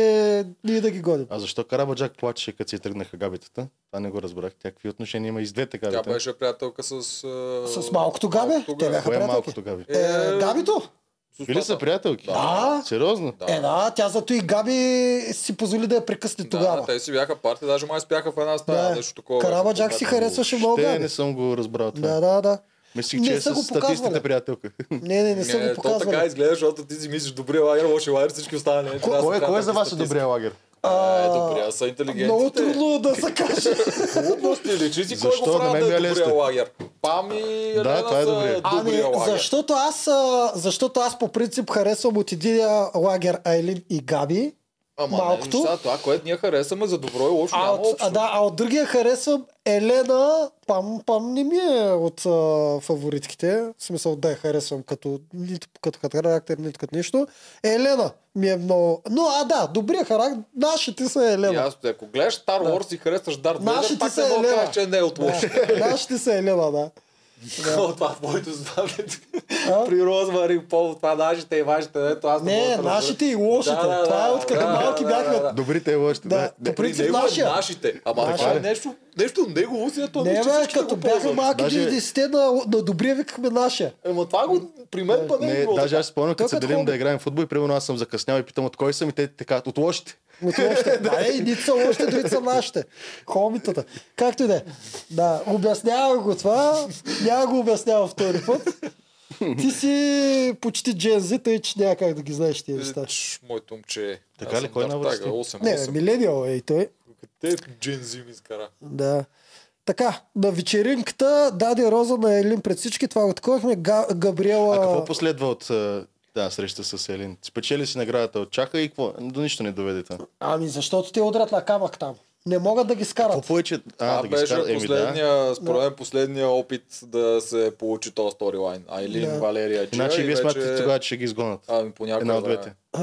Speaker 2: ние да ги гоним.
Speaker 3: А защо Карабаджак плачеше, като си тръгнаха габитата? Това не го разбрах. Тя какви отношения има и с
Speaker 1: Тя
Speaker 3: двете габите?
Speaker 1: беше приятелка с... е,
Speaker 2: С малкото габе? Те бяха
Speaker 3: Кое е
Speaker 2: приятелки.
Speaker 3: малкото габи?
Speaker 1: Е,
Speaker 2: Е, габито?
Speaker 1: с устата.
Speaker 3: Били са приятелки?
Speaker 2: Да.
Speaker 3: Сериозно?
Speaker 1: Да.
Speaker 2: Е, да, тя зато и Габи си позволи да я прекъсне
Speaker 1: Да,
Speaker 2: тогава.
Speaker 1: те си бяха парти, даже май спяха в една стая,
Speaker 2: Да.
Speaker 1: нещо такова.
Speaker 2: Карабаджак си
Speaker 1: Когато-
Speaker 2: харесваше много
Speaker 3: Те
Speaker 2: Габи.
Speaker 3: не съм го разбрал това.
Speaker 2: Да, да, да.
Speaker 3: Мислих,
Speaker 2: Не
Speaker 3: че е
Speaker 2: са
Speaker 3: с
Speaker 2: го показвали.
Speaker 3: статистите приятелка.
Speaker 2: Не, не, не са
Speaker 1: Не,
Speaker 2: го
Speaker 1: е, то така
Speaker 2: показвали.
Speaker 1: изглежда, защото ти си мислиш добрия лагер, лоши лагер, всички останали. не, трябва да
Speaker 3: Кой,
Speaker 1: се
Speaker 3: кой
Speaker 1: правят
Speaker 3: за вас е
Speaker 1: статисти.
Speaker 3: добрия лагер?
Speaker 1: Е,
Speaker 2: А,
Speaker 1: добрия, са интелигентите.
Speaker 2: Много трудно да се каже.
Speaker 1: е. Глупости, личи си кой
Speaker 3: Защо?
Speaker 1: го
Speaker 3: На
Speaker 1: правят
Speaker 3: мен
Speaker 1: да
Speaker 3: ми
Speaker 1: е
Speaker 3: е
Speaker 1: добрия
Speaker 3: лесно.
Speaker 1: лагер. Пами, Елена
Speaker 3: това е
Speaker 1: са
Speaker 3: добрия.
Speaker 2: Ами,
Speaker 1: добрия лагер.
Speaker 2: защото аз, а, защото аз по принцип харесвам от един лагер Айлин и Габи,
Speaker 1: Ама,
Speaker 2: малкото?
Speaker 1: Не, неща, това, което ние харесваме за добро и лошо,
Speaker 2: а
Speaker 1: няма
Speaker 2: от,
Speaker 1: общо.
Speaker 2: а, да, а от другия харесвам Елена, пам, пам не ми е от а, фаворитките, в смисъл да я харесвам като, нито като, като характер, нито като нищо. Елена ми е много... Но, а да, добрия характер, нашите са
Speaker 1: И
Speaker 2: Елена.
Speaker 1: аз, ако гледаш Star Wars и харесваш Дарт Вейдер,
Speaker 2: Нашите
Speaker 1: пак
Speaker 2: са
Speaker 1: не мога да
Speaker 2: Елена.
Speaker 1: кажеш, че не е от лошо. е
Speaker 2: Да, нашите са Елена, да.
Speaker 1: Това в моето знаме.
Speaker 2: А?
Speaker 1: При Розмари Пол, това нашите и вашите, ето аз мога да
Speaker 2: Не,
Speaker 1: разбера.
Speaker 2: нашите и лошите.
Speaker 1: Да, да,
Speaker 2: Това е
Speaker 1: да,
Speaker 2: от като
Speaker 1: да,
Speaker 2: малки
Speaker 1: да, да,
Speaker 2: бяхме.
Speaker 1: да.
Speaker 3: Добрите е лошите.
Speaker 2: Да.
Speaker 3: Да.
Speaker 2: По
Speaker 1: При
Speaker 2: принцип
Speaker 1: него е
Speaker 2: нашия.
Speaker 1: нашите. Ама
Speaker 2: Нашия.
Speaker 1: това е нещо, нещо негово си, ето
Speaker 2: Не,
Speaker 1: нещо
Speaker 2: бе,
Speaker 1: всички
Speaker 2: като
Speaker 1: го
Speaker 2: бяха
Speaker 1: ползват.
Speaker 2: малки
Speaker 3: Даже-
Speaker 2: 90-те на, на добрия викахме нашия.
Speaker 1: Ема това го, при мен па не е
Speaker 3: Не,
Speaker 1: било
Speaker 3: даже
Speaker 1: така.
Speaker 3: аз спомням,
Speaker 2: Той е
Speaker 3: като се
Speaker 2: като
Speaker 3: делим
Speaker 2: хоби.
Speaker 3: да играем в футбол и примерно аз съм закъснял и питам от кой съм и те така, от лошите.
Speaker 2: Но това още. Да, е, нито са още, дори са нашите. Хомитата. Както и да е. Да, обяснявам го това. Няма го обяснявам втори път. Ти си почти джензи, тъй че няма как да ги знаеш тия
Speaker 1: Е,
Speaker 3: Е,
Speaker 2: неща.
Speaker 1: Ч, Моето момче.
Speaker 3: Така
Speaker 1: аз
Speaker 3: ли?
Speaker 1: съм
Speaker 3: Кой е
Speaker 1: Дарт
Speaker 3: навръсти?
Speaker 1: Тайгър, 8,
Speaker 2: Е, Не,
Speaker 1: 8.
Speaker 2: бе, милениал е и той.
Speaker 1: Те джинзи ми изкара.
Speaker 2: Да. Така, на вечеринката даде роза на Елин пред всички. Това го таковахме. Га- Габриела...
Speaker 3: А какво последва от а, да, среща с Елин? Спечели си наградата от Чака и какво? До нищо не доведе там.
Speaker 2: Ами защото те удрят на камък там. Не могат да ги скарат.
Speaker 3: Какво повече? А,
Speaker 1: Това
Speaker 3: да ги
Speaker 1: беше
Speaker 3: скара, еми да.
Speaker 1: последния, според мен, последния опит да се получи този сторилайн. Айлин,
Speaker 2: Да.
Speaker 1: Валерия, Джия и
Speaker 3: Иначе Значи вие
Speaker 1: вече-
Speaker 3: смятате тогава, че ще ги изгонят.
Speaker 1: Ами по някое
Speaker 3: Една от
Speaker 1: време.
Speaker 3: двете.
Speaker 2: А,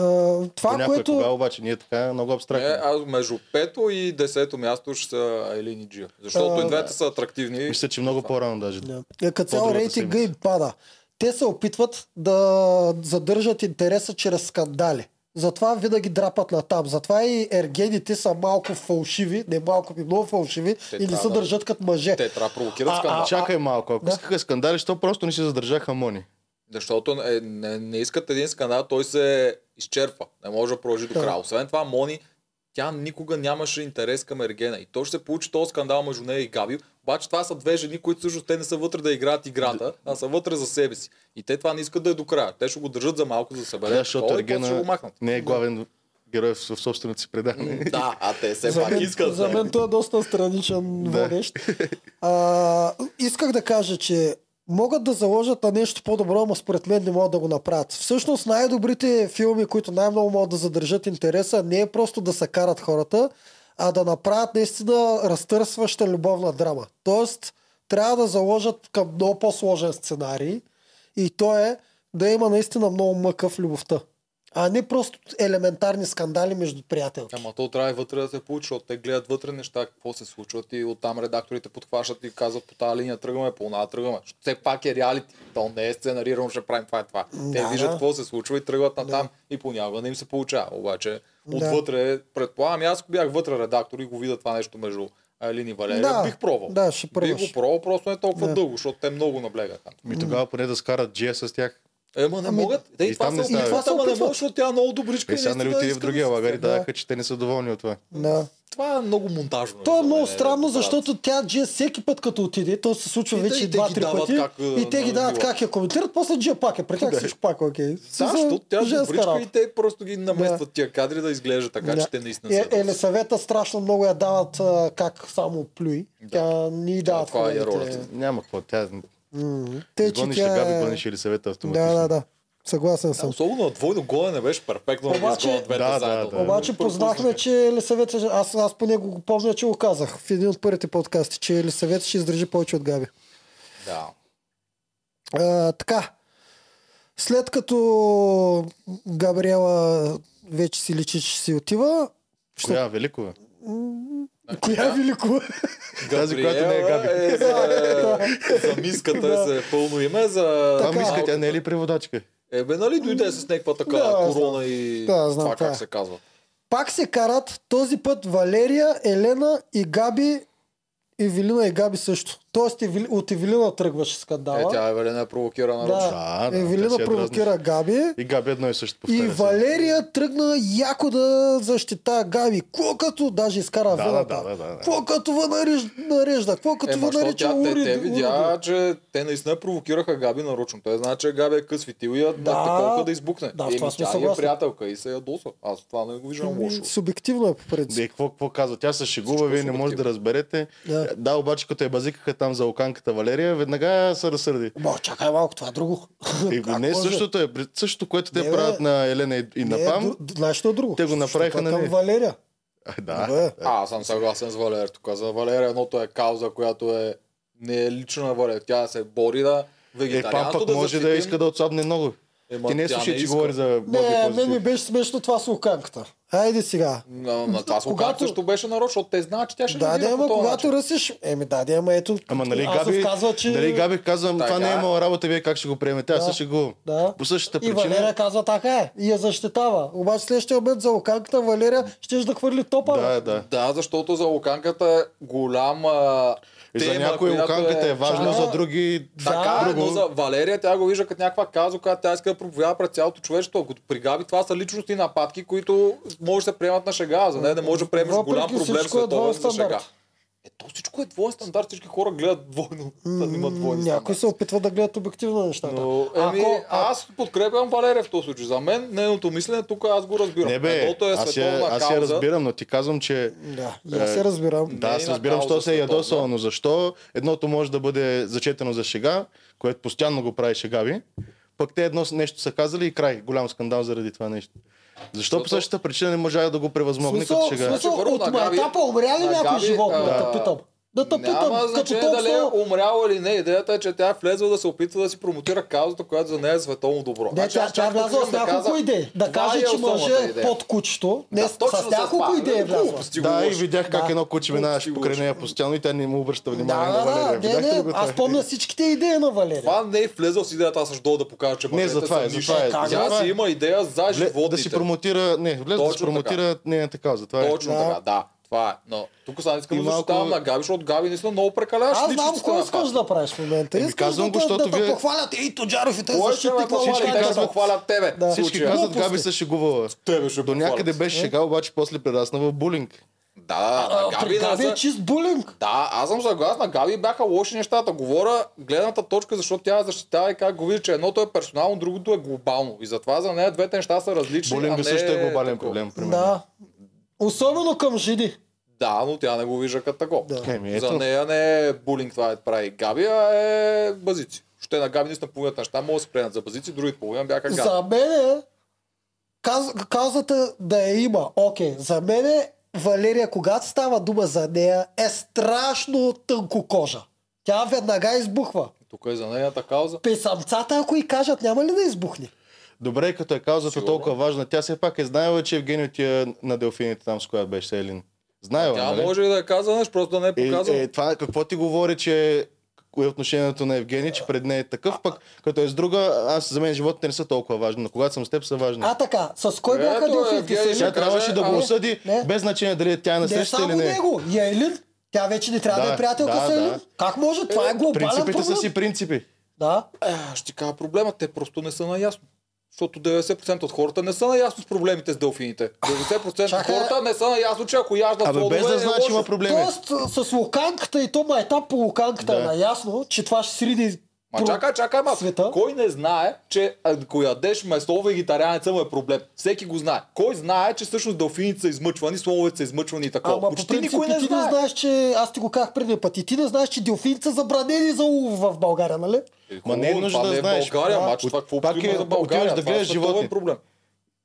Speaker 2: това,
Speaker 3: Понякога,
Speaker 2: което...
Speaker 3: кога обаче? Ние така много
Speaker 1: Не,
Speaker 3: абстрактно.
Speaker 1: аз между пето и десето място ще са Айлин и Джия. Защото
Speaker 2: А,
Speaker 1: и двете са атрактивни.
Speaker 3: Мисля, че много по-рано даже.
Speaker 2: Да. Е, Като цяло
Speaker 3: По-другата
Speaker 2: рейтинга
Speaker 3: седмица.
Speaker 2: им пада. Те се опитват да задържат интереса чрез скандали. Затова винаги драпат на там. Затова и ергените са малко фалшиви, не малко, ми много фалшиви
Speaker 1: Те
Speaker 2: и не
Speaker 1: трябва
Speaker 2: се
Speaker 1: да-
Speaker 2: държат като мъже.
Speaker 1: Те трябва да провокират
Speaker 2: А, а,
Speaker 1: скандал.
Speaker 3: Чакай малко. Ако
Speaker 2: Да.
Speaker 3: искаха скандали, що просто не си задържаха Мони?
Speaker 1: Защото е, не, не искат един скандал, той се изчерпва. Не може да продължи до
Speaker 2: Да.
Speaker 1: края. Освен това, Мони, тя никога нямаше интерес към Ергена. И то ще се получи този скандал между нея и Габи. Обаче това са две жени, които всъщност те не са вътре да играят играта, а са вътре за себе си. И те това не искат да е до края. Те ще го държат за малко, за да съберат.
Speaker 3: Да, защото
Speaker 1: такова и после ще го
Speaker 3: Ергена
Speaker 1: махнат.
Speaker 3: не е главен герой в в собственото си предаване.
Speaker 1: Да, а те все
Speaker 2: За
Speaker 1: Е, пак
Speaker 2: мен,
Speaker 1: искат.
Speaker 2: за
Speaker 1: да.
Speaker 2: мен той е доста страничен водещ. А, исках да кажа, че могат да заложат на нещо по-добро, но според мен не могат да го направят. Всъщност най-добрите филми, които най-много могат да задържат интереса, не е просто да се карат хората, а да направят наистина разтърсваща любовна драма. Тоест, трябва да заложат към много по-сложен сценарий и то е да има наистина много мъка в любовта. А не просто елементарни скандали между приятелки.
Speaker 1: Ама то трябва и вътре да се получи, защото те гледат вътре неща, какво се случват и оттам редакторите подхващат и казват по тази линия тръгваме, по тази тръгваме. Защото Все пак е реалити. То не е сценарирано, ще правим това и това. Те
Speaker 2: Да,
Speaker 1: виждат
Speaker 2: да.
Speaker 1: какво се случва и тръгват натам и понякога не им се получава. Обаче
Speaker 2: Да.
Speaker 1: отвътре, предполагам, и аз ако бях вътре редактор и го видя това нещо между Айлин и Валерия,
Speaker 2: Да,
Speaker 1: бих пробвал.
Speaker 2: да, ще
Speaker 1: бих
Speaker 2: пробваш.
Speaker 1: го пробвал, просто не е толкова
Speaker 2: Да.
Speaker 1: дълго, защото те много наблегаха.
Speaker 3: Ми тогава поне да скарат Джия с тях.
Speaker 1: Ема не
Speaker 2: Ами,
Speaker 1: могат. Те и,
Speaker 3: и
Speaker 1: това
Speaker 3: там не
Speaker 1: се
Speaker 3: става.
Speaker 1: опитват, ама не
Speaker 2: опитват.
Speaker 1: може, защото тя е много добричка.
Speaker 3: Е, сега нали
Speaker 1: наистина
Speaker 3: отиде в
Speaker 1: иска да
Speaker 3: другия
Speaker 1: се
Speaker 3: лагер и
Speaker 1: стреля.
Speaker 3: дадаха, че те не са доволни от това.
Speaker 2: Да.
Speaker 1: Това е много монтажно.
Speaker 2: То е
Speaker 1: за мен,
Speaker 2: много странно,
Speaker 1: да.
Speaker 2: защото тя Джия всеки път като отиде, то се случва
Speaker 1: И те- и
Speaker 2: вече
Speaker 1: те ги
Speaker 2: два-три
Speaker 1: дават
Speaker 2: пъти
Speaker 1: как, е,
Speaker 2: и те ги
Speaker 1: на
Speaker 2: дават
Speaker 1: нивото.
Speaker 2: как я коментират, после Джия пак е при тях
Speaker 3: Да.
Speaker 2: всичко пак е окей.
Speaker 1: Да, защото тя е
Speaker 2: Женска
Speaker 1: добричка
Speaker 2: работа.
Speaker 1: и те просто ги наместват тия кадри да изглежда така,
Speaker 2: Да.
Speaker 1: че те наистина
Speaker 2: Е,
Speaker 1: са.
Speaker 2: Елисавета страшно много я дават а, как само плюи.
Speaker 1: Да.
Speaker 2: Тя ни й дават
Speaker 1: това е
Speaker 2: хубавите.
Speaker 1: ролята.
Speaker 3: Няма какво. Тя
Speaker 2: М, Те, че
Speaker 3: гониш
Speaker 2: тя
Speaker 3: Габи,
Speaker 2: е...
Speaker 3: гониш или съвета автоматично.
Speaker 2: Да, да, да. Съгласен
Speaker 1: Да,
Speaker 2: съм.
Speaker 1: особено на двойно гола не беше перфектно да
Speaker 2: Обаче-
Speaker 1: изгонят двете
Speaker 3: Да, да,
Speaker 1: заедно.
Speaker 3: да.
Speaker 2: Обаче познахме, че Елисавета... Аз, аз поне го го помня, че го казах в един от първите подкасти, че Елисавета ще издържи повече от Габи.
Speaker 1: Да.
Speaker 2: А, така. След като Габриела вече си личи, че си отива,
Speaker 3: Коя е Великова?
Speaker 2: м, коя е велико?
Speaker 3: Тази, която не е Габи.
Speaker 1: Габриела Е за, за миската
Speaker 2: Да.
Speaker 1: е за пълно име, за...
Speaker 3: Това
Speaker 2: Така.
Speaker 3: миска, тя не е ли преводачка?
Speaker 1: Ебе, нали дойде с някаква така
Speaker 2: Да, знам.
Speaker 1: корона и
Speaker 2: Да, знам
Speaker 1: това
Speaker 2: това е.
Speaker 1: как се казва.
Speaker 2: Пак се карат този път Валерия, Елена и Габи. Евелина и Габи също. Тоест Евели- от Евелина тръгваше скандала.
Speaker 1: Е, тя е велена е провокирана.
Speaker 2: Да.
Speaker 1: Да. е
Speaker 3: Да, да, тя
Speaker 2: Евелина
Speaker 3: си я
Speaker 2: провокира Габи.
Speaker 3: И Габи едно и също повтаря.
Speaker 2: И
Speaker 3: се.
Speaker 2: Валерия тръгна яко да защита Габи. Кво като даже изкара
Speaker 3: Да, да,
Speaker 2: вилата.
Speaker 3: да, да, да.
Speaker 2: Какво като ва нарежда, нарежда? Какво като
Speaker 1: Е,
Speaker 2: ва
Speaker 1: ма, защото
Speaker 2: нарича
Speaker 1: тя, те,
Speaker 2: уреди?
Speaker 1: те видя, че те наистина провокираха Габи нарочно. Той знае, че Габи е къс фитил и я да, колко да избухне.
Speaker 2: Да, в
Speaker 1: Еми,
Speaker 2: това сме
Speaker 1: тя ѝ е
Speaker 2: съгласни.
Speaker 1: приятелка и се ядоса. Аз това не го виждам лошо.
Speaker 2: Субективно е по
Speaker 3: Да,
Speaker 2: принцип.
Speaker 3: и какво, какво казва? Тя се шегува,
Speaker 1: Всичко
Speaker 3: вие не можете да
Speaker 1: субективно.
Speaker 3: разберете.
Speaker 2: Да.
Speaker 3: Да, обаче като я базикаха там за оканката Валерия, веднага се разсърди.
Speaker 2: Ма, чакай малко, това е друго.
Speaker 3: И
Speaker 2: Как
Speaker 3: не
Speaker 2: може?
Speaker 3: същото е, при- същото, което
Speaker 2: Не,
Speaker 3: те
Speaker 2: бе.
Speaker 3: правят на Елена и- и
Speaker 2: Не,
Speaker 3: на Пам.
Speaker 2: дру- Знаеш, то е друго.
Speaker 3: те го направиха,
Speaker 2: Защото е
Speaker 3: нали?
Speaker 2: Към Валерия.
Speaker 3: А, Да.
Speaker 2: Добре.
Speaker 1: А, аз съм съгласен с Валерия тук. За Валерия едното е кауза, която е не е лично на Валерия. Тя се бори да
Speaker 3: Е, Пам
Speaker 1: вегетарианство
Speaker 3: пък
Speaker 1: да
Speaker 3: може да
Speaker 1: защитим.
Speaker 3: иска да отслабне много.
Speaker 1: Ема,
Speaker 3: Ти не
Speaker 1: Е, тя
Speaker 3: слушай, че
Speaker 1: иска.
Speaker 3: говори за
Speaker 2: Не,
Speaker 3: Боби
Speaker 2: мен ми беше смешно това с луканката. Хайде сега.
Speaker 1: На, на това
Speaker 2: Когато-
Speaker 1: когато... също беше нарочно, защото те знаят, че тя ще
Speaker 2: Да,
Speaker 1: реагира
Speaker 2: да,
Speaker 1: по
Speaker 2: ама
Speaker 1: този
Speaker 2: когато ръсиш, еми да, да, ама ето.
Speaker 3: Ама нали
Speaker 2: Асов
Speaker 3: Габи,
Speaker 2: казва, че...
Speaker 3: нали, Габи казвам, това
Speaker 1: Така.
Speaker 3: не е моя работа, вие как ще го приемете, аз
Speaker 2: Да.
Speaker 3: се шегувам.
Speaker 2: Да.
Speaker 3: По същата
Speaker 2: И Валерия
Speaker 3: причина,
Speaker 2: казва така е. И я защитава. Обаче следващия обед за луканката Валерия ще да хвърли топа. бе.
Speaker 3: да, да.
Speaker 1: Да, защото за локанката е голяма
Speaker 3: И
Speaker 1: тема,
Speaker 3: за някои
Speaker 1: която
Speaker 3: луканката е важна,
Speaker 2: Да.
Speaker 3: за други...
Speaker 1: Така,
Speaker 2: Да.
Speaker 1: да, но за Валерия тя го вижда като някаква казо, която тя иска да проповяда пред цялото човечество. Като при Габи това са личностни нападки, които може да се приемат на шега. За нея не може да приемеш
Speaker 2: Въпреки
Speaker 1: голям проблем
Speaker 2: всичко е
Speaker 1: световен
Speaker 2: двоен
Speaker 1: за шега.
Speaker 2: стандарт.
Speaker 1: Е, то всичко е двоен стандарт, всички хора гледат двойно, да имат
Speaker 2: М,
Speaker 1: двойни
Speaker 2: Някой се
Speaker 1: стандарти.
Speaker 2: опитва да гледат обективно нещата.
Speaker 1: Но, еми,
Speaker 2: Ако-
Speaker 1: аз подкрепям Валерия в този случай. За мен нейното мислене тук аз го разбирам.
Speaker 3: Не бе,
Speaker 1: Едното е
Speaker 3: аз я,
Speaker 1: световна
Speaker 3: аз я
Speaker 1: кауза.
Speaker 3: разбирам, но ти казвам, че
Speaker 2: Да, и аз
Speaker 3: Е,
Speaker 2: се разбирам.
Speaker 3: Да, аз
Speaker 1: Нейна
Speaker 3: разбирам,
Speaker 1: кауза
Speaker 3: що се е
Speaker 1: световна.
Speaker 3: ядосало, но защо едното може да бъде зачетено за шега, което постоянно го прави шегави, пък те едно с- нещо са казали и край, голям скандал заради това нещо. Защо по
Speaker 1: Защото-
Speaker 3: същата причина не можа да го превъзмогне като
Speaker 2: Смисъл,
Speaker 3: шега?
Speaker 2: смисъл
Speaker 1: Значи, първо
Speaker 2: от
Speaker 1: на Габи-
Speaker 2: майтапа умря ли
Speaker 1: на
Speaker 2: някой
Speaker 1: Габи,
Speaker 2: животно?
Speaker 1: а,
Speaker 2: Да те питам. Да те питам,
Speaker 1: Няма
Speaker 2: като
Speaker 1: значение дали е
Speaker 2: толкова...
Speaker 1: умрял или не. Идеята е, че тя е влезла да се опитва да си промотира каузата, която за нея е световно добро.
Speaker 2: Не, тя, тя е влязла с
Speaker 1: да
Speaker 2: няколко
Speaker 1: каза,
Speaker 2: идеи. Да
Speaker 1: това
Speaker 2: каже,
Speaker 1: е
Speaker 2: че
Speaker 1: основната
Speaker 2: мъже е
Speaker 1: идея.
Speaker 2: под кучето. Не,
Speaker 1: Да,
Speaker 2: с,
Speaker 1: точно
Speaker 2: с няколко
Speaker 1: това. Нали,
Speaker 2: идеи е влязла.
Speaker 1: Глупости
Speaker 3: Да, и
Speaker 1: говориш.
Speaker 3: видях как
Speaker 2: Да.
Speaker 3: едно куче минаваше
Speaker 1: Глупости
Speaker 3: покрай
Speaker 1: лоши.
Speaker 3: нея постоянно и тя не му обръща внимание
Speaker 2: Да, да,
Speaker 3: на Валерия.
Speaker 2: да,
Speaker 3: Видяхте ли
Speaker 2: не,
Speaker 3: го
Speaker 2: не.
Speaker 3: това?
Speaker 2: Аз помня всичките идеи на Валерия.
Speaker 1: Това не е влезъл с идеята аз дол да покажа, че
Speaker 3: Не, за това е, за това е.
Speaker 2: Как?
Speaker 3: за това
Speaker 1: Тя
Speaker 3: е.
Speaker 1: си има идея за
Speaker 3: Вле-
Speaker 1: животните.
Speaker 3: Да си промотира, не, влез да си
Speaker 1: Точно
Speaker 3: промотира нейната кауза. Това е.
Speaker 1: Точно
Speaker 2: Да.
Speaker 1: така, да. Това е. Но тук сега не искам
Speaker 3: И
Speaker 1: да
Speaker 3: малко-
Speaker 1: защитавам на Габи, защото Габи наистина много прекаляваш.
Speaker 2: Аз знам какво искаш да правиш в момента.
Speaker 3: Еми,
Speaker 2: Искаш
Speaker 3: казвам
Speaker 2: да те-
Speaker 3: го, защото
Speaker 2: да те
Speaker 3: вие-
Speaker 2: похвалят. Ей, Тоджаров и
Speaker 1: Кой
Speaker 2: те
Speaker 1: е ще ме
Speaker 2: защитник на
Speaker 1: похвали?
Speaker 3: всички
Speaker 1: Те
Speaker 2: Луканката.
Speaker 1: ще
Speaker 3: казват-
Speaker 1: похвалят тебе.
Speaker 2: Да.
Speaker 3: Всички
Speaker 1: Случая.
Speaker 3: казват,
Speaker 2: Глупости.
Speaker 3: Габи се шегувала.
Speaker 1: Тебе ще
Speaker 3: До някъде беше шега, обаче после прерасна в булинг.
Speaker 1: Да,
Speaker 2: А,
Speaker 1: на Габи
Speaker 2: При
Speaker 1: не
Speaker 2: Габи е
Speaker 1: са-
Speaker 2: чист булинг.
Speaker 1: Да, аз съм съгласна. Габи бяха лоши нещата. Говоря гледната точка, защото тя я защитава и как го вижда, че едното е персонално, другото е глобално. И затова за нея двете неща са различни. а
Speaker 3: Булинга
Speaker 1: не
Speaker 3: също е глобален
Speaker 1: такова.
Speaker 3: проблем, примерно.
Speaker 2: Да. Особено към жиди.
Speaker 1: Да, но тя не го вижда като такова.
Speaker 2: Да.
Speaker 3: Еми,
Speaker 1: За
Speaker 3: Е, ето.
Speaker 1: нея не е булинг това е да прави Габи, а е базици. Ще на Габи наистина половината неща могат да се приемат за базици, други половина бяха Габи.
Speaker 2: За мен е... Каз, казата да я има. Окей. За мен е Валерия, когато става дума за нея, е страшно тънко кожа. Тя веднага избухва.
Speaker 1: Тук е за нейната кауза.
Speaker 2: Песамцата, ако и кажат, няма ли да избухне?
Speaker 3: Добре, като е каузата
Speaker 1: Сигурно.
Speaker 3: толкова важна, тя все пак е знаела, че Евгения отива на делфините там, с която беше с Елин. Знаела,
Speaker 1: Тя
Speaker 3: нали?
Speaker 1: може и да е казала нещо, просто да не е показала.
Speaker 3: Е, е, това какво ти говори, че е отношението на Евгений, че пред нея е такъв, пък като е с друга, аз за мен животите не са толкова важни, но когато съм с теб са важни.
Speaker 2: А така, с кой бяха
Speaker 1: Ето,
Speaker 2: делфините?
Speaker 1: Евгений,
Speaker 2: С
Speaker 3: Тя
Speaker 1: ще
Speaker 2: Елин?
Speaker 1: каже,
Speaker 3: трябваше да го
Speaker 1: ама-
Speaker 3: осъди,
Speaker 2: не.
Speaker 3: без значение дали тя е на
Speaker 2: Не
Speaker 3: среща
Speaker 2: само
Speaker 3: или не.
Speaker 2: него. И Елин, тя вече не трябва да,
Speaker 3: Да,
Speaker 2: е приятелка
Speaker 3: да,
Speaker 2: с Елин.
Speaker 3: да.
Speaker 2: Как може? Това е глобален
Speaker 3: Принципите
Speaker 2: проблем.
Speaker 3: са си принципи.
Speaker 2: Да,
Speaker 1: Е, ще ти кажа проблема, те просто не са наясно. Защото 90% от хората не са наясно с проблемите с делфините. 90% от
Speaker 2: Чакай.
Speaker 1: хората не са наясно, че ако яждат
Speaker 3: Абе, без да
Speaker 1: е
Speaker 3: знаеш,
Speaker 1: лошо.
Speaker 3: има проблеми.
Speaker 2: Тоест с луканката и то ма етап по луканката
Speaker 3: Да.
Speaker 2: е наясно, че това ще сриди
Speaker 1: Ма
Speaker 2: про-
Speaker 1: чакай, чакай, ма.
Speaker 2: света.
Speaker 1: Кой не знае, че ако ядеш месо, вегетарианеца му е проблем? Всеки го знае. Кой знае, че всъщност делфините са измъчвани, слоновете са измъчвани и такова?
Speaker 2: Ама по
Speaker 1: Почти
Speaker 2: принцип
Speaker 1: никой
Speaker 2: и
Speaker 1: не
Speaker 2: ти не
Speaker 1: знае.
Speaker 2: знаеш, че аз ти го казах преди път. И ти не знаеш, че делфините са забранени за улов в България, нали?
Speaker 1: Е, хубаво,
Speaker 3: Ма не е нужно
Speaker 1: това
Speaker 3: да
Speaker 1: не е
Speaker 3: знаеш.
Speaker 1: България,
Speaker 3: Да.
Speaker 1: ма, че това
Speaker 3: От-
Speaker 1: какво
Speaker 3: пак
Speaker 1: има
Speaker 3: е-
Speaker 1: за
Speaker 3: отиваш
Speaker 1: България? Това
Speaker 3: да
Speaker 1: е
Speaker 3: гледаш
Speaker 1: световен
Speaker 3: животни.
Speaker 1: проблем.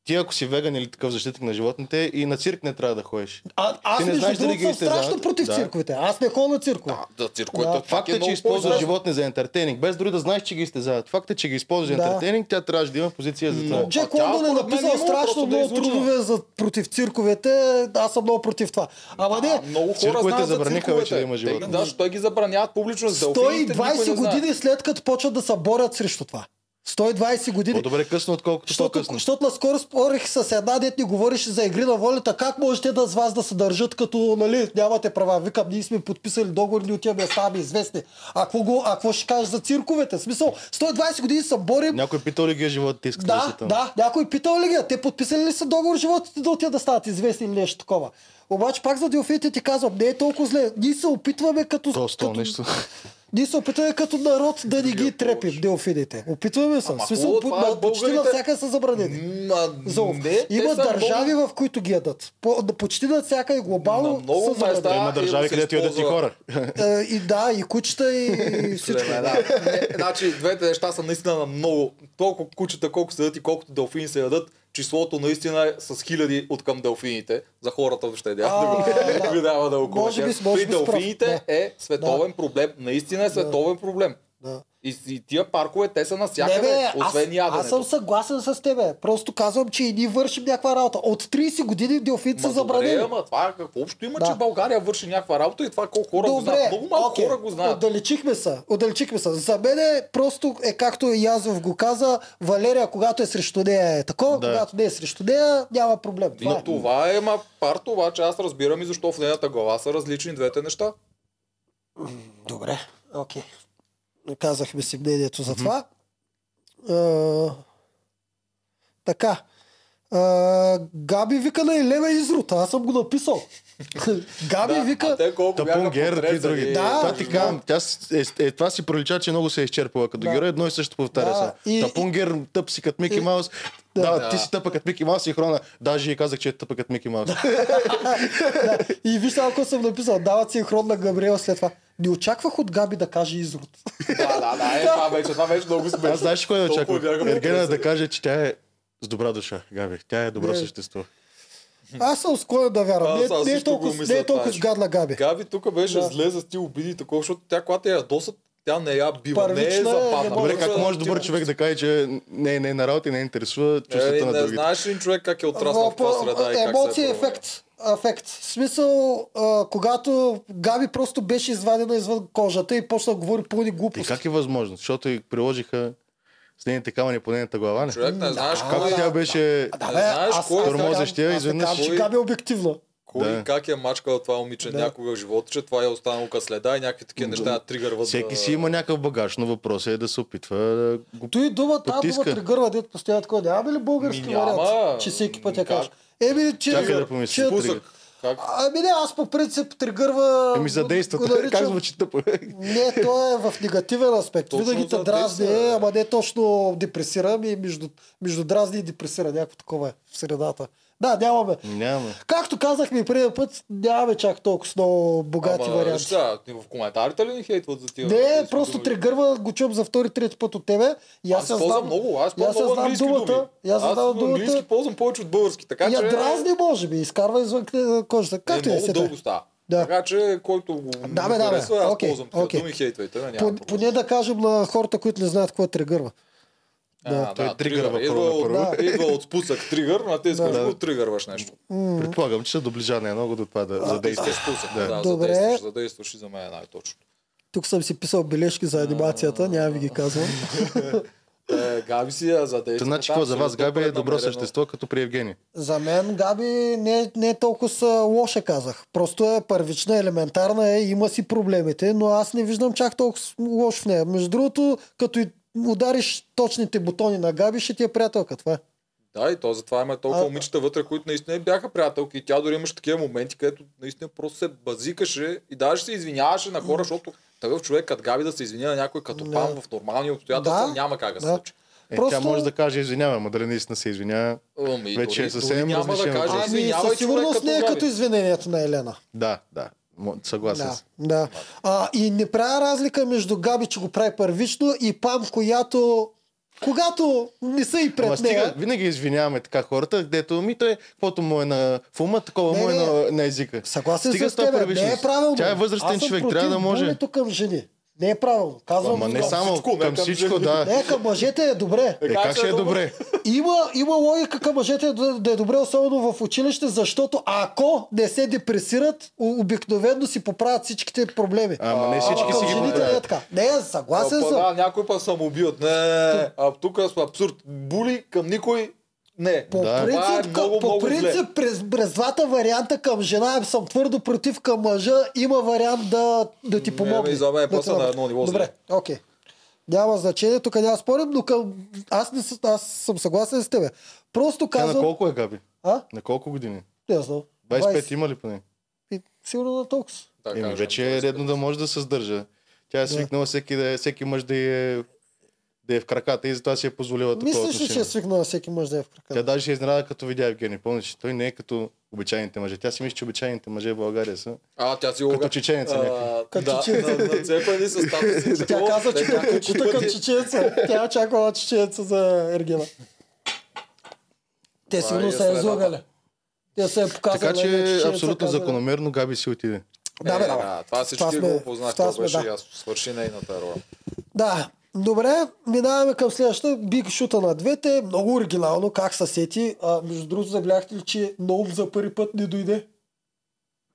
Speaker 3: Ти ако си веган или такъв защитник на животните и на цирк не трябва да ходиш.
Speaker 2: А, аз
Speaker 3: Ти не
Speaker 2: между
Speaker 3: знаеш дали
Speaker 2: другото съм
Speaker 3: ги те
Speaker 2: страшно
Speaker 3: знаят.
Speaker 2: против
Speaker 3: Да.
Speaker 2: цирковете. Аз не ходя на циркове.
Speaker 1: Да, да, циркулите
Speaker 2: Да.
Speaker 1: пак
Speaker 3: Факт е, че
Speaker 1: много
Speaker 3: използваш
Speaker 1: по-зле.
Speaker 3: животни за ентертейнинг, без дори да знаеш, че ги изтезават. Факт е, че ги използваш за
Speaker 2: Да.
Speaker 3: ентертейнинг, тя трябваше да има позиция за това.
Speaker 2: Джек
Speaker 1: тя,
Speaker 2: Лондон е
Speaker 1: според мен,
Speaker 2: написал
Speaker 1: има просто
Speaker 2: страшно
Speaker 1: да
Speaker 2: много
Speaker 1: излъчва.
Speaker 2: трудове за против цирковете. Аз съм много против това. Ама не,
Speaker 1: А, много хора
Speaker 3: Цирковете
Speaker 1: знаят за
Speaker 3: забраниха
Speaker 1: цирковете.
Speaker 3: вече да има
Speaker 1: Те-
Speaker 3: животни.
Speaker 1: Да, защото те ги забраняват публично. За делфините никой
Speaker 2: 120
Speaker 1: не знае.
Speaker 2: години след като почват да се борят срещу това. 120 години.
Speaker 3: По-добре късно, отколкото
Speaker 2: Защото,
Speaker 3: по-късно.
Speaker 2: защото наскоро спорих с една дет ни говореше за игри на волята. Как можете да с вас да се държат като нали, нямате права? Викам, ние сме подписали договор, ние отиваме да ставаме известни. А какво, го, а какво ще кажеш за цирковете? В смисъл, 120 години се борим.
Speaker 3: Някой питал ли ги е животите, искат да
Speaker 2: Да,
Speaker 3: са там?
Speaker 2: да, някой питал ли ги? а Те подписали ли са договор животите да отидат да станат известни или нещо такова? Обаче пак за диофите ти казвам, не е толкова зле. Ние се опитваме като...
Speaker 1: е
Speaker 3: Просто
Speaker 2: като
Speaker 3: нещо.
Speaker 2: ние се опитваме като народ да не ги трепим, делфините. Опитваме се.
Speaker 1: Ама
Speaker 2: В смисъл,
Speaker 1: хубаво,
Speaker 2: по-
Speaker 1: това
Speaker 2: на-
Speaker 1: е
Speaker 2: почти
Speaker 1: българите.
Speaker 2: навсякъде са забранени.
Speaker 1: Ма,
Speaker 2: За улов.
Speaker 1: не, те
Speaker 2: Има
Speaker 1: са
Speaker 2: държави, в които ги ядат. По, да, почти навсякъде
Speaker 1: много,
Speaker 2: глобално
Speaker 1: на много
Speaker 2: са забранени.
Speaker 1: места.
Speaker 3: Има държави,
Speaker 1: и се
Speaker 3: където ядат и
Speaker 1: използва-
Speaker 3: хора.
Speaker 2: Е, И да, и кучета, и, и всичко.
Speaker 1: Племена. Не, Значи, двете неща са наистина на много. Толкова кучета, колко се ядат и колкото делфини се ядат, числото наистина е с хиляди от към делфините. За хората въобще няма да го-
Speaker 2: А,
Speaker 1: не го няма да го
Speaker 2: Може би-
Speaker 1: коментирам.
Speaker 2: може
Speaker 1: При
Speaker 2: би справ.
Speaker 1: делфините
Speaker 2: Да.
Speaker 1: е световен проблем. Наистина е световен проблем.
Speaker 2: Да.
Speaker 1: И, и тия паркове, те са
Speaker 2: Не,
Speaker 1: навсякъде,
Speaker 2: бе,
Speaker 1: освен
Speaker 2: аз, аз съм
Speaker 1: яденето.
Speaker 2: съгласен с тебе. Просто казвам, че и ние вършим някаква работа. От 30 години делфините са
Speaker 1: Ма добре,
Speaker 2: забранени.
Speaker 1: ама това какво общо има,
Speaker 2: Да.
Speaker 1: че България върши някаква работа и това колко хора го знаят. Много малко
Speaker 2: окей.
Speaker 1: хора го знаят.
Speaker 2: Отдалечихме се. Отдалечихме се. За мен е просто е както и Язов го каза, Валерия, когато е срещу нея е такова,
Speaker 3: Да.
Speaker 2: когато не е срещу нея, няма проблем.
Speaker 1: И
Speaker 2: Това е.
Speaker 1: това е, ма пар това, че аз разбирам и защо в нейната глава са различни двете неща.
Speaker 2: Добре, окей. Казахме си мнението за това. А, така. А, Габи вика на Елена Изрута. Аз съм го написал. Габи
Speaker 1: Да, а
Speaker 2: вика...
Speaker 1: те колко бяха
Speaker 3: Тапунгер, и
Speaker 1: потресени.
Speaker 3: други.
Speaker 2: Да.
Speaker 3: това ти казвам, тя с- е- е, това си пролича, че много се е изчерпала като
Speaker 2: Да.
Speaker 3: герой, едно и също повтаря
Speaker 2: Да,
Speaker 3: се.
Speaker 2: и-
Speaker 3: Тапунгер, тъп си като Мики Маус. Да,
Speaker 1: Да.
Speaker 3: ти си тъпа като Мики Маус и хрона. Даже и казах, че е тъпа като Мики Маус.
Speaker 2: да, и вижте ако съм написал. Дават синхрон на Габриел след това. Не очаквах от Габи да каже Изрут.
Speaker 1: Да, да, да, е, това вече, това вече много смешно.
Speaker 3: Аз знаеш кой да
Speaker 1: Толкова
Speaker 3: очаквах?
Speaker 1: бяха
Speaker 3: Ергена да
Speaker 1: потресени.
Speaker 3: каже, че тя е с добра душа, Габи. Тя е добро
Speaker 2: Не.
Speaker 3: същество.
Speaker 2: Аз съм склонен да вярвам.
Speaker 1: Аз-
Speaker 2: Не,
Speaker 1: аз
Speaker 2: не, е
Speaker 1: също го
Speaker 2: толкова,
Speaker 1: мисля
Speaker 2: не е толкова
Speaker 1: това.
Speaker 2: гадна Габи.
Speaker 1: Габи тук беше
Speaker 2: Да.
Speaker 1: зле за ти обиди и такова, защото тя, когато я досат, тя не я бива, не е
Speaker 2: Първична е, не
Speaker 1: западна.
Speaker 2: може
Speaker 3: Добре,
Speaker 2: да
Speaker 3: как
Speaker 2: се
Speaker 3: може добър човек да каже, че не, не е на работа и не интересува чувствата
Speaker 1: Е,
Speaker 3: на
Speaker 1: не
Speaker 3: другите?
Speaker 1: знаеш ли човек как е отраснал в тази среда и как се
Speaker 2: Емоция,
Speaker 1: е променил?
Speaker 2: ефект. Афект. В смисъл, а, когато Габи просто беше извадена извън кожата и почна да говори пълни
Speaker 3: И
Speaker 2: глупости.
Speaker 3: как е възможно? Защото и приложиха с нейните камъни по нейната глава, не?
Speaker 1: Човек не знаеш
Speaker 2: Да.
Speaker 1: кой, е
Speaker 3: Както тя беше...
Speaker 2: Да,
Speaker 1: Не
Speaker 2: бе,
Speaker 1: знаеш
Speaker 2: аз,
Speaker 1: кой
Speaker 2: аз,
Speaker 1: е
Speaker 2: така-
Speaker 3: тормозещия,
Speaker 2: аз
Speaker 3: изведнъж-
Speaker 2: така, че
Speaker 1: Кой-
Speaker 2: Габи е обективна.
Speaker 1: кой
Speaker 3: Да.
Speaker 1: как е мачкал това момиче
Speaker 2: Да.
Speaker 1: някога в живота, че това е останало като следа и някакви такива неща я тригърват.
Speaker 3: Всеки
Speaker 1: да-
Speaker 3: си има някакъв багаж, но въпросът е да се опитва да го...
Speaker 2: Той дума, тази дума
Speaker 3: Потиска.
Speaker 2: тригърва, дед постоянно такова. Няма ли български
Speaker 1: Ми няма.
Speaker 2: вариант, че всеки път я
Speaker 1: Как?
Speaker 2: кажеш? Еми, че...
Speaker 3: Чакай да помисля.
Speaker 2: че-
Speaker 1: Пусък. Как?
Speaker 2: Ами не, аз по принцип тригърва...
Speaker 3: Еми задействат.
Speaker 2: го наричам-
Speaker 3: Как звучи тъпо?
Speaker 2: Не, то е в негативен аспект.
Speaker 1: Точно
Speaker 2: Винаги те
Speaker 1: за
Speaker 2: дразни,
Speaker 1: действие, да.
Speaker 2: ама не точно депресира, ми между, между дразни и депресира. Някакво такова е в средата. Да, нямаме.
Speaker 3: Няма.
Speaker 2: Както казахме и преди път, нямаме чак толкова много богати
Speaker 1: Ама, виж
Speaker 2: варианти.
Speaker 1: сега, ти в коментарите ли ни хейтват за тия?
Speaker 2: Не,
Speaker 1: тези
Speaker 2: просто
Speaker 1: думи?
Speaker 2: тригърва, го чувам за втори, трети път от тебе. И аз,
Speaker 1: Аз
Speaker 2: я
Speaker 1: ползвам
Speaker 2: знам,
Speaker 1: много, аз
Speaker 2: и аз я
Speaker 1: ползвам
Speaker 2: знам
Speaker 1: английски
Speaker 2: думата,
Speaker 1: думи.
Speaker 2: и аз я знам
Speaker 1: на английски
Speaker 2: думата.
Speaker 1: ползвам повече от български, така
Speaker 2: я
Speaker 1: че...
Speaker 2: дразни, може би, изкарва извън кне- кожата. Както
Speaker 1: е,
Speaker 2: и да
Speaker 1: много
Speaker 2: се
Speaker 1: дълго става.
Speaker 2: Да.
Speaker 1: Така че, който го
Speaker 2: Да, бе, да, бе.
Speaker 1: харесва, аз
Speaker 2: Окей,
Speaker 1: ползвам такива
Speaker 2: окей.
Speaker 1: думи, хейтвайте. ме,
Speaker 2: По-
Speaker 1: Няма проблем.
Speaker 2: Поне да кажем на хората, които не знаят какво е тригърва.
Speaker 1: А,
Speaker 3: Той
Speaker 1: да,
Speaker 3: тригърва
Speaker 1: тригър.
Speaker 3: първо,
Speaker 1: Идва от-
Speaker 2: първо.
Speaker 1: Идва от спусък тригър, на те искаш
Speaker 3: Да.
Speaker 1: да го тригърваш нещо.
Speaker 3: Предполагам, че се доближа не е много до това да
Speaker 1: Да
Speaker 3: задейства.
Speaker 1: искаш спусък.
Speaker 3: Да.
Speaker 1: Да,
Speaker 2: Добре.
Speaker 1: задействаш, задействаш и за мен е най-точно.
Speaker 2: Тук съм си писал бележки за анимацията, няма ви ги казвам.
Speaker 1: Е, Габи си я задейства.
Speaker 3: Та, значи, какво за вас Габи е добро същество, като при Евгений.
Speaker 2: За мен Габи не, не е толкова лоша, казах. Просто е първична, елементарна е, има си проблемите, но аз не виждам чак толкова лошо в нея. Между другото, като и удариш точните бутони на Габи, ще ти е приятелка. Това е.
Speaker 1: Да, и то затова има толкова
Speaker 2: А,
Speaker 1: момичета вътре, които наистина бяха приятелки. И тя дори имаше такива моменти, където наистина просто се базикаше и даже се извиняваше на хора, защото такъв човек като Габи да се извини на някой като
Speaker 2: Да.
Speaker 1: пам в нормални обстоятелства,
Speaker 2: Да,
Speaker 1: няма как да се
Speaker 2: да.
Speaker 1: случи.
Speaker 3: Е,
Speaker 2: Просто-
Speaker 3: Тя може да каже извинявай, ма дали наистина се извинява.
Speaker 1: Ами,
Speaker 3: Вече
Speaker 1: дори,
Speaker 3: е съвсем
Speaker 1: дори няма да
Speaker 3: различен
Speaker 1: каже,
Speaker 3: въпрос.
Speaker 2: Ами
Speaker 1: извинявай,
Speaker 2: със сигурност не е
Speaker 1: Габи.
Speaker 2: като извинението на Елена.
Speaker 3: Да, да. Мо- Съгласен
Speaker 2: Да,
Speaker 3: съм.
Speaker 2: да. А, и не правя разлика между Габи, че го прави първично и Пам, която когато не са и
Speaker 3: Ама
Speaker 2: пред
Speaker 3: стига,
Speaker 2: нея.
Speaker 3: винаги извиняваме така хората, дето ми той, каквото му е на в ума, такова
Speaker 2: Не,
Speaker 3: му е
Speaker 2: не.
Speaker 3: на, на езика.
Speaker 2: Съгласен Стига
Speaker 3: Стига с
Speaker 2: с
Speaker 3: това
Speaker 2: теб, не е
Speaker 3: първичност.
Speaker 2: правилно.
Speaker 3: Тя е възрастен
Speaker 2: Аз съм
Speaker 3: човек,
Speaker 2: против
Speaker 3: трябва да може.
Speaker 2: булито към жени. Не е правилно. Казвам
Speaker 3: Ама не
Speaker 2: го.
Speaker 3: само
Speaker 1: всичко, не,
Speaker 3: към
Speaker 1: към
Speaker 3: всичко,
Speaker 1: жени.
Speaker 3: да.
Speaker 2: Не, към мъжете е добре.
Speaker 3: Е, как ще е добре?
Speaker 2: Има, има логика към мъжете да, да е добре, особено в училище, защото ако не се депресират, о- обикновено си поправят всичките проблеми.
Speaker 3: Ама не всички
Speaker 2: към
Speaker 3: си ги
Speaker 2: жените не е
Speaker 3: поправят.
Speaker 2: така. Не,
Speaker 1: Аз
Speaker 2: съгласен
Speaker 1: съм.
Speaker 2: съм.
Speaker 1: Да, някой път съм убият. Не, а тук е абсурд. Були към никой не.
Speaker 2: По
Speaker 3: Да.
Speaker 1: Това е
Speaker 2: принцип, към-
Speaker 1: много,
Speaker 2: по
Speaker 1: много зле.
Speaker 2: принцип през, през двата варианта към жена съм твърдо против към мъжа. Има вариант да, да ти
Speaker 1: Не, ами
Speaker 2: помогне.
Speaker 1: бе, за мен
Speaker 2: Да те
Speaker 1: после е на
Speaker 2: направи.
Speaker 1: едно ниво
Speaker 2: Добре,
Speaker 1: зле.
Speaker 2: окей. Няма значение, тук няма спорим, но към... аз, не, с- аз съм съгласен с тебе. Просто
Speaker 3: Тя на
Speaker 2: казвам...
Speaker 3: колко е, Габи?
Speaker 2: А?
Speaker 3: На колко години?
Speaker 2: Не знам.
Speaker 3: 25 има ли поне?
Speaker 2: И Сигурно на толкова.
Speaker 1: Да,
Speaker 3: Еми,
Speaker 1: кажем,
Speaker 3: вече е редно да може да се сдържа. Тя е свикнала всеки, да е, всеки мъж да е, да е в краката и затова си е позволила такова
Speaker 2: Мислиш ли, че
Speaker 3: отношение.
Speaker 2: е свикнала всеки мъж да е в
Speaker 3: Тя
Speaker 2: крака?
Speaker 3: даже се изненада, като видя Евгений. Помниш, че той не е като обичайните мъже. Тя си мисли, че обичайните мъже в България са.
Speaker 1: А, тя си
Speaker 3: Като чеченеца някакви.
Speaker 2: Като
Speaker 1: да, на,
Speaker 2: чеченеца.
Speaker 1: нацепани с статуси.
Speaker 2: Тя каза, че
Speaker 1: Така,
Speaker 2: като кучета към
Speaker 1: пъти-
Speaker 2: чеченца. Тя е чакала чеченца за Ергена. Те
Speaker 1: Това
Speaker 2: сигурно
Speaker 1: е
Speaker 2: са я
Speaker 1: следата.
Speaker 2: излагали. Те са я показали.
Speaker 3: Така че
Speaker 2: чеченеца,
Speaker 3: абсолютно
Speaker 2: казали.
Speaker 3: закономерно Габи си отиде.
Speaker 2: Да, бе, да, бе.
Speaker 1: Е, Това
Speaker 2: Това
Speaker 1: всички
Speaker 2: сме-
Speaker 1: го познах,
Speaker 2: това
Speaker 1: това
Speaker 2: сме,
Speaker 1: беше
Speaker 2: да.
Speaker 1: ясно. Свърши нейната роля.
Speaker 2: Да, добре, минаваме към следващата. Биг шута на двете. Много оригинално, как се сети. А, между другото, забелязахте ли, че Ноум за първи път не дойде?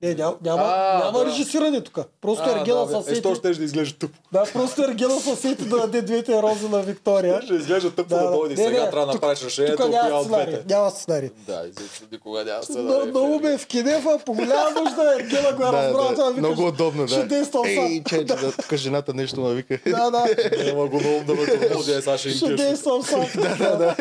Speaker 2: Не, няма, няма,
Speaker 1: А,
Speaker 2: няма
Speaker 1: да.
Speaker 2: режисиране тук. Просто
Speaker 1: А, да,
Speaker 2: Ергена
Speaker 1: бе.
Speaker 2: се сети.
Speaker 1: Е, що ще ще изглежда тъпо.
Speaker 2: Да, просто Ергена се сети да даде двете рози на Виктория.
Speaker 1: Ще изглежда тъпо
Speaker 2: Да,
Speaker 1: да
Speaker 2: да.
Speaker 1: дойде.
Speaker 2: Не, не,
Speaker 1: Сега трябва да
Speaker 2: тук-
Speaker 1: направиш решението,
Speaker 2: Тук
Speaker 1: коя
Speaker 2: няма
Speaker 1: от
Speaker 2: сценарий.
Speaker 1: двете.
Speaker 2: няма сценарий.
Speaker 1: Да, изобщо никога няма се
Speaker 2: Но- Много ме е в Кенефа, по голяма нужда Ергена го е разбрала. това викаш,
Speaker 3: Много удобно, да.
Speaker 2: Ще действам
Speaker 3: Ей,
Speaker 2: сам.
Speaker 3: че, да, тук жената нещо навика.
Speaker 2: Да, да.
Speaker 1: Няма го много е, да ме турбози, сега ще им
Speaker 2: Ще
Speaker 1: кеш.
Speaker 2: действам сам. да, да, да.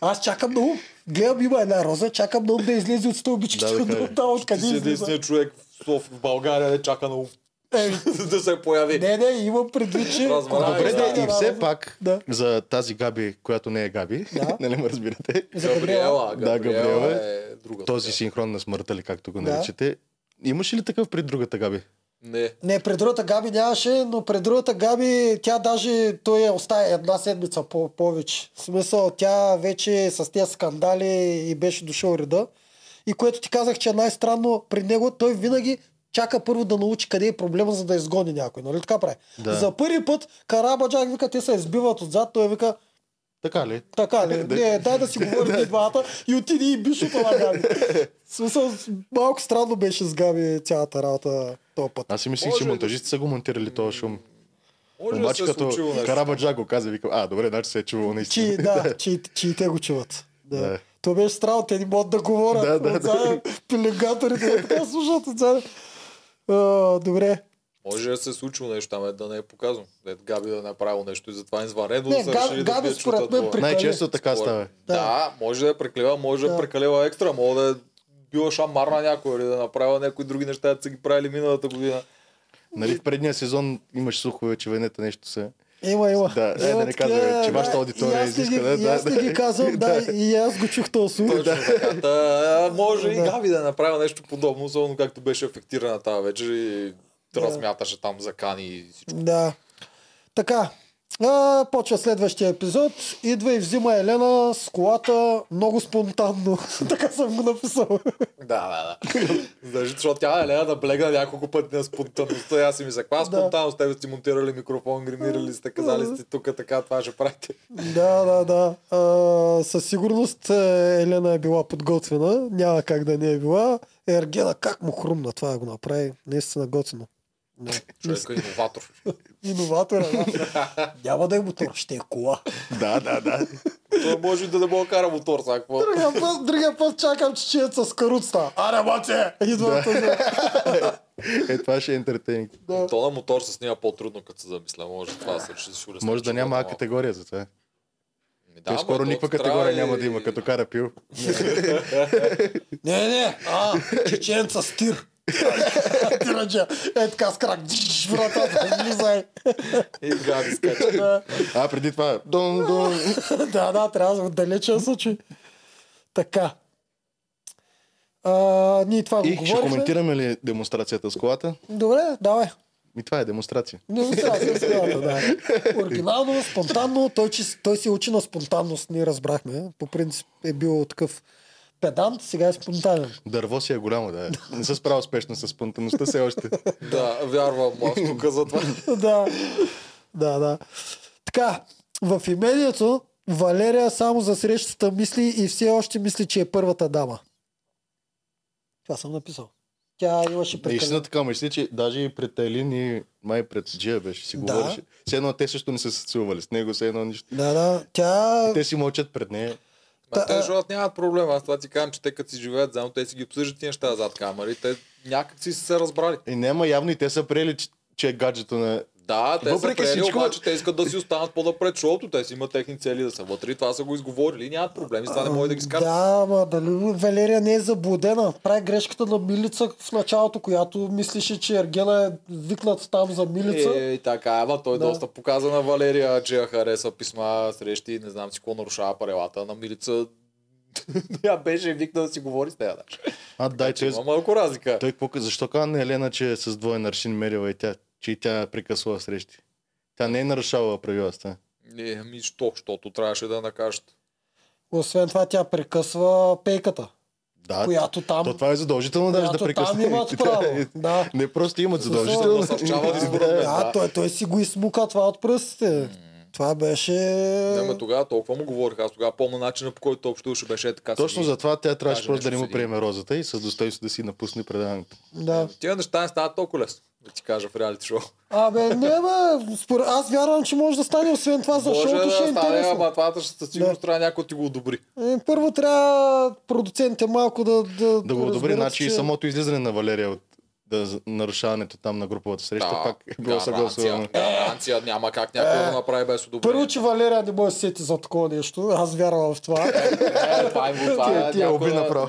Speaker 2: Аз чакам на ум. Гледам, има една роза, чакам на ум да излезе от стълбичките.
Speaker 3: Да, да,
Speaker 2: Да,
Speaker 3: кажа.
Speaker 2: да, откъде
Speaker 1: Ти си
Speaker 2: излиза.
Speaker 1: единственият човек в, Соф- в България, не чака на ум
Speaker 2: Е,
Speaker 1: да се появи.
Speaker 2: Не, не, имам предвид, че...
Speaker 1: Разбрах.
Speaker 3: Добре,
Speaker 1: да,
Speaker 3: да, и
Speaker 2: да,
Speaker 3: все
Speaker 2: да.
Speaker 3: пак
Speaker 2: Да.
Speaker 3: за тази Габи, която не е Габи,
Speaker 2: Да.
Speaker 3: нали ме разбирате,
Speaker 2: За Габриела.
Speaker 1: Габриела,
Speaker 3: Да,
Speaker 1: Габриела
Speaker 3: Габриела
Speaker 1: е друга.
Speaker 3: този синхрон на смъртта ли, както го
Speaker 2: Да.
Speaker 3: наричате, имаше ли такъв при другата Габи?
Speaker 1: Не.
Speaker 2: Не, пред другата Габи нямаше, но пред другата Габи тя даже той я оставя една седмица по- повече. В смисъл, тя вече е с тези скандали и беше дошъл реда. И което ти казах, че е най-странно при него, той винаги чака първо да научи къде е проблема, за да изгони някой. Нали така прави?
Speaker 3: Да.
Speaker 2: За първи път Карабаджак вика, те се избиват отзад, той вика,
Speaker 3: Така ли?
Speaker 2: така ли? Не, дай да си говорим и двата и отиди и бишото на Габи. В смисъл, малко странно беше с Габи цялата работа този път.
Speaker 3: Аз си мислих,
Speaker 1: Може
Speaker 3: че
Speaker 1: ли да-
Speaker 3: монтажите са го монтирали този шум.
Speaker 1: Може да
Speaker 3: Обаче
Speaker 1: се е
Speaker 3: като
Speaker 1: случило нещо.
Speaker 3: Карабаджа го каза, викам, а, добре, значи се е чувал наистина.
Speaker 2: Чи, да, чи, чи и те го чуват. Да.
Speaker 3: Да.
Speaker 2: То беше странно, те не могат да говорят.
Speaker 3: Да, да, да.
Speaker 2: Отзад Пеленгаторите е така слушат отзад. А, добре.
Speaker 1: Може да се е случило нещо там, е да не е показано. Дед Габи да не е направил нещо и затова е извънредно
Speaker 2: Не,
Speaker 1: да са
Speaker 2: Га-
Speaker 1: решили да
Speaker 2: Габи
Speaker 1: бият
Speaker 2: според
Speaker 1: чута
Speaker 2: мен
Speaker 1: двоя.
Speaker 2: при-
Speaker 3: Най-често така
Speaker 1: Според-
Speaker 3: става.
Speaker 1: Да. може да е преклева, може да, е
Speaker 2: Да.
Speaker 1: преклева екстра, може да е била шамар на някой или да е направила някои други неща, да са ги правили миналата година.
Speaker 3: Нали в предния сезон имаш слухове, че венета нещо се...
Speaker 2: Има, има.
Speaker 3: Да, е, да
Speaker 2: Има
Speaker 3: не
Speaker 2: такива,
Speaker 3: казваме, че
Speaker 2: да,
Speaker 3: вашата аудитория
Speaker 2: и аз не
Speaker 3: изиска,
Speaker 2: ги-
Speaker 3: да,
Speaker 2: и Аз
Speaker 3: да,
Speaker 2: не ги
Speaker 3: да.
Speaker 2: казвам, да, и аз го чух този слух.
Speaker 1: Точно така. Та, може и
Speaker 2: Да.
Speaker 1: Габи да е направил нещо подобно, особено както беше афектирана тази вечер и
Speaker 2: Да.
Speaker 1: размяташе там закани и всичко.
Speaker 2: Да. Така. А, почва следващия епизод. Идва и взима Елена с колата много спонтанно. така съм го написал.
Speaker 1: Да, да, да. Значи, защото тя е лея да блегна няколко пъти на спонтанността. и Аз им изаква
Speaker 2: Да.
Speaker 1: спонтанно. С тебе сте монтирали микрофон, гримирали сте, казали сте тук, така, това ще правите.
Speaker 2: Да, да, да. А, със сигурност е, Елена е била подготвена. Няма как да не е била. Ергена как му хрумна това да го направи. Наистина готино. Не.
Speaker 1: Човек е иноватор.
Speaker 2: Иноватора, да. Няма да е мотор, ще е кола.
Speaker 3: Да, да, да.
Speaker 1: Той може да не мога да кара мотор, сега какво?
Speaker 2: Другия път, другия път чакам чеченца с каруца.
Speaker 3: Аре, маче!
Speaker 2: Идва да.
Speaker 3: Е, това ще е ентертейнинг.
Speaker 2: да.
Speaker 1: Ами, То на мотор се снима по-трудно, като се замисля. Може това да се ще се улесни
Speaker 3: Може да няма А
Speaker 1: живота малко.
Speaker 3: категория за това.
Speaker 1: Ми
Speaker 3: Да,
Speaker 1: ама
Speaker 3: скоро
Speaker 1: то
Speaker 3: никаква
Speaker 1: трябва
Speaker 3: категория
Speaker 1: и-
Speaker 3: няма да има, като кара пил.
Speaker 2: Не, не, а, чеченца с тир. Тираджа. Е така с крак. Джж, Вратата, влизай.
Speaker 1: И гади скача.
Speaker 2: Да.
Speaker 3: А, преди това. Дон, дон.
Speaker 2: да, да, трябва да го далечен случай. Така. А, ние това го
Speaker 3: И ще
Speaker 2: говорихме.
Speaker 3: коментираме ли демонстрацията с колата?
Speaker 2: Добре, давай.
Speaker 3: Ми това е демонстрация.
Speaker 2: Не го трябва да се смята, да. Оригинално, спонтанно, той, че, той се учи на спонтанност, ние разбрахме. По принцип е бил такъв педант, сега е спонтанен.
Speaker 3: Дърво си е голямо, да. Не се справя успешно с спонтанността все още.
Speaker 1: Да, вярвам аз тук за това.
Speaker 2: да. Да, да. Така, в имението Валерия само за срещата мисли и все още мисли, че е първата дама. Това съм написал. Тя имаше
Speaker 3: Наистина
Speaker 2: прекалено.
Speaker 3: така, мисли, че даже и пред Елин и май пред Джия беше, си
Speaker 2: Да.
Speaker 3: говореше. Все едно те също не са се целували с него, все едно нищо.
Speaker 2: Да, да. Тя...
Speaker 3: Те си мълчат пред нея.
Speaker 1: Ма
Speaker 2: Та,
Speaker 1: те
Speaker 2: а-
Speaker 1: жълът нямат проблем. Аз това ти казвам, че те като си живеят заедно, те си ги обсъждат тия неща зад камери. Те някак си са се разбрали.
Speaker 3: И няма явно и те са приели, че, че е гаджето на...
Speaker 1: Да, те
Speaker 3: Въпреки
Speaker 1: Въпреки са приели,
Speaker 3: всичко,
Speaker 1: всичко... обаче те искат да си останат по-напред, защото те си имат техни цели да са вътре и това са го изговорили. и Нямат проблеми, с това не може да ги скарат.
Speaker 2: Да, ама дали Валерия не е заблудена? Прави грешката на Милица в началото, която мислеше, че Ергена е викнат там за Милица.
Speaker 1: Е, и така, ама той
Speaker 2: Да.
Speaker 1: да. доста показа на Валерия, че я хареса писма, срещи, не знам си какво нарушава правилата на Милица. Тя беше викна да си говори с нея. Даже.
Speaker 3: А, дай,
Speaker 1: Че
Speaker 3: той,
Speaker 1: има малко разлика.
Speaker 3: той какво... ка- Защо каза на Елена, че е с двоен аршин мерила и тя, че и тя е прекъсвала срещи? Тя не е нарушавала правилата.
Speaker 1: Не, ми Е, ами, що, защото трябваше да накажат.
Speaker 2: Освен това тя прекъсва пейката,
Speaker 3: Да,
Speaker 2: която там...
Speaker 3: то това е задължително даже да
Speaker 2: Която там
Speaker 3: прекъсват.
Speaker 2: имат право. Да.
Speaker 3: Не просто имат
Speaker 1: Със-
Speaker 3: задължително.
Speaker 1: насърчават избора,
Speaker 3: Да.
Speaker 1: бе.
Speaker 2: Да,
Speaker 1: да.
Speaker 2: той, той си го измука това от пръстите. Това беше...
Speaker 1: Не, ме тогава толкова му говорих. Аз тогава помня начина по който общуваше беше е така.
Speaker 3: Точно
Speaker 1: седи.
Speaker 3: за това тя трябваше
Speaker 1: Каже
Speaker 3: просто да не
Speaker 1: нещо
Speaker 3: му
Speaker 1: седи.
Speaker 3: приеме розата и с достойство да си напусне предаването.
Speaker 2: Да.
Speaker 1: Тия неща не стават толкова лесно, да ти кажа в реалити шоу.
Speaker 2: Абе, не бе, спор... аз вярвам, че може да стане, освен това,
Speaker 1: Може
Speaker 2: защото
Speaker 1: да
Speaker 2: ще е
Speaker 1: стане,
Speaker 2: интересно.
Speaker 1: ама това ще със сигурност трябва някой да ти го одобри.
Speaker 2: Е, Първо трябва продуцентите малко да... Да,
Speaker 3: Да го одобри,
Speaker 2: разберат,
Speaker 3: значи и
Speaker 2: че-
Speaker 3: самото излизане на Валерия от да, за- нарушаването там на груповата среща
Speaker 1: Да,
Speaker 3: пак е било
Speaker 1: гаранция,
Speaker 3: съгласувано.
Speaker 1: Гаранция няма как някой
Speaker 2: Е,
Speaker 1: да го направи без одобрение.
Speaker 2: Първо, че Валерия не може да се сети за такова нещо. Аз вярвам в това.
Speaker 1: Е, това е това
Speaker 3: Тя
Speaker 1: е
Speaker 3: тя
Speaker 1: някоя-
Speaker 3: уби направо.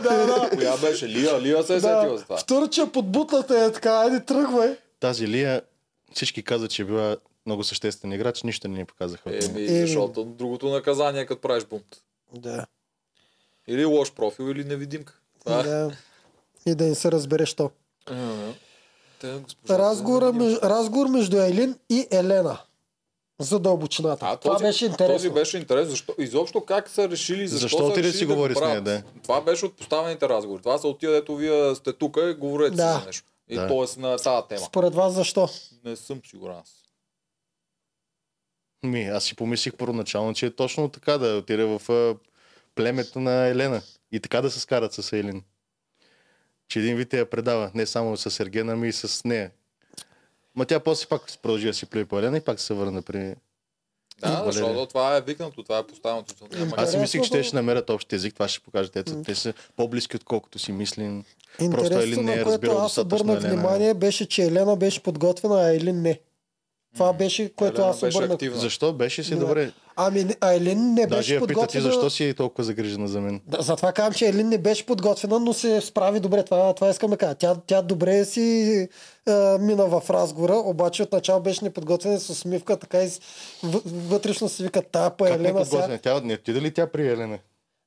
Speaker 1: Коя беше? Лия, Лия се е сетила за това.
Speaker 2: Второ, че подбутната е така. Айде, тръгвай.
Speaker 3: Тази Лия, всички казват, че е била много съществен играч, нищо не ни показаха. от нея.
Speaker 1: Еми,
Speaker 2: Еми.
Speaker 1: защото другото наказание е като правиш бунт.
Speaker 2: Да.
Speaker 1: Или лош профил, или невидимка. Това е.
Speaker 2: да. И да не се разбере, що.
Speaker 1: Те, госпожа,
Speaker 2: Разговора,
Speaker 1: се е
Speaker 2: между, разговор между Елин и Елена. За дълбочината.
Speaker 1: А,
Speaker 2: това
Speaker 1: този-
Speaker 2: беше
Speaker 1: Този
Speaker 2: интересно.
Speaker 1: беше интерес. Защо, изобщо как са решили, защо,
Speaker 3: Защо
Speaker 1: са
Speaker 3: отиде да
Speaker 1: решили
Speaker 3: си
Speaker 1: да
Speaker 3: говори
Speaker 1: го
Speaker 3: с нея,
Speaker 1: правят?
Speaker 3: да.
Speaker 1: Това беше от поставените разговори. Това са отида, дето вие сте тук и говорете
Speaker 2: Да.
Speaker 1: си за нещо. И
Speaker 3: Да.
Speaker 1: т.е. на тази тема.
Speaker 2: Според вас защо?
Speaker 1: Не съм сигурен. аз.
Speaker 3: Ми, аз си помислих първоначално, че е точно така да отиде в а, племето на Елена и така да се скарат с Елин. Че един вид я предава, не само с Ергена, ами и с нея. Ма тя после пак продължи да си плюе по Елена и пак се върна при...
Speaker 1: Да,
Speaker 3: Валерия.
Speaker 1: защото това е викнато, това е поставеното. защото няма
Speaker 3: Аз си
Speaker 1: как.
Speaker 3: мислих, че
Speaker 2: Интересно,
Speaker 3: те ще намерят общ език, това ще покажат. Те, те са по-близки, отколкото си мислим.
Speaker 2: Интересно,
Speaker 3: Елин не е
Speaker 2: на което
Speaker 3: разбирала
Speaker 2: аз
Speaker 3: достатъчно
Speaker 2: обърнах
Speaker 3: Елена.
Speaker 2: внимание, беше, че Елена беше подготвена, а Елин не. Това
Speaker 1: М,
Speaker 2: беше, което
Speaker 1: Елена
Speaker 2: аз
Speaker 1: беше
Speaker 2: обърнах.
Speaker 1: активна.
Speaker 3: Защо беше си
Speaker 2: Да.
Speaker 3: добре?
Speaker 2: Ами, не- а Елин не
Speaker 3: Даже
Speaker 2: беше
Speaker 3: я пита ти
Speaker 2: подготвена. Е,
Speaker 3: защо си толкова загрижена за мен.
Speaker 2: Да, затова казвам, че Елин не беше подготвена, но се справи добре. Това, това искам да кажа. Тя, тя добре си е, мина в разговора, обаче отначало беше неподготвена с усмивка, така и с- в- вътрешно си вика, та па
Speaker 3: Как не е
Speaker 2: Елена сега.
Speaker 3: подготвена? Тя не отиде ли тя при Елена?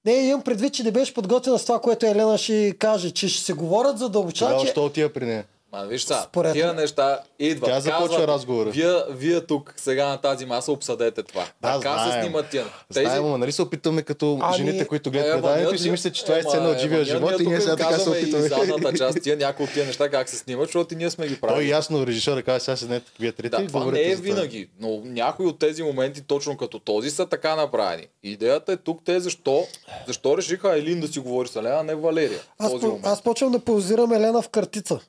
Speaker 2: Не, имам предвид, че не беше подготвена с това, което Елена ще каже, че ще се говорят за дълбочина,
Speaker 3: Тогава
Speaker 2: че...
Speaker 3: що отива при нея?
Speaker 1: Ма виж са,
Speaker 2: Според
Speaker 1: тия
Speaker 2: мен.
Speaker 1: неща идват.
Speaker 3: Тя започва
Speaker 1: казват,
Speaker 3: разговора.
Speaker 1: Вие, вие тук, сега на тази маса, обсъдете това.
Speaker 3: Да,
Speaker 1: така се
Speaker 3: знаем.
Speaker 1: снимат тия.
Speaker 3: Тези... Знаем, ама нали се опитваме като
Speaker 2: Ами,
Speaker 3: ами... жените, които гледат
Speaker 1: Е,
Speaker 3: е,
Speaker 1: ама
Speaker 3: предаването
Speaker 1: ние
Speaker 3: и си
Speaker 1: тук-
Speaker 3: мислят, че това е
Speaker 1: ема,
Speaker 3: сцена от живия
Speaker 1: ема,
Speaker 3: живот и
Speaker 1: тук
Speaker 3: ние сега
Speaker 1: им
Speaker 3: така се
Speaker 1: казваме И
Speaker 3: опитваме.
Speaker 1: задната част, тия някои от тия неща как се снимат, защото и ние сме ги
Speaker 3: Той
Speaker 1: правили.
Speaker 3: ясно режисьора каза, сега седнете вие трите
Speaker 1: Да,
Speaker 3: и
Speaker 1: това
Speaker 3: говорите
Speaker 1: не е
Speaker 3: за това.
Speaker 1: винаги, но някои от тези моменти, точно като този, са така направени. Идеята е тук те защо, защо решиха Елин да си говори с Елена, а не Валерия. в
Speaker 2: Аз,
Speaker 1: този
Speaker 2: по,
Speaker 1: момент.
Speaker 2: аз почвам да паузирам Елена в картица.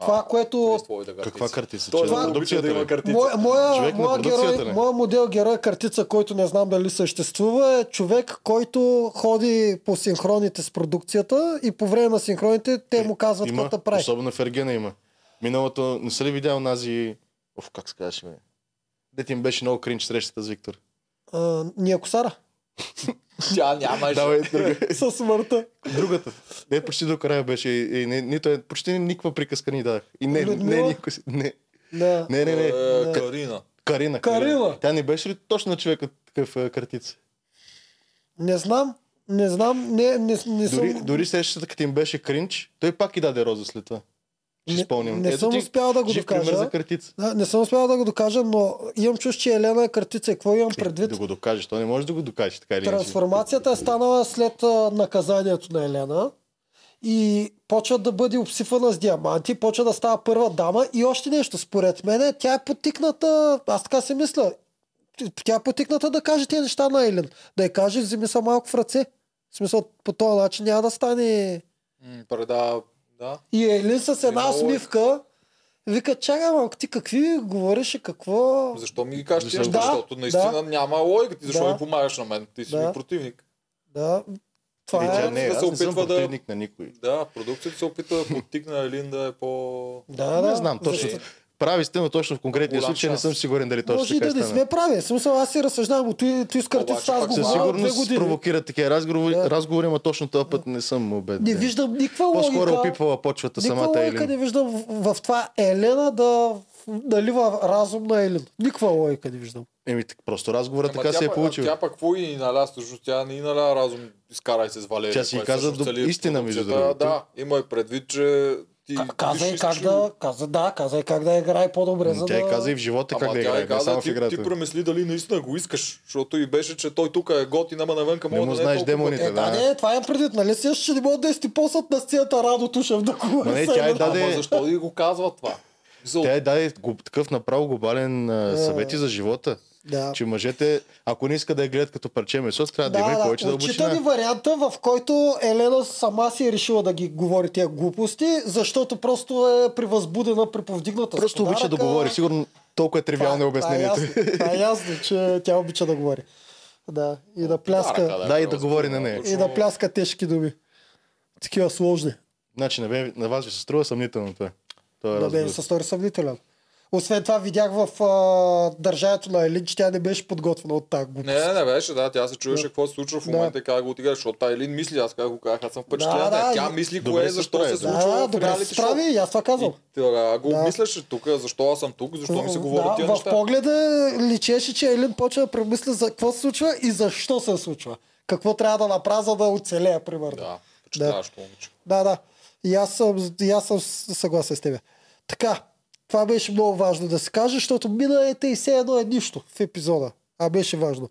Speaker 2: Това,
Speaker 1: нали
Speaker 2: което...
Speaker 3: Каква картица?
Speaker 1: Той
Speaker 3: Че
Speaker 1: това
Speaker 3: на
Speaker 1: обича да
Speaker 3: продукцията
Speaker 1: има
Speaker 3: ли?
Speaker 1: картица.
Speaker 2: Моя, моя,
Speaker 3: Човек на
Speaker 2: моя,
Speaker 3: продукцията,
Speaker 2: герой,
Speaker 3: не?
Speaker 2: моя модел герой картица, който не знам дали съществува, е човек, който ходи по синхроните с продукцията и по време на синхроните те му казват какво
Speaker 3: Е, Има,
Speaker 2: да прави.
Speaker 3: особено в Ергена има. Миналото, не са ли видял нази... Оф, как се казваше, бе? Дете им беше много кринч срещата с Виктор.
Speaker 2: А, ние косара.
Speaker 1: Тя нямаше.
Speaker 3: Давай, друга.
Speaker 2: Със смъртта.
Speaker 3: другата. Не, почти до края беше. И, и, не, нито, е- почти никаква приказка ни дадах. И не, не,
Speaker 2: Людмила?
Speaker 3: никой, си- не,
Speaker 2: Да.
Speaker 3: не, не, не.
Speaker 1: Е, Карина.
Speaker 3: Карина.
Speaker 2: Карина.
Speaker 3: Тя не беше ли точно човек от такъв а, картица?
Speaker 2: Не знам. Не знам. Не, не, не съм...
Speaker 3: Дори, дори срещата, като им беше кринч, той пак и даде роза след това. Ще
Speaker 2: не,
Speaker 3: спомням.
Speaker 2: не
Speaker 3: Ето
Speaker 2: съм
Speaker 3: ти
Speaker 2: успял да го
Speaker 3: жив пример
Speaker 2: докажа.
Speaker 3: за картица.
Speaker 2: Да, не съм успял да го докажа, но имам чуш, че Елена е картица. И Какво имам предвид?
Speaker 3: Да го докажеш. Той не може да го докаже така или иначе.
Speaker 2: Трансформацията е станала след а, наказанието на Елена и почва да бъде обсипвана с диаманти, почва да става първа дама и още нещо. Според мен тя е потикната, аз така си мисля, тя е потикната да каже тези неща на Елен. Да я каже, вземи са малко в ръце. В смисъл, по този начин няма да стане...
Speaker 1: М, Преда, да.
Speaker 2: И Елин с една
Speaker 1: Имало е.
Speaker 2: усмивка вика, чакай малко, ти какви говориш и какво...
Speaker 1: Защо ми ги кажеш ти
Speaker 3: Защо-
Speaker 1: неща?
Speaker 2: Да,
Speaker 1: Защото наистина
Speaker 2: да.
Speaker 1: няма логика. Ти защо
Speaker 2: Да.
Speaker 1: ми помагаш на мен? Ти си
Speaker 2: Да.
Speaker 1: ми противник.
Speaker 2: Да, това
Speaker 3: Е, тя
Speaker 2: е...
Speaker 3: не, е,
Speaker 1: да се
Speaker 3: аз не съм
Speaker 1: опитва да-
Speaker 3: противник на никой.
Speaker 1: Да, продукцията се опитва да подтикне Елин да е по...
Speaker 2: Да,
Speaker 3: не
Speaker 2: да.
Speaker 3: знам точно.
Speaker 2: Защо-
Speaker 3: Прави сте, но точно в конкретния
Speaker 1: Голям
Speaker 3: случай не
Speaker 1: шанс.
Speaker 3: съм сигурен дали точно
Speaker 2: Може и
Speaker 3: така е
Speaker 2: да не
Speaker 3: стана.
Speaker 2: сме прави. В смисъл, аз си разсъждавам, той, той с картицата аз
Speaker 1: пак
Speaker 2: го
Speaker 1: със
Speaker 3: Със
Speaker 2: говоря две
Speaker 3: сигурност
Speaker 2: години.
Speaker 3: провокират такива разговори,
Speaker 2: Да.
Speaker 3: разговори, ама точно този път не съм убеден.
Speaker 2: Не виждам никаква логика.
Speaker 3: По-скоро опипвала почвата
Speaker 2: Никаква
Speaker 3: самата
Speaker 2: логика
Speaker 3: Елин.
Speaker 2: не виждам в, в това Елена да налива разум на Елин. Никаква логика не виждам.
Speaker 3: Еми, так- просто разговора
Speaker 1: Ама
Speaker 3: така
Speaker 1: тя
Speaker 3: се е
Speaker 1: пък-
Speaker 3: получил.
Speaker 1: а Тя пък какво и наля, всъщност тя не и наля разум, изкарай се с Валерия.
Speaker 3: Тя си
Speaker 1: кой
Speaker 3: каза
Speaker 1: всъщност
Speaker 3: до-
Speaker 1: цели
Speaker 3: истина, между
Speaker 1: продукцията.
Speaker 3: другото.
Speaker 1: Да, има и предвид, че ти...
Speaker 2: К- каза
Speaker 1: виж,
Speaker 2: и как
Speaker 1: искаш ли
Speaker 2: да, каза, да, каза и как да играе по-добре.
Speaker 3: М,
Speaker 2: За
Speaker 3: Тя
Speaker 2: да...
Speaker 3: и каза и в живота как
Speaker 1: Ама
Speaker 3: да
Speaker 1: тя
Speaker 3: играе,
Speaker 1: и
Speaker 3: не е само
Speaker 1: каза, ти,
Speaker 3: в
Speaker 1: ти
Speaker 3: играта.
Speaker 1: премисли дали наистина го искаш, защото и беше, че той тук е готин, ама навънка
Speaker 3: Не
Speaker 1: може
Speaker 3: му
Speaker 1: да не е
Speaker 3: знаеш
Speaker 1: толкова
Speaker 3: демоните,
Speaker 2: Е,
Speaker 1: готин.
Speaker 2: да,
Speaker 3: Да.
Speaker 2: не, това е предвид, нали си, ще не могат да изтипосат на сцената Радо Тушев да говори
Speaker 3: Ма не,
Speaker 2: с
Speaker 3: тя и
Speaker 2: Елена.
Speaker 3: даде-
Speaker 1: Ама защо да го казва това? За...
Speaker 3: Е, Тя е даде го- такъв направо глобален а, съвет и за живота.
Speaker 2: Да.
Speaker 3: Че мъжете, ако не иска да я гледат като парче месо, трябва да, има и повече
Speaker 2: отчита ни
Speaker 3: дълбочина.
Speaker 2: варианта, в който Елена сама си е решила да ги говори тия глупости, защото просто е превъзбудена, преповдигната. с
Speaker 3: Просто обича да
Speaker 2: подаръка.
Speaker 3: говори. Сигурно толкова е тривиално е обяснението.
Speaker 2: Това е, ясно, това е ясно, че тя обича да говори. Да, и да пляска,
Speaker 3: Да, и да говори на нея.
Speaker 2: и да пляска тежки думи. Такива сложни.
Speaker 3: Значи на, ве- на вас ви се струва съмнително това. Това
Speaker 2: Да
Speaker 3: е
Speaker 2: бе,
Speaker 3: разговор.
Speaker 2: със стори съмнителен. Освен това видях в а, държанието на Елин, че тя не беше подготвена от тази глупост.
Speaker 1: Не, не, не беше, да, тя се чуеше какво се случва в
Speaker 2: Да.
Speaker 1: момента и как го отигра, защото та Елин мисли, аз как го казах, аз съм впечатлен.
Speaker 2: Да, да,
Speaker 1: тя
Speaker 2: и-
Speaker 1: мисли
Speaker 3: Добре
Speaker 1: кое е,
Speaker 3: се
Speaker 1: защо
Speaker 3: справи,
Speaker 1: се
Speaker 3: да.
Speaker 1: случва
Speaker 2: да,
Speaker 1: в
Speaker 2: добре се
Speaker 1: реалити шоу.
Speaker 2: справи, и аз това казвам.
Speaker 1: Тя го
Speaker 2: Да.
Speaker 1: мислеше тук, защо аз съм тук, защо ми се говорят тия
Speaker 2: да, в
Speaker 1: неща.
Speaker 2: погледа личеше, че Елин почва да премисля за какво се случва и защо се случва. Какво трябва да направя, за да оцелея, примерно.
Speaker 1: Да, впечатляващо момиче.
Speaker 2: да. да. И аз съм, и аз съм с- съгласен с тебе. Така, това беше много важно да се каже, защото мина е те и все едно е нищо в епизода. А беше важно.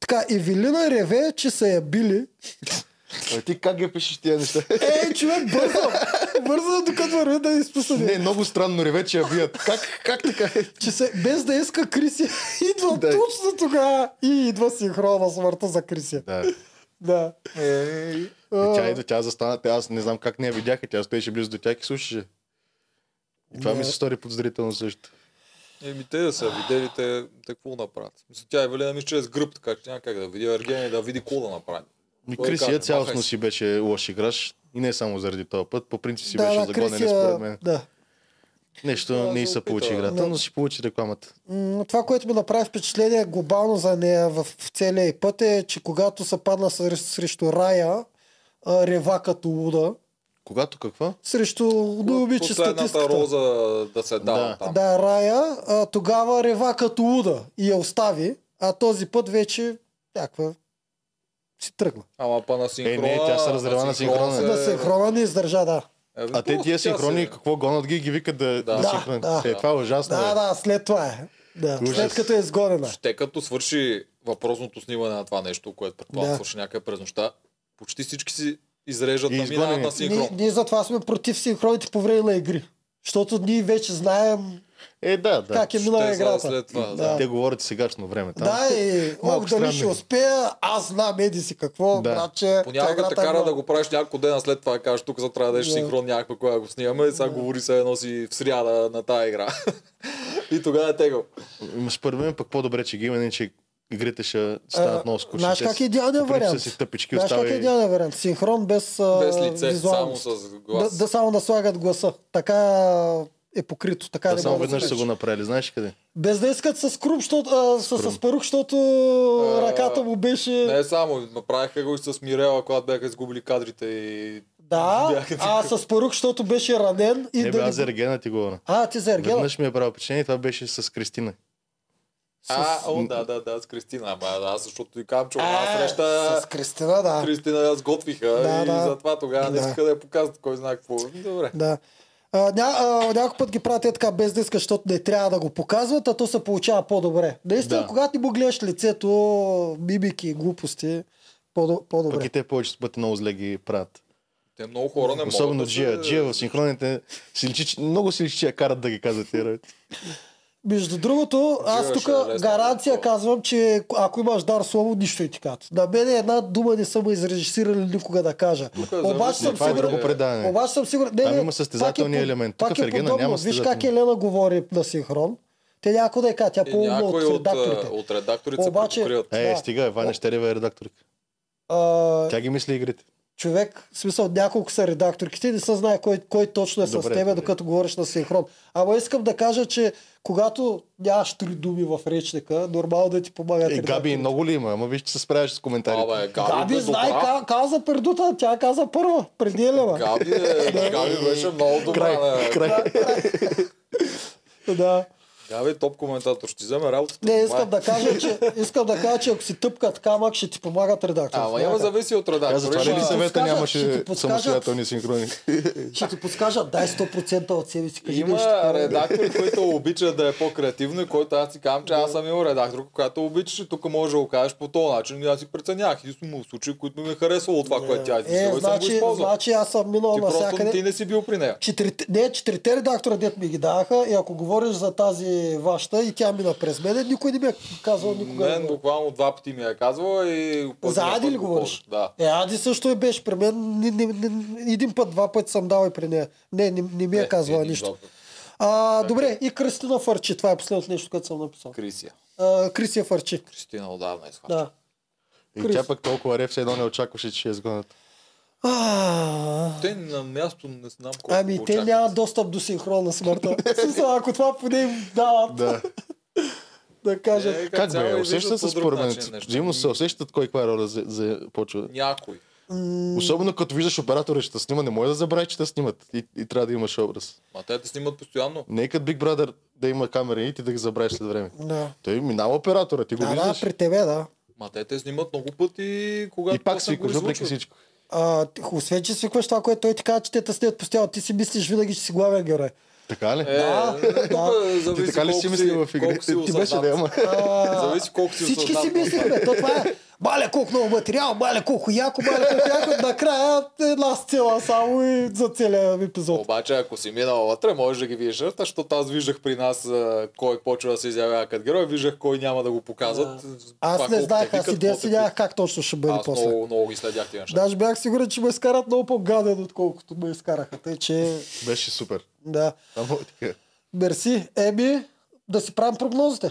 Speaker 2: Така, Евелина реве, че са я били.
Speaker 1: Е,
Speaker 3: Ама Ти как ги пишеш тия неща?
Speaker 2: Ей, Е, човек, бързо! Бързо, докато върви да изпусне.
Speaker 3: Не, много странно реве, че я бият. Как, как така е?
Speaker 2: че се, без да иска Криси, идва
Speaker 3: Да.
Speaker 2: точно тогава и идва синхрона смъртта за Криси.
Speaker 3: Да.
Speaker 2: Да.
Speaker 3: И Е, Тя идва, тя застана, тя, аз не знам как не я видях, и тя стоеше близо до тях и слушаше. И това
Speaker 2: Не.
Speaker 3: ми се стори подозрително също.
Speaker 1: Еми те да са видели, те, те какво направят. Мисля, тя Евелина мисли, че е с гръб, така че няма как да види Ергена и да види какво да направи.
Speaker 3: Ми
Speaker 1: Той каза,
Speaker 3: Крисия цялостно
Speaker 1: махай се.
Speaker 3: си беше лош играш. И не само заради този път. По принцип си
Speaker 2: да,
Speaker 3: беше
Speaker 2: да,
Speaker 3: загонен,
Speaker 2: Криси, е-
Speaker 3: според мен.
Speaker 2: Да.
Speaker 3: Нещо
Speaker 1: Да,
Speaker 3: не и
Speaker 1: се
Speaker 3: се получи
Speaker 1: опита.
Speaker 3: играта,
Speaker 2: Да.
Speaker 3: но си получи рекламата.
Speaker 2: М, Това, което ми направи впечатление глобално за нея в в целия й път е, че когато се падна ср- срещу Рая, а, рева като луда,
Speaker 3: Когато какво?
Speaker 2: срещу Лудовичи
Speaker 1: Последната
Speaker 2: статистиката.
Speaker 1: роза да се дава
Speaker 3: Да.
Speaker 1: там.
Speaker 2: Да, Рая, а, тогава рева като луда и я остави, а този път вече някаква си тръгна.
Speaker 1: Ама па на синхрона...
Speaker 3: Е, не, тя се разрева на синхрона.
Speaker 2: На синхрона не издържа, да.
Speaker 1: Е,
Speaker 3: А те
Speaker 1: просто
Speaker 3: тия
Speaker 1: тя
Speaker 3: синхрони,
Speaker 1: се-
Speaker 3: какво гонат ги, и ги викат да, да,
Speaker 1: Да,
Speaker 3: синхрон.
Speaker 2: да.
Speaker 3: Е, това е ужасно.
Speaker 2: Да,
Speaker 3: бе.
Speaker 2: да, след това е. Да.
Speaker 3: Ужас.
Speaker 2: След като е изгонена.
Speaker 1: Ще като свърши въпросното снимане на това нещо, което предполагам
Speaker 2: Да.
Speaker 1: да. свърши някъде през нощта, почти всички си изрежат
Speaker 3: И
Speaker 1: на
Speaker 3: изгонени.
Speaker 1: минават на
Speaker 2: Ние,
Speaker 1: синхрон.
Speaker 2: ние затова сме против синхроните по време на игри. Защото ние вече знаем
Speaker 3: Е, да, да.
Speaker 2: Как е минала
Speaker 1: Ще са
Speaker 2: играта.
Speaker 1: след това,
Speaker 2: да.
Speaker 3: Те говорят сегашно време. Там.
Speaker 2: Да, е, и
Speaker 3: Малко
Speaker 2: ох, дали
Speaker 3: странно
Speaker 2: ще
Speaker 3: е.
Speaker 2: успея, аз знам, еди си какво,
Speaker 3: Да.
Speaker 2: братче.
Speaker 1: Понякога те кара да го правиш няколко дена след това, кажеш, тук за трябва да еш
Speaker 2: е Да.
Speaker 1: синхрон някаква, кога го снимаме, и сега говори се едно си в сряда на тая игра. и тогава е тегъл.
Speaker 3: М, Според мен пък по-добре, че ги има, иначе игрите ще станат много скучни.
Speaker 2: Знаеш
Speaker 3: Те
Speaker 2: как
Speaker 3: са-
Speaker 2: е идеалният
Speaker 3: по принцип
Speaker 2: вариант?
Speaker 3: са си тъпички,
Speaker 2: Знаеш как
Speaker 3: остава
Speaker 2: е
Speaker 3: и-
Speaker 2: идеалният вариант? Синхрон без, а,
Speaker 1: Без лице, само
Speaker 2: визуалност.
Speaker 1: с
Speaker 2: Да,
Speaker 1: глас.
Speaker 2: да само наслагат гласа. Така е покрито. Така
Speaker 3: Да,
Speaker 2: не
Speaker 3: само
Speaker 2: мога да
Speaker 3: веднъж са
Speaker 2: спреш.
Speaker 3: го направили. Знаеш къде?
Speaker 2: Без да искат с круп, защото, а, с, с парух, защото
Speaker 1: А,
Speaker 2: ръката му беше...
Speaker 1: Не само, направиха го и с Мирела, когато бяха изгубили кадрите и...
Speaker 2: да,
Speaker 1: бяха
Speaker 2: а с парух, защото беше ранен. И
Speaker 3: Не, бе,
Speaker 2: да
Speaker 3: аз за
Speaker 2: не...
Speaker 3: Ергена ти говоря.
Speaker 2: А, ти за Ергена.
Speaker 3: Веднъж ми е правил впечатление, това беше с Кристина.
Speaker 2: С-
Speaker 1: А, о, да, да, да, с Кристина. Ама аз защото и казвам, че една
Speaker 2: А,
Speaker 1: среща
Speaker 2: С Кристина, да.
Speaker 1: Кристина я сготвиха
Speaker 2: Да,
Speaker 1: и
Speaker 2: да.
Speaker 1: затова тогава не
Speaker 2: Да.
Speaker 1: искаха да я показват кой знае какво. Добре.
Speaker 2: Да. А, ня, а, някой път ги правят е така без да искаш, защото не трябва да го показват, а то се получава по-добре. Наистина, да.
Speaker 3: Да.
Speaker 2: когато ти му гледаш лицето, мимики, глупости, по-до-
Speaker 3: Пък
Speaker 2: по-добре.
Speaker 3: и те повечето пъти много зле ги правят.
Speaker 1: Те много хора не
Speaker 3: Особено
Speaker 1: могат да
Speaker 3: Джия.
Speaker 1: се-
Speaker 3: Джия в синхроните си личи, че- много си личи, че я карат да ги казват тия работи.
Speaker 2: Между другото, аз
Speaker 1: Живаше
Speaker 2: тук
Speaker 1: е лесно,
Speaker 2: гаранция
Speaker 1: да.
Speaker 2: казвам, че ако имаш дар слово, нищо и ти казват. На мен една дума не са ме изрежисирали никога да кажа.
Speaker 1: Тук е за-
Speaker 2: обаче съм
Speaker 3: Това е
Speaker 1: сигурен-
Speaker 3: друго предаване.
Speaker 2: Обаче съм сигурен. Не,
Speaker 3: Там
Speaker 2: не,
Speaker 3: има състезателния
Speaker 2: пак е по-
Speaker 3: елемент.
Speaker 2: Пак
Speaker 3: Тук
Speaker 2: е
Speaker 3: в Ергена
Speaker 2: подобно.
Speaker 3: няма
Speaker 2: Виж как
Speaker 3: състезателен.
Speaker 2: Елена говори на синхрон. Те някой да е ка, тя
Speaker 1: Е,
Speaker 2: по-умна
Speaker 1: някои
Speaker 2: от
Speaker 1: от, а,
Speaker 2: редакторите.
Speaker 1: от редакторите
Speaker 2: Обаче-
Speaker 1: се припокриват.
Speaker 3: Е,
Speaker 2: Да.
Speaker 3: стига, Ваня Щерева е редакторка.
Speaker 2: А,
Speaker 3: Тя ги мисли игрите.
Speaker 2: човек, в смисъл няколко са редакторките, не се знае кой, кой точно е с
Speaker 3: Добре,
Speaker 2: тебе,
Speaker 3: добре.
Speaker 2: докато говориш на синхрон. Ама искам да кажа, че когато нямаш три думи в речника, нормално да ти помагат
Speaker 3: Е, Габи,
Speaker 2: редакторите.
Speaker 3: много ли има? Ама виж, че се справяш с коментарите.
Speaker 1: Абе, е Габи, бе,
Speaker 2: Габи знае,
Speaker 1: добра.
Speaker 2: ка, каза пердута, тя каза първа, преди Елена.
Speaker 1: Габи, е, Габи беше много добра.
Speaker 3: Край,
Speaker 1: на-
Speaker 3: край.
Speaker 2: Да.
Speaker 1: Габи, е топ коментатор. Ще ти вземе работата.
Speaker 2: Не,
Speaker 1: Това е.
Speaker 2: искам да, кажа, че, искам да кажа, че ако си тъпкат камък, ще ти помагат редакторите.
Speaker 1: Ама няма зависи от
Speaker 3: Аз
Speaker 1: редактора.
Speaker 3: затова ли
Speaker 2: ще
Speaker 3: ли
Speaker 2: ти
Speaker 1: Има,
Speaker 3: съвета
Speaker 2: подскажат, ще
Speaker 3: нямаше
Speaker 2: ти подскажат.
Speaker 3: самостоятелни синхрони?
Speaker 2: Ще ти подскажат, дай 100% от себе си. Кажи нещо
Speaker 1: има
Speaker 2: такова.
Speaker 1: редактор, който обича да е по-креативно и който аз си казвам, че аз съм имал редактор, която обичаш и тук може да го кажеш по този начин. И аз си преценях. Единствено в случаи, които ми е харесало това, което тя е
Speaker 2: Е,
Speaker 1: измислила и съм го
Speaker 2: значи,
Speaker 1: използвал.
Speaker 2: значи аз съм минал
Speaker 1: Ти просто
Speaker 2: навсякъде.
Speaker 1: ти не си бил при нея.
Speaker 2: Четирите, не, четирите редактора, дет ми ги даваха и ако говориш за тази вашата и тя мина през мене, никой не ми е казал никога.
Speaker 1: Мен буквално два пъти ми е казвала и... пък
Speaker 2: За
Speaker 1: на
Speaker 2: Ади
Speaker 1: път
Speaker 2: ли
Speaker 1: го
Speaker 2: говориш?
Speaker 1: ползвам. Да.
Speaker 2: Е, Ади също е беше при мен. Ни, ни, ни, един път, два пъти съм дал и при нея. Не, не, не ми е,
Speaker 1: Е,
Speaker 2: казвала
Speaker 1: един Значи-
Speaker 2: нищо.
Speaker 1: жълт.
Speaker 2: А, добре, и Кристина Фърчи. Това е последното нещо, което съм написал.
Speaker 1: Крисия.
Speaker 2: А, Крисия Фърчи.
Speaker 1: Кристина отдавна е схваща.
Speaker 2: Да.
Speaker 3: И
Speaker 2: Крис.
Speaker 3: тя пък толкова рев, все едно не очакваше, че ще я изгонят.
Speaker 2: А,
Speaker 1: Те на място не знам колко
Speaker 2: ами
Speaker 1: го
Speaker 2: те
Speaker 1: очакват.
Speaker 2: нямат достъп до синхронна смъртта. Смисъл, ако това поне им дават да,
Speaker 3: Да.
Speaker 2: да кажат.
Speaker 1: Е,
Speaker 3: Как
Speaker 1: цяло
Speaker 3: бе,
Speaker 1: излизат
Speaker 3: усещат се
Speaker 1: по друг
Speaker 3: според мен.
Speaker 1: начин нещата.
Speaker 3: Взаимно се усещат кой каква роля за, за почва.
Speaker 1: Някой.
Speaker 3: Особено като виждаш оператора, ще те снима, не може да забравиш, че те снимат. И, и трябва да имаш образ.
Speaker 1: Ма те те снимат постоянно.
Speaker 3: Не е като Big Brother да има камера и ти да ги забравиш след време.
Speaker 2: Да.
Speaker 3: Той минава оператора, ти го
Speaker 2: Да, да,
Speaker 3: виждаш.
Speaker 2: при тебе, да.
Speaker 1: Ма те те снимат много пъти, когато
Speaker 3: И пак
Speaker 1: после го
Speaker 3: свикваш, въпреки
Speaker 1: излъчват.
Speaker 3: всичко.
Speaker 2: А, ти- освен, че свикваш това, което той ти казва, че те те снят постоянно, ти си мислиш винаги, че си главен герой.
Speaker 3: Така ли?
Speaker 1: Е,
Speaker 2: Да,
Speaker 1: тук
Speaker 2: да.
Speaker 1: зависи
Speaker 3: Ти така ли
Speaker 1: колко
Speaker 3: си мислил в
Speaker 1: колко си
Speaker 3: игрите? Ти беше
Speaker 1: осъзнат.
Speaker 3: да има.
Speaker 2: А,
Speaker 1: Зависи колко си
Speaker 2: Всички си
Speaker 1: осъзнат.
Speaker 2: мислихме, то това е мале колко много материал, мале колко яко, мале колко яко, накрая една сцена само и за целия епизод.
Speaker 1: Обаче, ако си минал вътре, можеш да ги видиш, нещата, защото аз виждах при нас а, кой почва да се изявява като герой, виждах кой няма да го показват.
Speaker 2: Аз
Speaker 1: Това
Speaker 2: не
Speaker 1: колко
Speaker 2: знаех,
Speaker 1: те
Speaker 2: аз
Speaker 1: викат,
Speaker 2: идея
Speaker 1: какво
Speaker 2: си
Speaker 1: те
Speaker 2: нямах как точно ще бъде
Speaker 1: Аз
Speaker 2: после.
Speaker 1: много, много ги следях тия неща.
Speaker 2: Даже бях сигурен, че ме изкарат много по-гаден, отколкото ме изкараха. Тъй, че
Speaker 3: Беше супер.
Speaker 2: да.
Speaker 3: Само така.
Speaker 2: Мерси, Еми, да си правим прогнозите.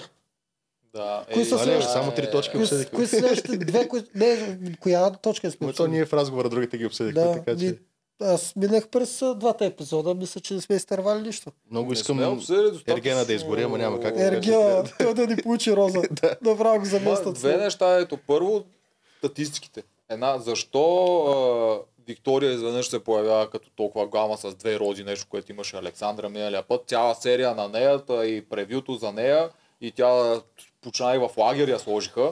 Speaker 1: Да,
Speaker 2: Кои са
Speaker 1: това
Speaker 2: следващите?
Speaker 1: е-
Speaker 3: Само три точки.
Speaker 2: Кои, са- кои са следващите две, кои... Не, коя точка
Speaker 3: Но
Speaker 2: сме?
Speaker 3: то ние в разговора другите ги обсъдихме,
Speaker 2: Да,
Speaker 3: така
Speaker 2: ни...
Speaker 3: че.
Speaker 2: Аз минах през а, двата епизода, мисля, че не сме изтървали нищо.
Speaker 3: Много
Speaker 1: не
Speaker 3: искам
Speaker 1: сме обсъдили достатъчно.
Speaker 3: Ергена да изгори, ама няма как. Така че
Speaker 2: Ергела, той да ни получи роза. Направо го
Speaker 1: Ма,
Speaker 2: заместят. с
Speaker 1: две
Speaker 2: него.
Speaker 1: неща, ето първо, статистиките. Една, защо а, Виктория изведнъж се появява като толкова гама с две рози, нещо, което имаше Александра миналия път. Цяла серия на нея та и превюто за нея и тя почина и в лагер я сложиха.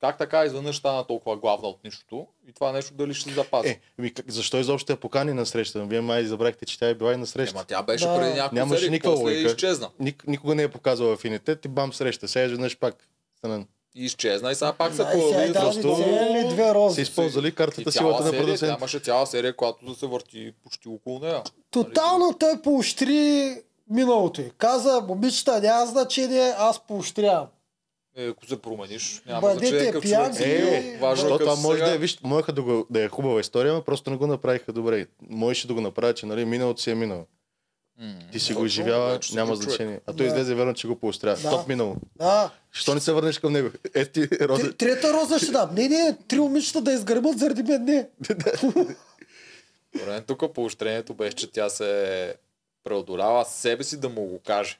Speaker 1: Как така изведнъж стана толкова главна от нищото и това нещо дали ще се запази?
Speaker 3: Е, ми, как- защо изобщо я покани на среща? Вие май забрахте, че тя е била и на среща.
Speaker 1: Ема тя беше
Speaker 2: Да.
Speaker 1: преди няколко
Speaker 3: Нямаше
Speaker 1: серии,
Speaker 3: никаква
Speaker 1: после
Speaker 3: логика.
Speaker 1: изчезна.
Speaker 3: Ник, никога не е показвала афинитет и бам среща. Сега изведнъж пак. Странен.
Speaker 1: И изчезна и сега пак се
Speaker 2: Да, и сега
Speaker 1: появи.
Speaker 2: и даже
Speaker 3: просто-
Speaker 2: цели две
Speaker 3: Са
Speaker 2: рози.
Speaker 3: е използвали
Speaker 1: И
Speaker 3: картата
Speaker 1: цяла
Speaker 3: силата на
Speaker 1: серия, тя
Speaker 3: продължението.
Speaker 1: имаше цяла серия, която да се върти почти около нея.
Speaker 2: Тотално той поощри миналото й. Каза, момичета, няма значение, аз поощрявам.
Speaker 1: Е, ако се промениш, няма
Speaker 2: Бъдете
Speaker 1: значение какъв човек
Speaker 2: пиян,
Speaker 1: си
Speaker 2: Е,
Speaker 1: бил.
Speaker 2: е,
Speaker 1: Важно е
Speaker 3: Защото това
Speaker 1: какъв си
Speaker 3: може да е,
Speaker 1: сега.
Speaker 3: виж, можеха да, го, да е хубава история, но просто не го направиха добре. Можеше да го направят, че нали, миналото си е минало.
Speaker 1: М,
Speaker 3: Ти си
Speaker 1: точно,
Speaker 3: го изживява,
Speaker 1: вече си
Speaker 3: няма
Speaker 1: друг човек.
Speaker 3: значение. А той
Speaker 2: Да.
Speaker 3: излезе верно, че го поощрява.
Speaker 2: Да.
Speaker 3: Стоп минало.
Speaker 2: Да.
Speaker 3: Що не се върнеш към него? Е, ти, Розе,
Speaker 2: Тр- трета роза ще дам. Не, не, три момичета да изгърмат заради мен, не.
Speaker 1: Според мен тук поощрението беше, че тя се преодолява себе си да му го каже.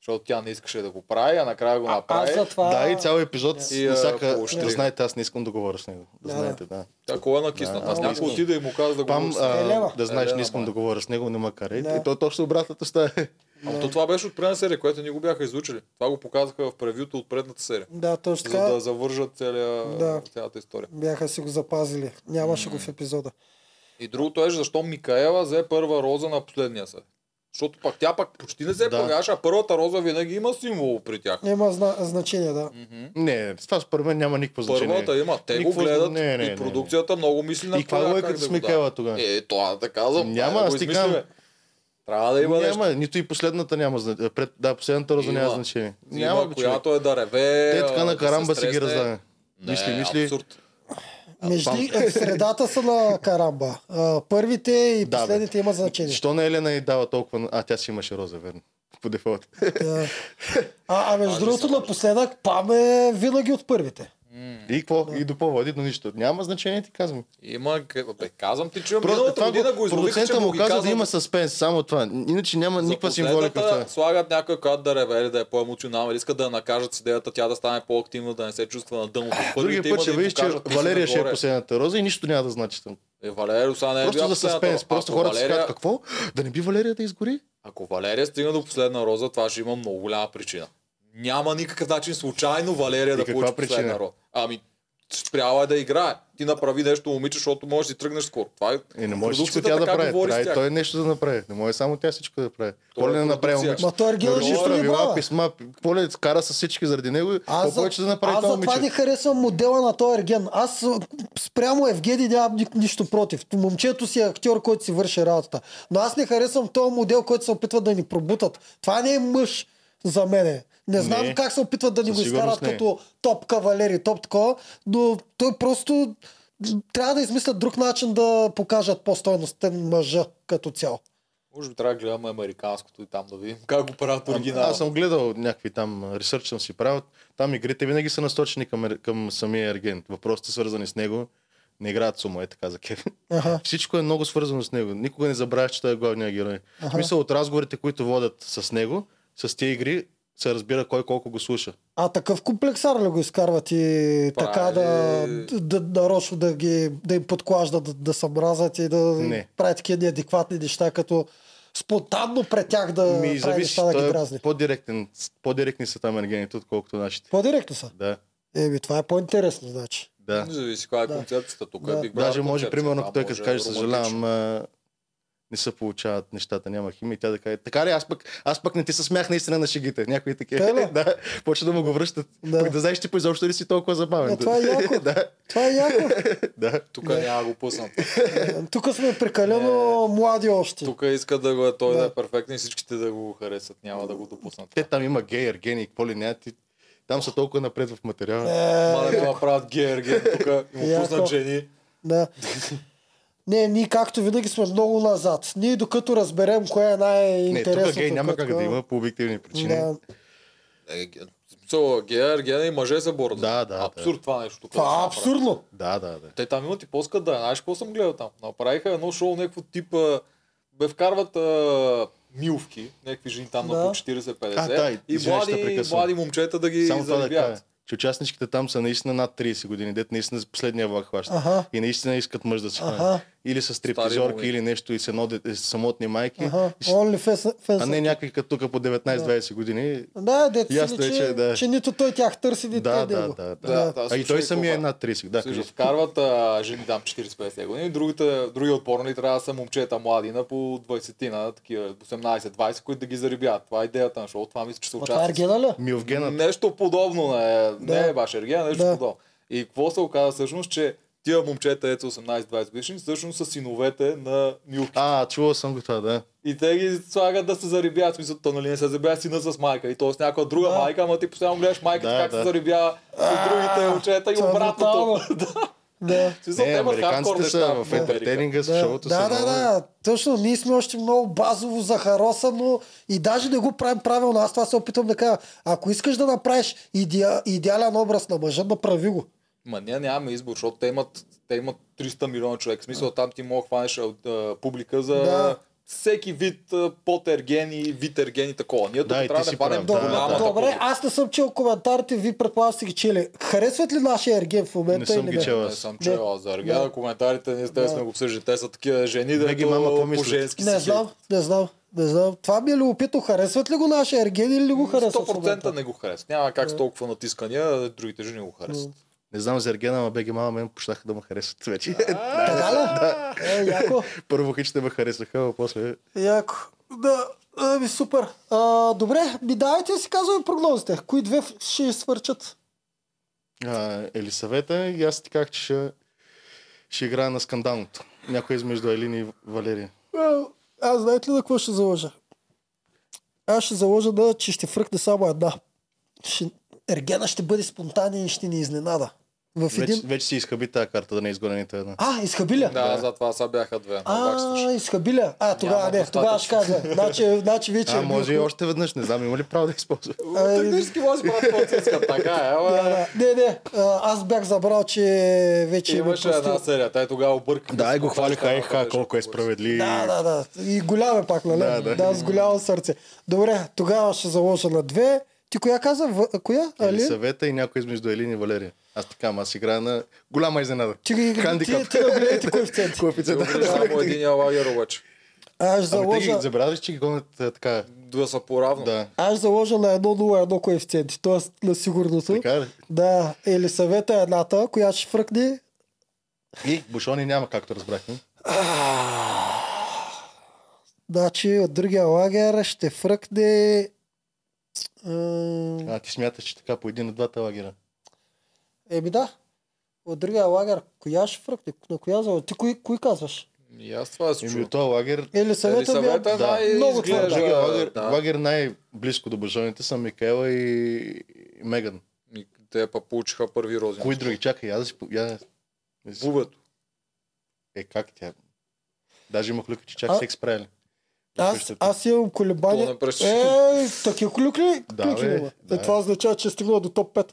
Speaker 1: Защото тя не искаше да го прави, а накрая го
Speaker 2: А, аз
Speaker 1: направи.
Speaker 2: за това...
Speaker 3: Да, и цял епизод
Speaker 2: Yes.
Speaker 1: И,
Speaker 3: yeah.
Speaker 1: а,
Speaker 3: на всяка...
Speaker 1: поощри.
Speaker 3: Да знаете, аз не искам да говоря с него. Да,
Speaker 2: Да, да.
Speaker 3: знаете, да.
Speaker 1: Тя кола накисна.
Speaker 3: Да,
Speaker 1: Аз
Speaker 3: аз
Speaker 1: някой
Speaker 3: не
Speaker 1: отида и му каза да го
Speaker 3: Пам,
Speaker 1: а...
Speaker 2: Елена.
Speaker 3: а, да знаеш,
Speaker 1: Елена,
Speaker 3: не искам
Speaker 1: ма.
Speaker 3: да говоря с него, не ма карай.
Speaker 2: Да.
Speaker 3: И то точно обратната стая.
Speaker 1: Ама то това беше от предната серия, което ни го бяха изучили. Това го показаха в превюто от предната серия.
Speaker 2: Да, точно
Speaker 1: За
Speaker 2: така.
Speaker 1: да завържат целия,
Speaker 2: Да.
Speaker 1: цялата история.
Speaker 2: Бяха си го запазили. Нямаше го в епизода.
Speaker 1: И другото е, защо Микаела взе първа роза на последния съд. Защото пак тя пак почти не се
Speaker 3: Да.
Speaker 1: погаш, а първата роза винаги има символ при тях.
Speaker 2: Няма зна- значение, да.
Speaker 1: Мгм.
Speaker 3: Не, това според мен няма никакво значение.
Speaker 1: Първата има. Те го
Speaker 3: Никакво-
Speaker 1: гледат
Speaker 3: не, не, не,
Speaker 1: и
Speaker 3: не.
Speaker 1: продукцията много мисли на
Speaker 3: И
Speaker 1: това.
Speaker 3: каква лойка
Speaker 1: как
Speaker 3: с
Speaker 1: да го
Speaker 3: Микаела тогава?
Speaker 1: дава. Е, това да казвам.
Speaker 3: Няма,
Speaker 1: да
Speaker 3: аз
Speaker 1: го
Speaker 3: ти
Speaker 1: измислиме.
Speaker 3: казвам.
Speaker 1: Трябва да има нещо.
Speaker 3: няма, нито и последната няма значение. Пред, да, последната роза
Speaker 1: Има.
Speaker 3: няма значение.
Speaker 1: Няма,
Speaker 3: Няма, бе, човек.
Speaker 1: която е да реве.
Speaker 3: Те
Speaker 1: а, е.
Speaker 3: така на
Speaker 1: да се
Speaker 3: карамба си ги
Speaker 1: стресне.
Speaker 3: раздава.
Speaker 1: Не,
Speaker 3: Мисли, мисли.
Speaker 1: Абсурд.
Speaker 2: Между
Speaker 3: пам.
Speaker 2: в средата са на карамба. А, Първите и
Speaker 3: Да, бе.
Speaker 2: последните имат значение.
Speaker 3: Що на Елена и дава толкова... на- А, тя си имаше роза, верно. По дефолт.
Speaker 2: Да. А, а между
Speaker 1: Аз не
Speaker 2: другото,
Speaker 1: съм
Speaker 2: напоследък Пам е винаги от първите.
Speaker 3: И какво? И до поводи, до нищо. Няма значение, ти казвам.
Speaker 1: Има, къ- бе, казвам ти, че
Speaker 3: Просто
Speaker 1: миналата
Speaker 3: това
Speaker 1: година
Speaker 3: го,
Speaker 1: го измолиха, че
Speaker 3: продуцента му
Speaker 1: ги
Speaker 3: каза да
Speaker 1: казвам
Speaker 3: има съспенс, само това. Иначе няма
Speaker 1: За
Speaker 3: никаква
Speaker 1: последната
Speaker 3: символика в това.
Speaker 1: Слагат някой, която да реве или да е по-емоционална, или иска да я накажат с идеята тя да стане по-активна, да не се чувства на дъното.
Speaker 3: Другия
Speaker 1: Първите
Speaker 3: път
Speaker 1: има
Speaker 3: ще
Speaker 1: да им
Speaker 3: видиш, че
Speaker 1: покажат, ти си
Speaker 3: Валерия ще е
Speaker 1: нагоре.
Speaker 3: последната роза и нищо няма да значи там.
Speaker 1: Е, Валерия, сега не е
Speaker 3: Просто
Speaker 1: била
Speaker 3: за
Speaker 1: последната.
Speaker 3: съспенс. Просто
Speaker 1: Ако
Speaker 3: хората си
Speaker 1: Валерия-
Speaker 3: казват какво? Да не би Валерия да изгори?
Speaker 1: Ако Валерия стигне до последна роза, това ще има много голяма причина. Няма никакъв начин случайно Валерия
Speaker 3: И
Speaker 1: да
Speaker 3: каква
Speaker 1: получи последна
Speaker 3: причина?
Speaker 1: роза. Ами, спряла е да играе. Ти направи нещо, момиче, защото можеш да си тръгнеш скоро. Това е...
Speaker 3: Е, не може всичко
Speaker 1: продукцията
Speaker 3: тя да
Speaker 1: така
Speaker 3: прави.
Speaker 1: говори с
Speaker 3: Трябва и
Speaker 1: тях.
Speaker 3: той нещо да направи. Не може само тя всичко да прави.
Speaker 1: е
Speaker 3: Какво ли не направи
Speaker 1: продукция.
Speaker 3: момиче?
Speaker 2: Ма той Аргил
Speaker 3: Наруши
Speaker 2: Живко не
Speaker 3: правила,
Speaker 2: бава.
Speaker 3: е писма, какво ли е? кара с всички заради него?
Speaker 2: Аз,
Speaker 3: Какво
Speaker 2: за,
Speaker 3: повече да направи
Speaker 2: аз
Speaker 3: това
Speaker 2: затова не
Speaker 3: момиче?
Speaker 2: харесвам модела на този Ерген. Аз а, спрямо Евгений нямам ни, нищо против. Момчето си е актьор, който си върши работата. Но аз не харесвам този модел, който се опитва да ни пробутат. Това не е мъж за мене. Не знам
Speaker 3: Не.
Speaker 2: как се опитват да ни
Speaker 3: Със
Speaker 2: го изкарат
Speaker 3: сигурност не е.
Speaker 2: като топ кавалери, топ такова, но той просто трябва да измислят друг начин да покажат по-стойностен мъжа като цяло.
Speaker 1: Може би трябва да гледаме американското и там да видим как го правят оригинала.
Speaker 3: Аз съм гледал някакви там, ресърч съм си правил. Там игрите винаги са насочени към, ер- към самия Ерген. Въпросите свързани с него не играят сума, е така за кеф.
Speaker 2: Аха.
Speaker 3: Всичко е много свързано с него. Никога не забравяш, че той е главният герой. В смисъл от разговорите, които водят с него, с тези игри, се разбира кой колко го слуша.
Speaker 2: А такъв комплексар ли го изкарват и
Speaker 1: Прави-
Speaker 2: така да, да, нарочно да, ги, да им подклажда да, да се мразят и да
Speaker 3: Не.
Speaker 2: правят такива неадекватни неща, като спонтанно пред тях да
Speaker 3: Ми,
Speaker 2: прави
Speaker 3: зависи,
Speaker 2: неща да ги
Speaker 3: той
Speaker 2: дразни.
Speaker 3: е по-директен, по-директни са там ергените, отколкото нашите.
Speaker 2: По-директно са.
Speaker 3: Да,
Speaker 2: Еми, това е по-интересно, значи.
Speaker 3: да.
Speaker 1: Не зависи каква е
Speaker 2: Да.
Speaker 1: концепцията тук.
Speaker 2: Да.
Speaker 1: Е Big Brother
Speaker 3: Даже може,
Speaker 1: концепция,
Speaker 3: примерно,
Speaker 1: там
Speaker 3: ако той
Speaker 1: може
Speaker 3: като каже,
Speaker 1: романтично.
Speaker 3: съжалявам, а, не се получават нещата, няма химия, и тя да каже, така ли, аз пък, аз пък не ти се смях наистина на шегите, някои
Speaker 2: Тъй ли?
Speaker 3: такива. да, почва да му го връщат.
Speaker 2: Да.
Speaker 3: Пък да знаеш, ти по изобщо ли си толкова забавен.
Speaker 2: Е, това е яко.
Speaker 3: да,
Speaker 2: Това е яко.
Speaker 3: да.
Speaker 1: Тук
Speaker 2: Да.
Speaker 1: няма го пуснат.
Speaker 2: Тук сме прекалено млади още.
Speaker 1: Тук иска да го е той да.
Speaker 2: Да.
Speaker 1: е перфектен и всичките да го харесат. Няма да го допуснат.
Speaker 3: Те там има гей, ергени, и какво ли няма, ти... там са толкова напред в материала.
Speaker 2: Е,
Speaker 1: Ма да го направят Герген тук и му
Speaker 2: Яко.
Speaker 1: пуснат жени.
Speaker 2: Да. Не, ние както винаги сме много назад. Ние докато разберем кое е
Speaker 3: не, тук
Speaker 2: най-интересното.
Speaker 3: гей няма
Speaker 2: като-
Speaker 3: как да има по обективни причини.
Speaker 2: Да.
Speaker 1: Е, ге- в смисъл, Герген и мъже се борят.
Speaker 3: Да, да,
Speaker 1: Абсурд това нещо. тук да се
Speaker 2: Това е
Speaker 1: направи.
Speaker 2: абсурдно.
Speaker 3: Да, да, да.
Speaker 1: Те там имат и поска да е. Знаеш какво съм гледал там? Направиха едно шоу, някакво типа... Бе вкарват а, милвки, някакви жени там на
Speaker 2: Да.
Speaker 1: по 40-50
Speaker 3: А, да, и-
Speaker 1: и
Speaker 3: извинявай, ще те
Speaker 1: млади,
Speaker 3: прекъсвам.
Speaker 1: млади момчета да ги
Speaker 3: Само това да кажа,
Speaker 1: заребят.
Speaker 3: че участничките там са наистина над 30 години, дет наистина с последния влак хваща.
Speaker 2: Ага.
Speaker 3: И наистина искат мъж да се
Speaker 2: Аха.
Speaker 3: хване. Или с
Speaker 1: моми.
Speaker 3: стриптизорки, или нещо, и с едно дете, с самотни майки.
Speaker 2: Аха,
Speaker 3: И с-
Speaker 2: only fans, fans.
Speaker 3: А не някой като тук по 19-20 години.
Speaker 2: Да, деца
Speaker 3: Ясно е,
Speaker 2: че, че,
Speaker 3: че да.
Speaker 2: че нито той тях търси, нито
Speaker 3: Да,
Speaker 2: да, те
Speaker 3: да,
Speaker 2: него.
Speaker 3: да,
Speaker 1: Да,
Speaker 3: да.
Speaker 1: да,
Speaker 3: А и той
Speaker 1: слушай,
Speaker 3: самия е
Speaker 1: какво
Speaker 3: над 30. Да,
Speaker 1: Слушай,
Speaker 3: кажи.
Speaker 1: вкарват а, жени там 40-50 години, другата, другия отбор нали, трябва да са момчета млади на по 20 на такива 18-20, които да ги заребят. Това е идеята на шоу, това мисля, че се
Speaker 2: Ма това е
Speaker 1: участва.
Speaker 2: Ергена ли?
Speaker 3: Милвгена.
Speaker 1: Нещо подобно, не,
Speaker 2: Да.
Speaker 1: не е баш Ергена, нещо
Speaker 2: Да.
Speaker 1: подобно. И какво се оказа всъщност, че Тия момчета, ето 18-20 годишни, всъщност са синовете на Милки.
Speaker 3: А, чувал съм го това, да.
Speaker 1: И те ги слагат да се зарибят. Смисъл, то нали не се зарибя сина с майка. И то с някаква друга
Speaker 2: Да.
Speaker 1: майка, ама ти постоянно гледаш майката
Speaker 3: Да,
Speaker 1: как
Speaker 3: да.
Speaker 1: се зарибя с другите момчета и
Speaker 2: това е
Speaker 1: обратното.
Speaker 2: брутално.
Speaker 1: да.
Speaker 2: Да.
Speaker 1: В смисъл,
Speaker 3: Не,
Speaker 1: те имат
Speaker 3: американците
Speaker 1: хардкор
Speaker 3: са
Speaker 1: неща
Speaker 3: в
Speaker 1: в Америка.
Speaker 3: ентертейнинга, с
Speaker 2: Да,
Speaker 3: шоуто
Speaker 2: да,
Speaker 3: са
Speaker 2: да,
Speaker 3: много-
Speaker 2: да, точно. Ние сме още много базово захаросано и даже не го правим правилно. Аз това се опитвам да кажа. Ако искаш да направиш идеа, идеален образ на мъжа, направи го.
Speaker 1: Ма ние нямаме избор, защото те имат, те имат 300 милиона човек. В смисъл там ти мога да хванеш а, а, публика за
Speaker 2: Да.
Speaker 1: всеки вид а, потергени, витергени, такова. Ние тук
Speaker 3: Да, и ти
Speaker 1: трябва да
Speaker 3: си
Speaker 1: хванем
Speaker 3: прав, да,
Speaker 2: Добре,
Speaker 1: голямата
Speaker 3: да.
Speaker 2: добре
Speaker 1: публика.
Speaker 2: аз не съм чел коментарите, ви предполагам сте ги чели. Харесват ли нашия ерген в
Speaker 3: Не
Speaker 2: момента
Speaker 3: съм
Speaker 2: или
Speaker 3: ги
Speaker 2: не?
Speaker 3: чел.
Speaker 1: Не съм чел аз за Аргена,
Speaker 2: Да.
Speaker 1: коментарите ние с теб
Speaker 2: Да.
Speaker 1: сме го обсъждали. Те са такива жени, да
Speaker 3: Винаги мама
Speaker 1: по
Speaker 3: помисли.
Speaker 1: женски
Speaker 2: Не знам, не знам, не знам. Това ми е любопитно. Харесват ли го нашия ерген или ли го харесват? в
Speaker 1: 100%
Speaker 2: момента?
Speaker 1: не го харесват. Няма как с толкова натискания, другите жени го харесват.
Speaker 3: Не знам за Ергена, ама беги мама мен пощаха да ме харесат вече.
Speaker 2: Така ли? Е, яко.
Speaker 3: Първо хичите ме харесаха, а после...
Speaker 2: Яко. Да, ами супер. А, добре, ми давайте да си казваме прогнозите. Кои две в- ще свърчат?
Speaker 3: А, Елисавета и аз ти казах, че ще, ще играе на скандалното. Някой измежду Елин и Валерия.
Speaker 2: Е, А, Аз знаете ли на какво ще заложа? Аз ще заложа да, че ще фръкне само една. Ще... Ергена ще бъде спонтанен и ще ни изненада. В един...
Speaker 3: Вече, вече си изхъби тази карта да не е изгоря нито една.
Speaker 2: А, изхабиля?
Speaker 1: Да, за това са бяха две.
Speaker 2: А, изхабиля. А, тогава
Speaker 1: Няма
Speaker 2: не, тогава ще
Speaker 1: достатъчно.
Speaker 2: кажа. Значи, значи вече.
Speaker 3: А, може и още веднъж, не знам, има ли право да използва.
Speaker 2: Ай.
Speaker 1: Технически може да правят каквото си искат, така е.
Speaker 2: е, Да,
Speaker 1: Ама...
Speaker 2: да. Не, не, а, аз бях забрал, че вече ми е
Speaker 1: Имаше
Speaker 2: пустил.
Speaker 1: една серия, те тогава объркаха.
Speaker 3: Да, и
Speaker 1: с
Speaker 3: го
Speaker 1: какво
Speaker 3: хвалиха,
Speaker 1: ще
Speaker 3: еха,
Speaker 1: направиш.
Speaker 3: колко е справедлив.
Speaker 2: Да, да, да. И голям е пак, нали?
Speaker 3: Да, да.
Speaker 2: да, с голямо сърце. Добре, тогава ще заложа на две. Ти коя каза? В... Коя? Али?
Speaker 3: Елисавета и някой измежду Елин и Валерия. Аз така, ама аз играя на голяма изненада.
Speaker 2: Ти, ги- ти, ти,
Speaker 3: Хандикап.
Speaker 2: ти нагледайте коефициент.
Speaker 3: Коефициент.
Speaker 1: Само един лагер обаче.
Speaker 2: Аз ще
Speaker 3: Ама те Ами, ги
Speaker 2: заложа,
Speaker 3: забравяш, че ги гонят а, така.
Speaker 1: Да са по-равно.
Speaker 3: Да.
Speaker 2: аз ще заложа на 1-0-1 коефициент. Тоест на сигурното.
Speaker 3: Така ли?
Speaker 2: Да, или съвета е едната, която ще фръкне.
Speaker 3: И бушони няма, както разбрахме.
Speaker 2: Значи от другия лагер ще фръкне... м,
Speaker 3: А ти смяташ, че така по един от двата лагера.
Speaker 2: Еми да. От другия лагер, коя ще фръкне? На коя зала? Ти кои, кои казваш?
Speaker 1: И аз това се
Speaker 3: Еми
Speaker 1: чуя.
Speaker 3: Ами, от този лагер,
Speaker 2: Или
Speaker 1: Ели
Speaker 2: съвета, е.
Speaker 1: съвета
Speaker 2: бе,
Speaker 1: да, да, и
Speaker 2: много
Speaker 1: изглежда,
Speaker 2: твърда.
Speaker 3: другия е- лагер,
Speaker 1: да.
Speaker 3: лагер най-близко до бушоните са Микела и, и Меган.
Speaker 1: Ми, Те па получиха първи рози.
Speaker 3: Кои други? Чакай, аз да си... по- Я...
Speaker 1: Бубето.
Speaker 3: Е, как тя? Даже имах люка, че чак
Speaker 2: А-
Speaker 3: секс правили.
Speaker 2: Аз, аз имам
Speaker 1: То
Speaker 2: колебания.
Speaker 1: не пречи.
Speaker 2: Е, такива колюкли.
Speaker 3: Да,
Speaker 2: Да,
Speaker 3: бе,
Speaker 2: бе,
Speaker 3: да.
Speaker 2: да. Това означава, че е стигнала до топ 5.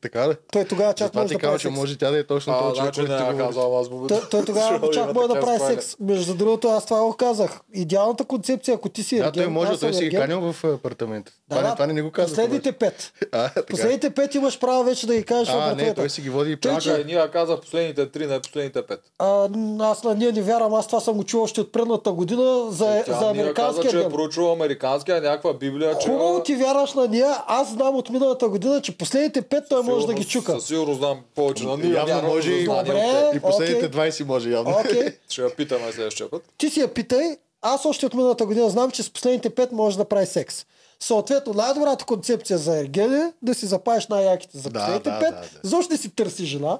Speaker 3: Така да.
Speaker 2: Той тогава чак
Speaker 3: Затова
Speaker 2: може
Speaker 3: ти
Speaker 2: да
Speaker 3: казвам,
Speaker 2: прави
Speaker 3: че
Speaker 2: секс.
Speaker 3: може тя да е точно
Speaker 1: А,
Speaker 3: този човек,
Speaker 1: значи
Speaker 3: който
Speaker 1: не
Speaker 3: ти
Speaker 1: я
Speaker 3: говориш.
Speaker 1: казвам аз бубето.
Speaker 2: Той, той тогава
Speaker 1: Защото
Speaker 2: чак
Speaker 1: има
Speaker 2: може да
Speaker 1: такива
Speaker 2: прави
Speaker 1: спойлери.
Speaker 2: секс. Между другото, аз това го казах. Идеалната концепция, ако ти си
Speaker 3: Да, той
Speaker 2: ерген,
Speaker 3: може,
Speaker 2: аз
Speaker 3: той
Speaker 2: съм
Speaker 3: си ги
Speaker 2: ерген.
Speaker 3: канил в апартамент.
Speaker 2: Да,
Speaker 3: Това не-
Speaker 2: да,
Speaker 3: това не ни го казва.
Speaker 2: Последните пет.
Speaker 3: А, така.
Speaker 2: Последните пет имаш право вече да ги кажеш.
Speaker 3: А,
Speaker 2: на
Speaker 3: не,
Speaker 2: братовете.
Speaker 3: той си ги води и
Speaker 2: Тъй,
Speaker 3: прака.
Speaker 2: че-
Speaker 1: Че Значи, ние каза последните три, не последните пет.
Speaker 2: А, аз на ние не вярвам, аз това съм го чул още от предната година за,
Speaker 1: Е, Тя ние
Speaker 2: за
Speaker 1: каза,
Speaker 2: американския
Speaker 1: че е
Speaker 2: ден.
Speaker 1: проучила американския някаква библия, че...
Speaker 2: Хубаво ти е, вярваш на ние, аз знам от миналата година, че последните пет той може да ги
Speaker 1: сигурност-
Speaker 2: чука.
Speaker 1: Със сигурност знам повече на ние.
Speaker 3: Явно
Speaker 1: вярвам
Speaker 3: може
Speaker 1: за
Speaker 3: и-
Speaker 1: знания от
Speaker 2: Добре.
Speaker 1: теб.
Speaker 3: И последните
Speaker 2: окей.
Speaker 3: 20 може явно.
Speaker 2: Окей,
Speaker 1: Ще я питаме следващия път.
Speaker 2: ти си я питай, аз още от миналата година знам, че с последните пет може да прави секс. Съответно, най-добрата концепция за Ергел е да си запаеш най-яките за
Speaker 3: Да,
Speaker 2: последните
Speaker 3: да,
Speaker 2: пет,
Speaker 3: да, да.
Speaker 2: защо не си търси жена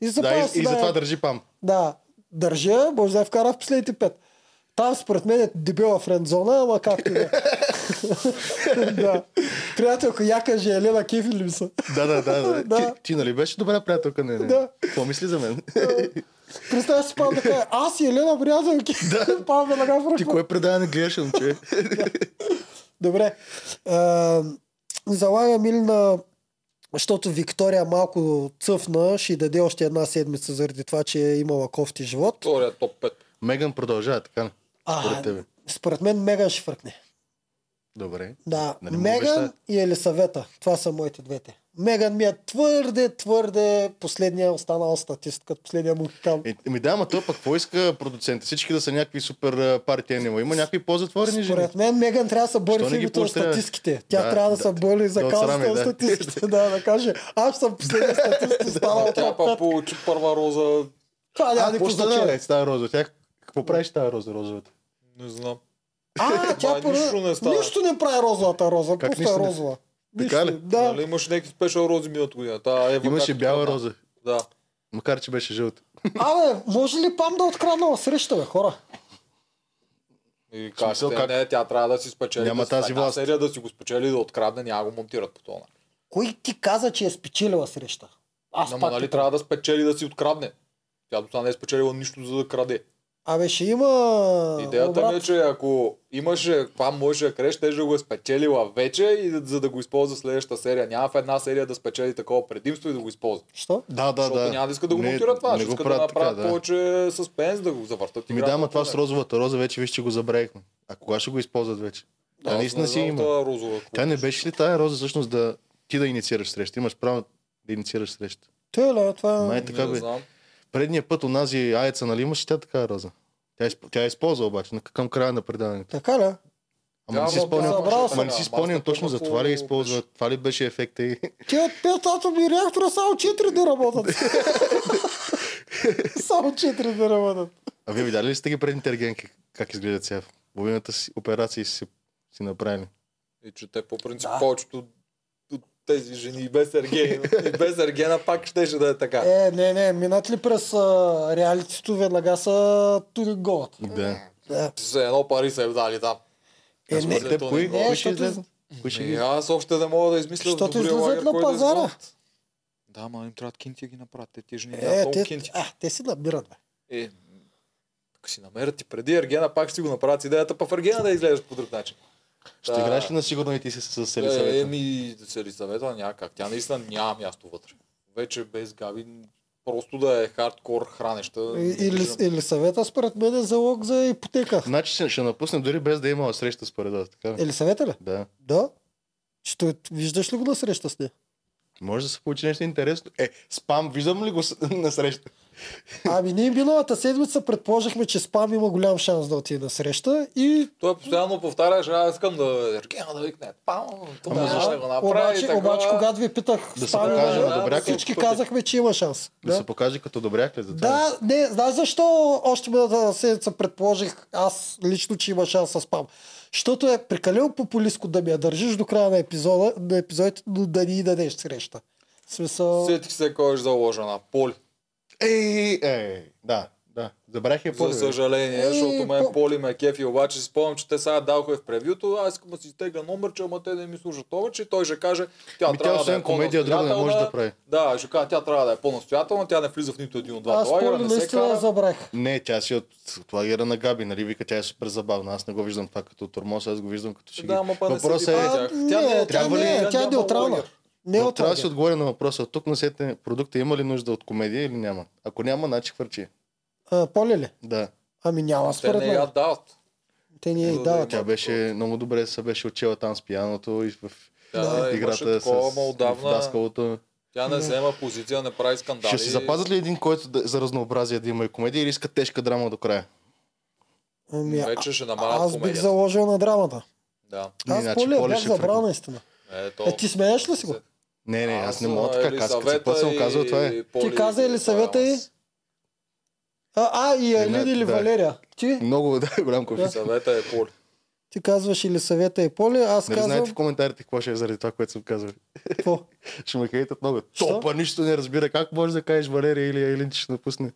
Speaker 2: и
Speaker 3: Да,
Speaker 2: запаеш
Speaker 3: и,
Speaker 2: си
Speaker 3: и затова
Speaker 2: най-яките.
Speaker 3: държи пам.
Speaker 2: Да, държа, може да я вкара в последните пет. Там според мен е дебела френдзона, ама както и да. е. да. Приятелко, я кажи, е Елена Кефи ли ми са?
Speaker 3: Да, да, да. да.
Speaker 2: Да.
Speaker 3: Ти, ти нали беше добра приятелка? Не, не.
Speaker 2: Да.
Speaker 3: Какво мисли за мен?
Speaker 2: Представя си пам да кажа, аз и Елена приятелки. Да. пам веднага в
Speaker 3: ти
Speaker 2: ръка.
Speaker 1: е
Speaker 3: кое предаване гледаш, момче?
Speaker 2: Добре. А, залагам или на... Защото Виктория малко цъфна, ще й даде още една седмица заради това, че е имала кофти живот.
Speaker 1: Втория топ 5.
Speaker 3: Меган продължава, така ли?
Speaker 2: А,
Speaker 3: Според тебе.
Speaker 2: според мен Меган ще фръкне.
Speaker 3: Добре.
Speaker 2: Да,
Speaker 3: Нали му
Speaker 2: Меган
Speaker 3: обеща?
Speaker 2: и Елисавета. Това са моите двете. Меган ми е твърде, твърде последния останал статист, като последния му кам.
Speaker 3: Е, ми да, ама той пък какво иска продуцента? Всички да са някакви супер партия няма. Има някакви по-затворени жени.
Speaker 2: Според мен Меган трябва да се бори
Speaker 3: Що
Speaker 2: в
Speaker 3: не ги
Speaker 2: името на
Speaker 3: поощряваш?
Speaker 2: статистките. Тя
Speaker 3: Да,
Speaker 2: трябва да,
Speaker 3: да,
Speaker 2: се бори за
Speaker 3: да
Speaker 2: каузата
Speaker 3: отсрами,
Speaker 2: на
Speaker 3: да.
Speaker 2: статистките. да, да каже, аз съм последния статист, останал
Speaker 1: Тя
Speaker 2: топ
Speaker 1: па
Speaker 2: пет».
Speaker 1: получи първа роза.
Speaker 2: Това няма никакво
Speaker 3: А, какво
Speaker 1: значи?
Speaker 3: стана
Speaker 2: значение.
Speaker 3: бе, с тази роза? Тя какво правиш с тази роза, розовата?
Speaker 1: Не знам.
Speaker 2: А, тя
Speaker 1: Май,
Speaker 2: първо...
Speaker 1: нищо не става.
Speaker 2: Нищо не прави розовата роза,
Speaker 3: Как
Speaker 2: просто
Speaker 3: нищо
Speaker 2: е
Speaker 3: не-
Speaker 2: розова.
Speaker 3: Така
Speaker 2: Нищо,
Speaker 3: ли?
Speaker 2: Да.
Speaker 1: Нали, имаше някакви спешъл рози миналата година. Та, Ева,
Speaker 3: Имаше
Speaker 1: както
Speaker 3: бяла
Speaker 1: каза.
Speaker 3: роза.
Speaker 1: Да.
Speaker 3: Макар, че беше жълто.
Speaker 2: Абе, може ли пам да открадна среща, бе, хора?
Speaker 1: И
Speaker 3: В смисъл,
Speaker 1: как?
Speaker 3: как?
Speaker 1: Не, тя трябва да си спечели.
Speaker 3: Няма
Speaker 1: да, си-
Speaker 3: тази
Speaker 1: една
Speaker 3: власт.
Speaker 1: серия да си го спечели и да открадне, няма го монтират по тона.
Speaker 2: Кой ти каза, че е спечелила среща? Аз
Speaker 1: Ама
Speaker 2: пак
Speaker 1: нали
Speaker 2: питам.
Speaker 1: трябва да спечели да си открадне? Тя до сега не е спечелила нищо за да краде.
Speaker 2: Абе, ще има...
Speaker 1: Идеята ми е,
Speaker 2: обрат.
Speaker 1: че ако имаше това можеше да креш, те ще го е спечелила вече и да- за да го използва в следващата серия. Няма в една серия да спечели такова предимство и да го използва.
Speaker 2: Що?
Speaker 3: Да, да,
Speaker 1: Защото
Speaker 3: да.
Speaker 1: няма да иска да го
Speaker 3: Не-
Speaker 1: монтира това.
Speaker 3: не
Speaker 1: Ще
Speaker 3: го
Speaker 1: иска да
Speaker 3: правят
Speaker 1: направят
Speaker 3: така, да.
Speaker 1: повече съспенс, да го завъртат.
Speaker 3: Ми да, ама това
Speaker 1: е.
Speaker 3: с розовата роза вече виж, че го забравихме. А кога ще го използват вече? Тя наистина си има.
Speaker 1: Розова,
Speaker 3: Тя не беше ли тая роза всъщност да ти да инициираш среща? Имаш право да инициираш среща.
Speaker 2: Той е, това...
Speaker 3: Май
Speaker 2: Май...
Speaker 3: е така, бе.
Speaker 1: Ами знам.
Speaker 3: Предния път онази аеца, нали имаш и тя така роза? Тя, е изп- тя е използва обаче на- към края на предаването.
Speaker 2: Така ли?
Speaker 3: Ама
Speaker 1: Да,
Speaker 3: не си
Speaker 1: ама
Speaker 3: спомням,
Speaker 2: тя- Забрал съм.
Speaker 3: ама не си спомням
Speaker 1: Маста
Speaker 3: точно за
Speaker 1: Първо
Speaker 3: това ли
Speaker 1: по-
Speaker 3: използва. Това ли беше ефекта и...
Speaker 2: Ти от пет атоми реактора само 4 да работят. само 4 да работят.
Speaker 3: А вие видяли ли сте ги предните ергенки? Как изглеждат сега? Половината си операции си, си направили.
Speaker 1: И че те по принцип
Speaker 2: Да.
Speaker 1: повечето от- от тези жени и без Ергена, и без Ергена пак щеше да е така.
Speaker 2: Е, не, не, минат ли през а, реалитито веднага са туди голът.
Speaker 3: Да.
Speaker 2: Да.
Speaker 1: За едно пари са им дали там.
Speaker 2: Е,
Speaker 1: Аз
Speaker 2: не,
Speaker 1: мисля,
Speaker 3: Те
Speaker 1: то
Speaker 3: кои,
Speaker 1: не го-
Speaker 3: кои ще
Speaker 2: защото-
Speaker 3: излезат? Кои ще
Speaker 1: Ми,
Speaker 3: ги...
Speaker 1: аз още не мога да измисля
Speaker 2: Защото
Speaker 1: добрия
Speaker 2: излизат
Speaker 1: лагер,
Speaker 2: на
Speaker 1: кой да
Speaker 2: пазара.
Speaker 1: изготвят. Да, ма им трябват кинти да ги направят. Те тия жени
Speaker 2: Е,
Speaker 1: нямат много
Speaker 2: те,
Speaker 1: кинти.
Speaker 2: а, те си набират, бе.
Speaker 1: Е, ако си намерят и преди Ергена, пак ще си го направят с идеята, па в Ергена да изглеждаш по друг начин.
Speaker 3: Ще
Speaker 1: Да.
Speaker 3: играеш ли на сигурно и ти си с с
Speaker 1: Е,
Speaker 3: Елисавета?
Speaker 1: еми, да се Елисавета няма как. Тя наистина няма място вътре. Вече без Габи, просто да е хардкор хранеща. не
Speaker 2: И- Или,
Speaker 1: виждам.
Speaker 2: или съвета, според мен, е залог за ипотека.
Speaker 3: Значи ще- ще напуснем дори без да е имала среща според вас, така ли?
Speaker 2: Или съвета ли?
Speaker 3: Да.
Speaker 2: Да. Че той- виждаш ли го на среща с нея?
Speaker 3: Може да се получи нещо интересно. Е, спам, виждам ли го с- на среща?
Speaker 2: Ами ние миналата седмица предположихме, че спам има голям шанс да отиде на среща и
Speaker 1: Той постоянно повтаряше, аз искам да Ергена да викне. Пам, тук
Speaker 3: Ама
Speaker 1: не
Speaker 3: защо?
Speaker 1: да го направи.
Speaker 2: обаче,
Speaker 1: така.
Speaker 2: обаче, когато ви питах
Speaker 3: Да се
Speaker 2: спам,
Speaker 3: покаже
Speaker 2: има-
Speaker 3: на добряк ли?
Speaker 2: всички казахме, че има шанс.
Speaker 3: Да се покаже като добряк ли е за това?
Speaker 2: Да, не, знаеш защо още миналата седмица предположих аз лично, че има шанс с спам? Защото е прекалено популистко да ми я държиш до края на, епизода, на епизодите, но да ни дадеш среща. В смисъл...
Speaker 1: Сетих се кой е заложена. на Поли.
Speaker 3: Ей, ей, да, да. Забравих я по
Speaker 1: За съжаление,
Speaker 2: Е,
Speaker 1: защото мен
Speaker 2: по-
Speaker 1: Поли ме кефи, обаче си спомням, че те сега далха и в превюто, аз искам да си изтегля номерче, ама те не ми служат повече и той ще каже, тя
Speaker 3: Ми Ами тя
Speaker 1: трябва да е
Speaker 3: освен комедия, друга не може да
Speaker 1: по-настоятелна.
Speaker 3: прави.
Speaker 1: Да, ще кажа, тя трябва да е по-настоятелна, тя не влиза в нито един от
Speaker 2: Аз
Speaker 1: двата лагера,
Speaker 2: поли
Speaker 1: не се
Speaker 2: наистина я
Speaker 1: кара.
Speaker 2: забрах.
Speaker 3: Не, тя си от от лагера на Габи, нали? Вика, тя е супер забавна. Аз не го виждам това като тормоз, аз го виждам като шеги.
Speaker 1: Да, ама па не се
Speaker 3: Въпросът
Speaker 1: ги
Speaker 3: е,
Speaker 1: правят.
Speaker 2: А,
Speaker 1: тях.
Speaker 2: не,
Speaker 1: Тя не е-
Speaker 2: тя
Speaker 3: трябва ли-
Speaker 2: не е,
Speaker 1: тя
Speaker 2: тя е
Speaker 1: няма
Speaker 2: неутрална.
Speaker 1: лагер.
Speaker 2: Не е
Speaker 3: но
Speaker 2: от
Speaker 3: трябва да си
Speaker 2: лагер.
Speaker 3: отговоря на въпроса. От тук насетне продукта има ли нужда от комедия или няма? Ако няма, значи хвърчи.
Speaker 2: А, Поли ли?
Speaker 3: Да.
Speaker 2: Ами няма
Speaker 1: Те
Speaker 2: според
Speaker 1: не я
Speaker 2: мен.
Speaker 1: дават.
Speaker 2: Те ни я
Speaker 1: Да, да,
Speaker 2: дават.
Speaker 3: Тя
Speaker 1: Има
Speaker 3: беше
Speaker 1: продукт. много
Speaker 3: много добре, се беше отчела там с пияното и в
Speaker 1: Да, имаше
Speaker 3: играта
Speaker 1: такова,
Speaker 3: с
Speaker 1: ама отдавна
Speaker 3: даскалото.
Speaker 1: тя не взема позиция, не прави скандали.
Speaker 3: Ще се запазят ли един, който да, за разнообразие да има и комедия или иска тежка драма до края?
Speaker 2: Ами, а-
Speaker 1: Вече ще намалят
Speaker 2: аз бих
Speaker 1: комедията.
Speaker 2: заложил на драмата.
Speaker 1: Да.
Speaker 3: Не,
Speaker 2: Аз
Speaker 3: значи
Speaker 2: Поли я
Speaker 3: Поли
Speaker 2: бях
Speaker 3: ще фърли.
Speaker 2: забрал наистина.
Speaker 1: Ето.
Speaker 2: Е, ти смееш ли си го?
Speaker 3: Не, не, аз, не
Speaker 1: съм
Speaker 3: мога така. Аз като се
Speaker 1: Елисавета
Speaker 3: път съм
Speaker 1: и
Speaker 3: казал, това е.
Speaker 1: Поли
Speaker 2: Ти каза Елисавета и-
Speaker 1: Баланс.
Speaker 2: А, а
Speaker 1: Е,
Speaker 2: и Елин
Speaker 1: значи,
Speaker 3: Една-
Speaker 2: или
Speaker 3: да.
Speaker 2: Валерия. Ти,
Speaker 3: Много, да, голям конфликт.
Speaker 1: Елисавета е Поли.
Speaker 2: ти казваш или съвета е Поли, аз
Speaker 3: Нали знаете в
Speaker 2: казвам...
Speaker 3: коментарите какво ще е заради това, което съм казал?
Speaker 2: Какво?
Speaker 3: Ще ме хейтат много.
Speaker 2: Що?
Speaker 3: Топа нищо не разбира. Как може да кажеш Валерия или Елин, че ще напусне?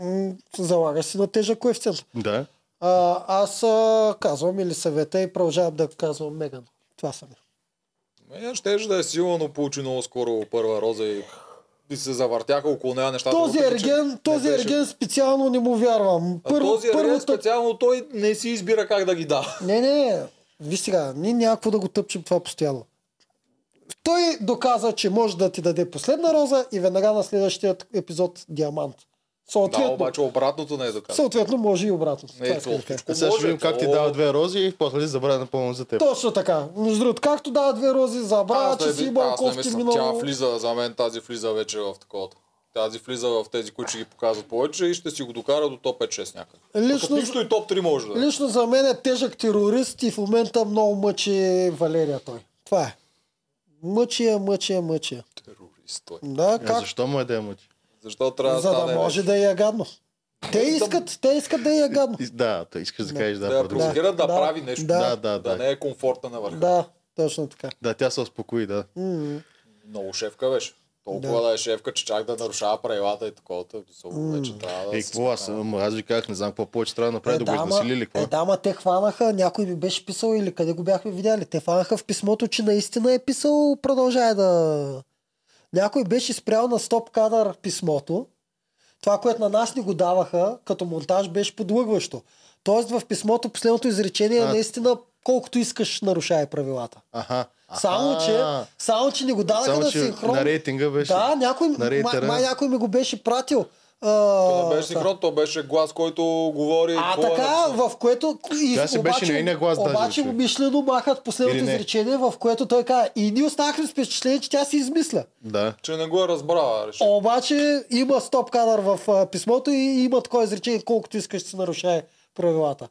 Speaker 2: М, Залагаш си на тежък коефициент.
Speaker 3: Да.
Speaker 2: А, аз а, казвам или съвета и продължавам да казвам Меган. Това съм.
Speaker 1: Мен щеше да е силно, но получи много скоро първа роза и, и се завъртяха около нея нещата.
Speaker 2: Този
Speaker 1: въпреки че
Speaker 2: ерген, този
Speaker 1: беше.
Speaker 2: ерген специално не му вярвам.
Speaker 1: А
Speaker 2: Първо,
Speaker 1: този ерген
Speaker 2: първото...
Speaker 1: специално той не си избира как да ги да.
Speaker 2: Не, не, виж сега, ние някакво да го тъпчем това постоянно. Той доказа, че може да ти даде последна роза и веднага на следващия епизод диамант.
Speaker 1: Да,
Speaker 2: Съответно,
Speaker 1: обаче обратното не е доказано.
Speaker 2: съответно може и обратно.
Speaker 1: Не,
Speaker 2: Това искам да
Speaker 1: то-
Speaker 2: кажа.
Speaker 1: Ако
Speaker 3: Е, Сега ще
Speaker 1: може,
Speaker 3: видим как ти
Speaker 1: то-
Speaker 3: дава две рози и после да забравя напълно за теб.
Speaker 2: Точно така. Между другото, както дава две рози, забравя,
Speaker 1: Аз не
Speaker 2: че си
Speaker 1: би-
Speaker 2: имал
Speaker 1: аз не
Speaker 2: кофти
Speaker 1: мисля. Тя
Speaker 2: минало.
Speaker 1: влиза, за мен тази влиза вече в такова. Тази влиза в тези, които ще ги показват повече и ще си го докара до топ 5-6 някъде.
Speaker 2: Лично-
Speaker 1: Лично... Нищо и топ 3 може да е.
Speaker 2: Лично за мен е тежък терорист и в момента много мъчи Валерия той. Това е. Мъчи я, мъчи я, мъчи я.
Speaker 1: Терорист той.
Speaker 2: Да,
Speaker 3: А
Speaker 2: как?
Speaker 3: защо му е да я мъчи?
Speaker 1: Защо трябва да е.
Speaker 2: За да
Speaker 1: стане?
Speaker 2: може да я гадно. Те искат, те искат да я гадно.
Speaker 3: И- Да, той искаш да
Speaker 2: Да.
Speaker 3: кажеш да,
Speaker 1: да я
Speaker 3: продукт.
Speaker 1: провокира да,
Speaker 2: да,
Speaker 1: прави нещо.
Speaker 2: да.
Speaker 3: Да,
Speaker 1: да
Speaker 3: да, да.
Speaker 1: не е комфортна на върха.
Speaker 2: Да, точно така.
Speaker 3: Да, тя се успокои, да.
Speaker 2: М.
Speaker 1: Много шефка беше. Толкова да, е шефка, че чак да нарушава правилата и такова. Безумно, вече трябва да
Speaker 3: Е,
Speaker 1: се
Speaker 3: какво аз?
Speaker 1: справя.
Speaker 3: Ама Аз ви казах, не знам какво повече трябва да направи, да го
Speaker 2: ама-
Speaker 3: изнасили или какво.
Speaker 2: Е, да, ама те хванаха, някой ми беше писал или къде го бяхме видяли. Те хванаха в писмото, че наистина е писал, продължай да... Някой беше спрял на стоп кадър писмото. Това, което на нас ни го даваха като монтаж, беше подлъгващо. Тоест в писмото последното изречение е
Speaker 3: А.
Speaker 2: наистина колкото искаш нарушай правилата.
Speaker 3: Аха.
Speaker 2: Само, че,
Speaker 3: Аха.
Speaker 2: само, че ни го даваха
Speaker 3: Само,
Speaker 2: на
Speaker 3: че
Speaker 2: синхрон.
Speaker 3: на рейтинга беше.
Speaker 2: Да, някой,
Speaker 3: на
Speaker 2: май,
Speaker 3: рейтера.
Speaker 2: май, някой ми го беше пратил. А,
Speaker 1: То не беше
Speaker 2: да.
Speaker 1: синхрон, то беше глас, който говори.
Speaker 2: А,
Speaker 1: какво е
Speaker 2: така,
Speaker 1: написано.
Speaker 2: в което... И,
Speaker 3: Тя си беше нейния глас даже,
Speaker 2: обаче
Speaker 3: човек.
Speaker 2: умишлено махат последното
Speaker 3: Или не?
Speaker 2: изречение, в което той каза и ние останахме с впечатление, че тя си измисля.
Speaker 3: Да.
Speaker 1: Че не го е разбрала, реши.
Speaker 2: Обаче има стоп кадър в а, писмото и има такова изречение, колкото искаш да се нарушае правилата.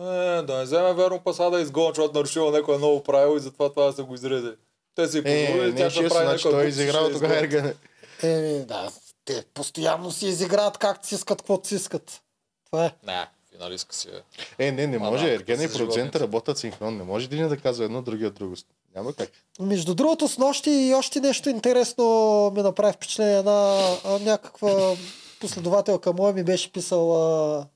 Speaker 1: Е, да не вземе верно паса да изгоня, защото нарушила някое ново правило и затова това да са го изрезали. Те си
Speaker 3: Е,
Speaker 1: позволили,
Speaker 3: не,
Speaker 1: тя ще
Speaker 3: че
Speaker 1: прави
Speaker 3: значи
Speaker 1: някоя
Speaker 3: той е
Speaker 1: глупост и
Speaker 3: изиграл
Speaker 1: ще
Speaker 3: тогава
Speaker 1: изгоня.
Speaker 3: Ергане.
Speaker 2: Еми, Е, да, те постоянно си изиграят както си искат, каквото си искат. Това е.
Speaker 1: Не, финалистка си е.
Speaker 3: Е, не, не
Speaker 1: Ма,
Speaker 3: може.
Speaker 1: да,
Speaker 3: Ергена и
Speaker 1: с животните.
Speaker 3: продуцента работят синхрон. Не може един да казва едно, другия друго. Няма как.
Speaker 2: Между другото, с нощи и още нещо интересно ми направи впечатление. Една а, някаква последователка моя ми беше писала.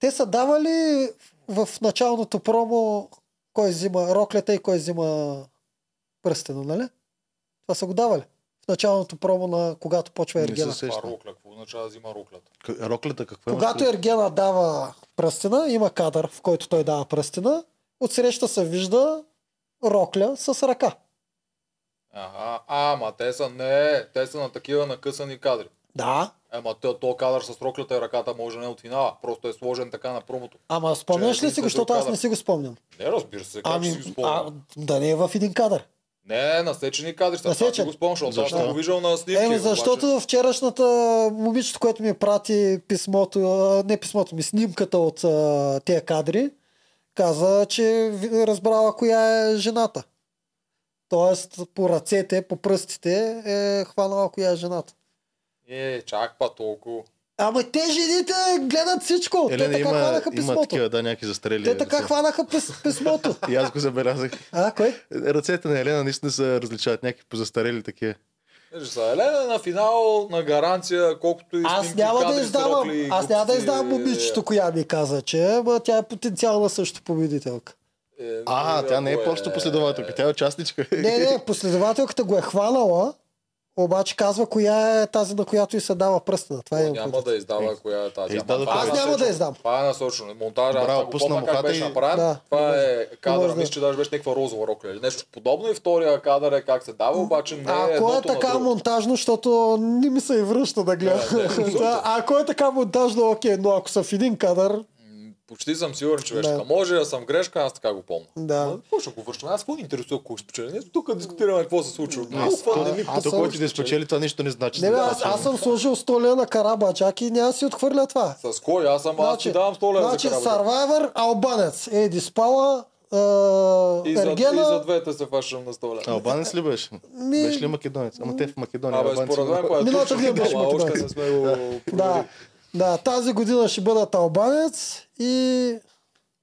Speaker 2: Те са давали в началното промо кой взима роклята и кой взима пръстена, нали? Това са го давали. В началното промо на когато почва
Speaker 3: Не се
Speaker 2: Ергена.
Speaker 1: Това
Speaker 3: сещам.
Speaker 1: рукля, какво значи означава да взима руклята?
Speaker 3: К- Роклята какво има?
Speaker 2: Когато Ергена дава пръстена, има кадър, в който той дава пръстена. Отсреща се вижда рокля с ръка.
Speaker 1: Ага, ама те са не, те са на такива накъсани кадри.
Speaker 2: Да,
Speaker 1: Ема то, то кадър с роклята и ръката може не е от финала, просто е сложен така на промото.
Speaker 2: Ама
Speaker 1: Че
Speaker 2: спомняш ли
Speaker 1: един
Speaker 2: си
Speaker 1: след
Speaker 2: го,
Speaker 1: друг
Speaker 2: защото аз
Speaker 1: кадър.
Speaker 2: не си го спомням?
Speaker 1: Не, разбира се, как ще си
Speaker 2: Ами,
Speaker 1: го
Speaker 2: а,
Speaker 1: спомня.
Speaker 2: да не е в един кадър.
Speaker 1: Не, насечени кадри, са, това си
Speaker 2: Насечен.
Speaker 1: го спомня, защото аз
Speaker 3: Защо? Е,
Speaker 1: съм го виждал на снимки.
Speaker 2: Еми,
Speaker 1: обаче.
Speaker 2: Е, защото вчерашната момичето, което ми прати писмото, а, не писмото ми, снимката от а, тези кадри, каза, че ви- разбрала коя е жената. Тоест, по ръцете, по пръстите е хванала коя е жената.
Speaker 1: Е, чак па толкова.
Speaker 2: Ама те жените гледат всичко.
Speaker 3: Елена,
Speaker 2: е Те така
Speaker 3: има,
Speaker 2: хванаха
Speaker 3: има
Speaker 2: писмото.
Speaker 3: такива, да, някакви застрели.
Speaker 2: Те така
Speaker 3: ръце.
Speaker 2: хванаха пис- писмото.
Speaker 3: И аз го забелязах.
Speaker 2: А, кой?
Speaker 3: Ръцете на Елена наистина се различават. Някакви позастарели такива.
Speaker 1: Виж, са, Елена е на финал на гаранция, колкото и
Speaker 2: Аз
Speaker 1: снимки,
Speaker 2: няма
Speaker 1: кадри с
Speaker 2: да
Speaker 1: рокли
Speaker 2: издавам,
Speaker 1: и
Speaker 2: аз няма да
Speaker 1: глупости,
Speaker 2: издавам
Speaker 1: е,
Speaker 2: момичето, коя ми каза, че ма, тя е потенциална също победителка.
Speaker 1: е,
Speaker 3: А,
Speaker 1: е,
Speaker 3: тя не е
Speaker 1: ако
Speaker 3: просто последователка, тя е участничка.
Speaker 2: Не, не, последователката го е хванала, обаче казва коя е тази, на която и се дава пръстена. Това е
Speaker 1: Няма да издава коя е тази.
Speaker 3: Е,
Speaker 1: Ама
Speaker 3: да, да,
Speaker 1: това е
Speaker 2: Аз
Speaker 3: Аз
Speaker 2: няма
Speaker 1: насочено.
Speaker 2: да издам.
Speaker 1: Това е насочено. Монтажа,
Speaker 3: Браво,
Speaker 1: аз го
Speaker 3: пусна
Speaker 1: помня как
Speaker 3: мухата
Speaker 1: беше
Speaker 3: и-
Speaker 1: направен.
Speaker 2: Да.
Speaker 1: това е кадъра.
Speaker 2: Лъжда.
Speaker 1: Мисля, че даже беше някаква розова рокля или нещо подобно. И втория кадър е как се дава, обаче не е
Speaker 2: Ако е
Speaker 1: едното на
Speaker 2: така
Speaker 1: другото.
Speaker 2: монтажно, защото не ми се и връща да гледам.
Speaker 1: Да, да,
Speaker 2: Да,
Speaker 1: абсолютно.
Speaker 2: Ако е така монтажно, окей, но ако са в един кадър,
Speaker 1: М, Почти съм сигурен, че беше
Speaker 2: Да.
Speaker 1: така. Може да съм грешка, аз така го помня.
Speaker 2: Да.
Speaker 1: Ма, Какво ще го връщам? Аз какво ни интересува, ако ще спечеля? Ние тук дискутираме какво се случва.
Speaker 3: Не,
Speaker 1: Толкова
Speaker 3: то-
Speaker 1: не ми
Speaker 2: аз
Speaker 3: то,
Speaker 2: съм-
Speaker 3: който да спечели, това нищо не значи.
Speaker 2: не бе, аз, аз съм сложил 100 лева на Карабаджак и няма да си отхвърля това.
Speaker 1: С кой? Аз съм, аз ти давам 100 лева
Speaker 2: значи
Speaker 1: за карабата.
Speaker 2: Survivor, Албанец, Еди Спала, е,
Speaker 1: И за, и за
Speaker 2: Ергена,
Speaker 1: двете се фашам на 100 лева.
Speaker 3: Албанец ли беше?
Speaker 2: Ми-
Speaker 3: Беше ли македонец? Ама те в Македония.
Speaker 1: Абе,
Speaker 3: албанци
Speaker 1: според мен
Speaker 3: много-
Speaker 1: по
Speaker 2: Миналата
Speaker 1: е
Speaker 2: година
Speaker 1: точно,
Speaker 2: беше
Speaker 1: ама още
Speaker 2: Македония.
Speaker 1: не сме го
Speaker 3: Нали?
Speaker 2: да, да, тази година ще бъдат Албанец и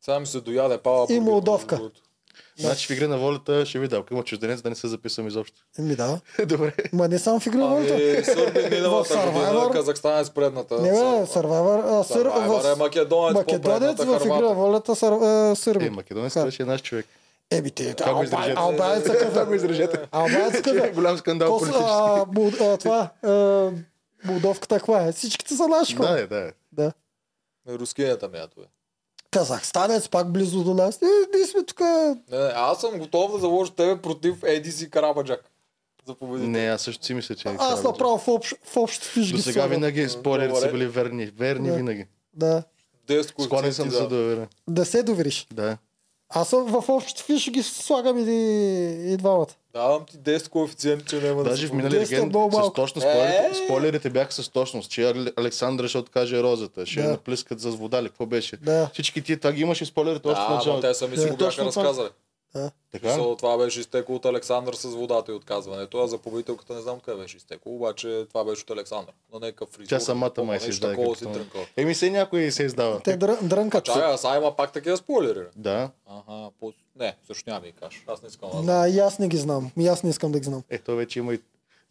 Speaker 1: Сега ми се дояде Пава.
Speaker 2: И Молдовка.
Speaker 3: Значи в игри на волята ще ви дам. Има чужденец да не се записвам изобщо.
Speaker 2: Е, ми да.
Speaker 3: Добре.
Speaker 2: Ма не само в игри на волята.
Speaker 1: Ами, Сърбия миналата
Speaker 2: В
Speaker 1: година,
Speaker 2: Survivor-
Speaker 1: Казахстан е с предната.
Speaker 2: Не бе, Survivor, а, сър,
Speaker 1: Survivor е
Speaker 2: в...
Speaker 1: македонец,
Speaker 2: Македонец
Speaker 1: по-предната
Speaker 2: в игра на
Speaker 1: Хървата.
Speaker 2: волята сър, е,
Speaker 3: Е,
Speaker 2: Сърби.
Speaker 3: македонец
Speaker 2: Как?
Speaker 3: беше наш човек.
Speaker 2: Еми те,
Speaker 3: го
Speaker 2: Алба-
Speaker 3: изрежете?
Speaker 2: Албанец е
Speaker 3: Това
Speaker 2: къде?
Speaker 3: го изрежете.
Speaker 2: Албанец
Speaker 3: Че е
Speaker 2: къде?
Speaker 3: Голям скандал
Speaker 2: Кос-
Speaker 3: политически.
Speaker 2: а, Мол- а, Това, е, Молдовката каква е? Всичките са наши
Speaker 3: Да,
Speaker 2: хора.
Speaker 3: е, да. е.
Speaker 2: Да.
Speaker 1: Рускинята ми е това.
Speaker 2: Казахстанец пак близо до нас. Е, ние сме тук.
Speaker 1: Не, не, аз съм готов да заложа тебе против ADC Карабаджак. За победител.
Speaker 3: Не, аз също си мисля, че е
Speaker 2: Аз
Speaker 3: Карабаджак.
Speaker 2: направо в, общ, в общ фиш
Speaker 3: До
Speaker 2: ги
Speaker 3: сега
Speaker 2: сега
Speaker 3: винаги спойлерите
Speaker 1: Добре.
Speaker 3: са били верни. Верни
Speaker 2: Да.
Speaker 3: винаги.
Speaker 2: Да.
Speaker 1: Десет
Speaker 3: Склонен съм да се
Speaker 1: коефициенти, да.
Speaker 3: доверя.
Speaker 2: Да се довериш.
Speaker 3: Да.
Speaker 2: Аз съм в общ фиш ги слагам и, и двамата.
Speaker 1: Давам ти 10 коефициент, че няма да
Speaker 3: Даже
Speaker 1: се
Speaker 3: в миналия
Speaker 2: Действа
Speaker 3: легенд
Speaker 2: много
Speaker 3: с
Speaker 2: е малко.
Speaker 3: точно спойлерите,
Speaker 1: Е!
Speaker 3: спойлерите бяха с точност, че Але- Александра ще откаже розата, ще я
Speaker 2: Да.
Speaker 3: наплескат с вода ли, какво беше.
Speaker 2: Да. Е,
Speaker 3: Всички тия, това ги имаше спойлерите още в
Speaker 1: Да, ама
Speaker 3: началото.
Speaker 1: те сами си
Speaker 2: Да.
Speaker 1: го бяха
Speaker 3: Точно това.
Speaker 1: разказали.
Speaker 3: Така?
Speaker 1: So, това беше изтекло от Александър с водата и отказването, а за победителката не знам къде беше изтекло, обаче това беше от Александър. На някакъв фризур.
Speaker 3: Тя самата май се
Speaker 1: нещо
Speaker 3: издаде.
Speaker 1: такова
Speaker 3: като
Speaker 1: си
Speaker 3: това.
Speaker 1: трънкала.
Speaker 3: Еми се някой се издава.
Speaker 2: Те дрън- дрънкат.
Speaker 1: Чакай, а сега има пак такива спойлери. бе.
Speaker 3: Да.
Speaker 1: Ага, по... не, също няма да ми кажеш. Аз не искам да знам.
Speaker 2: Да, и аз не ги знам. И аз не искам да ги знам.
Speaker 3: Е, той вече има и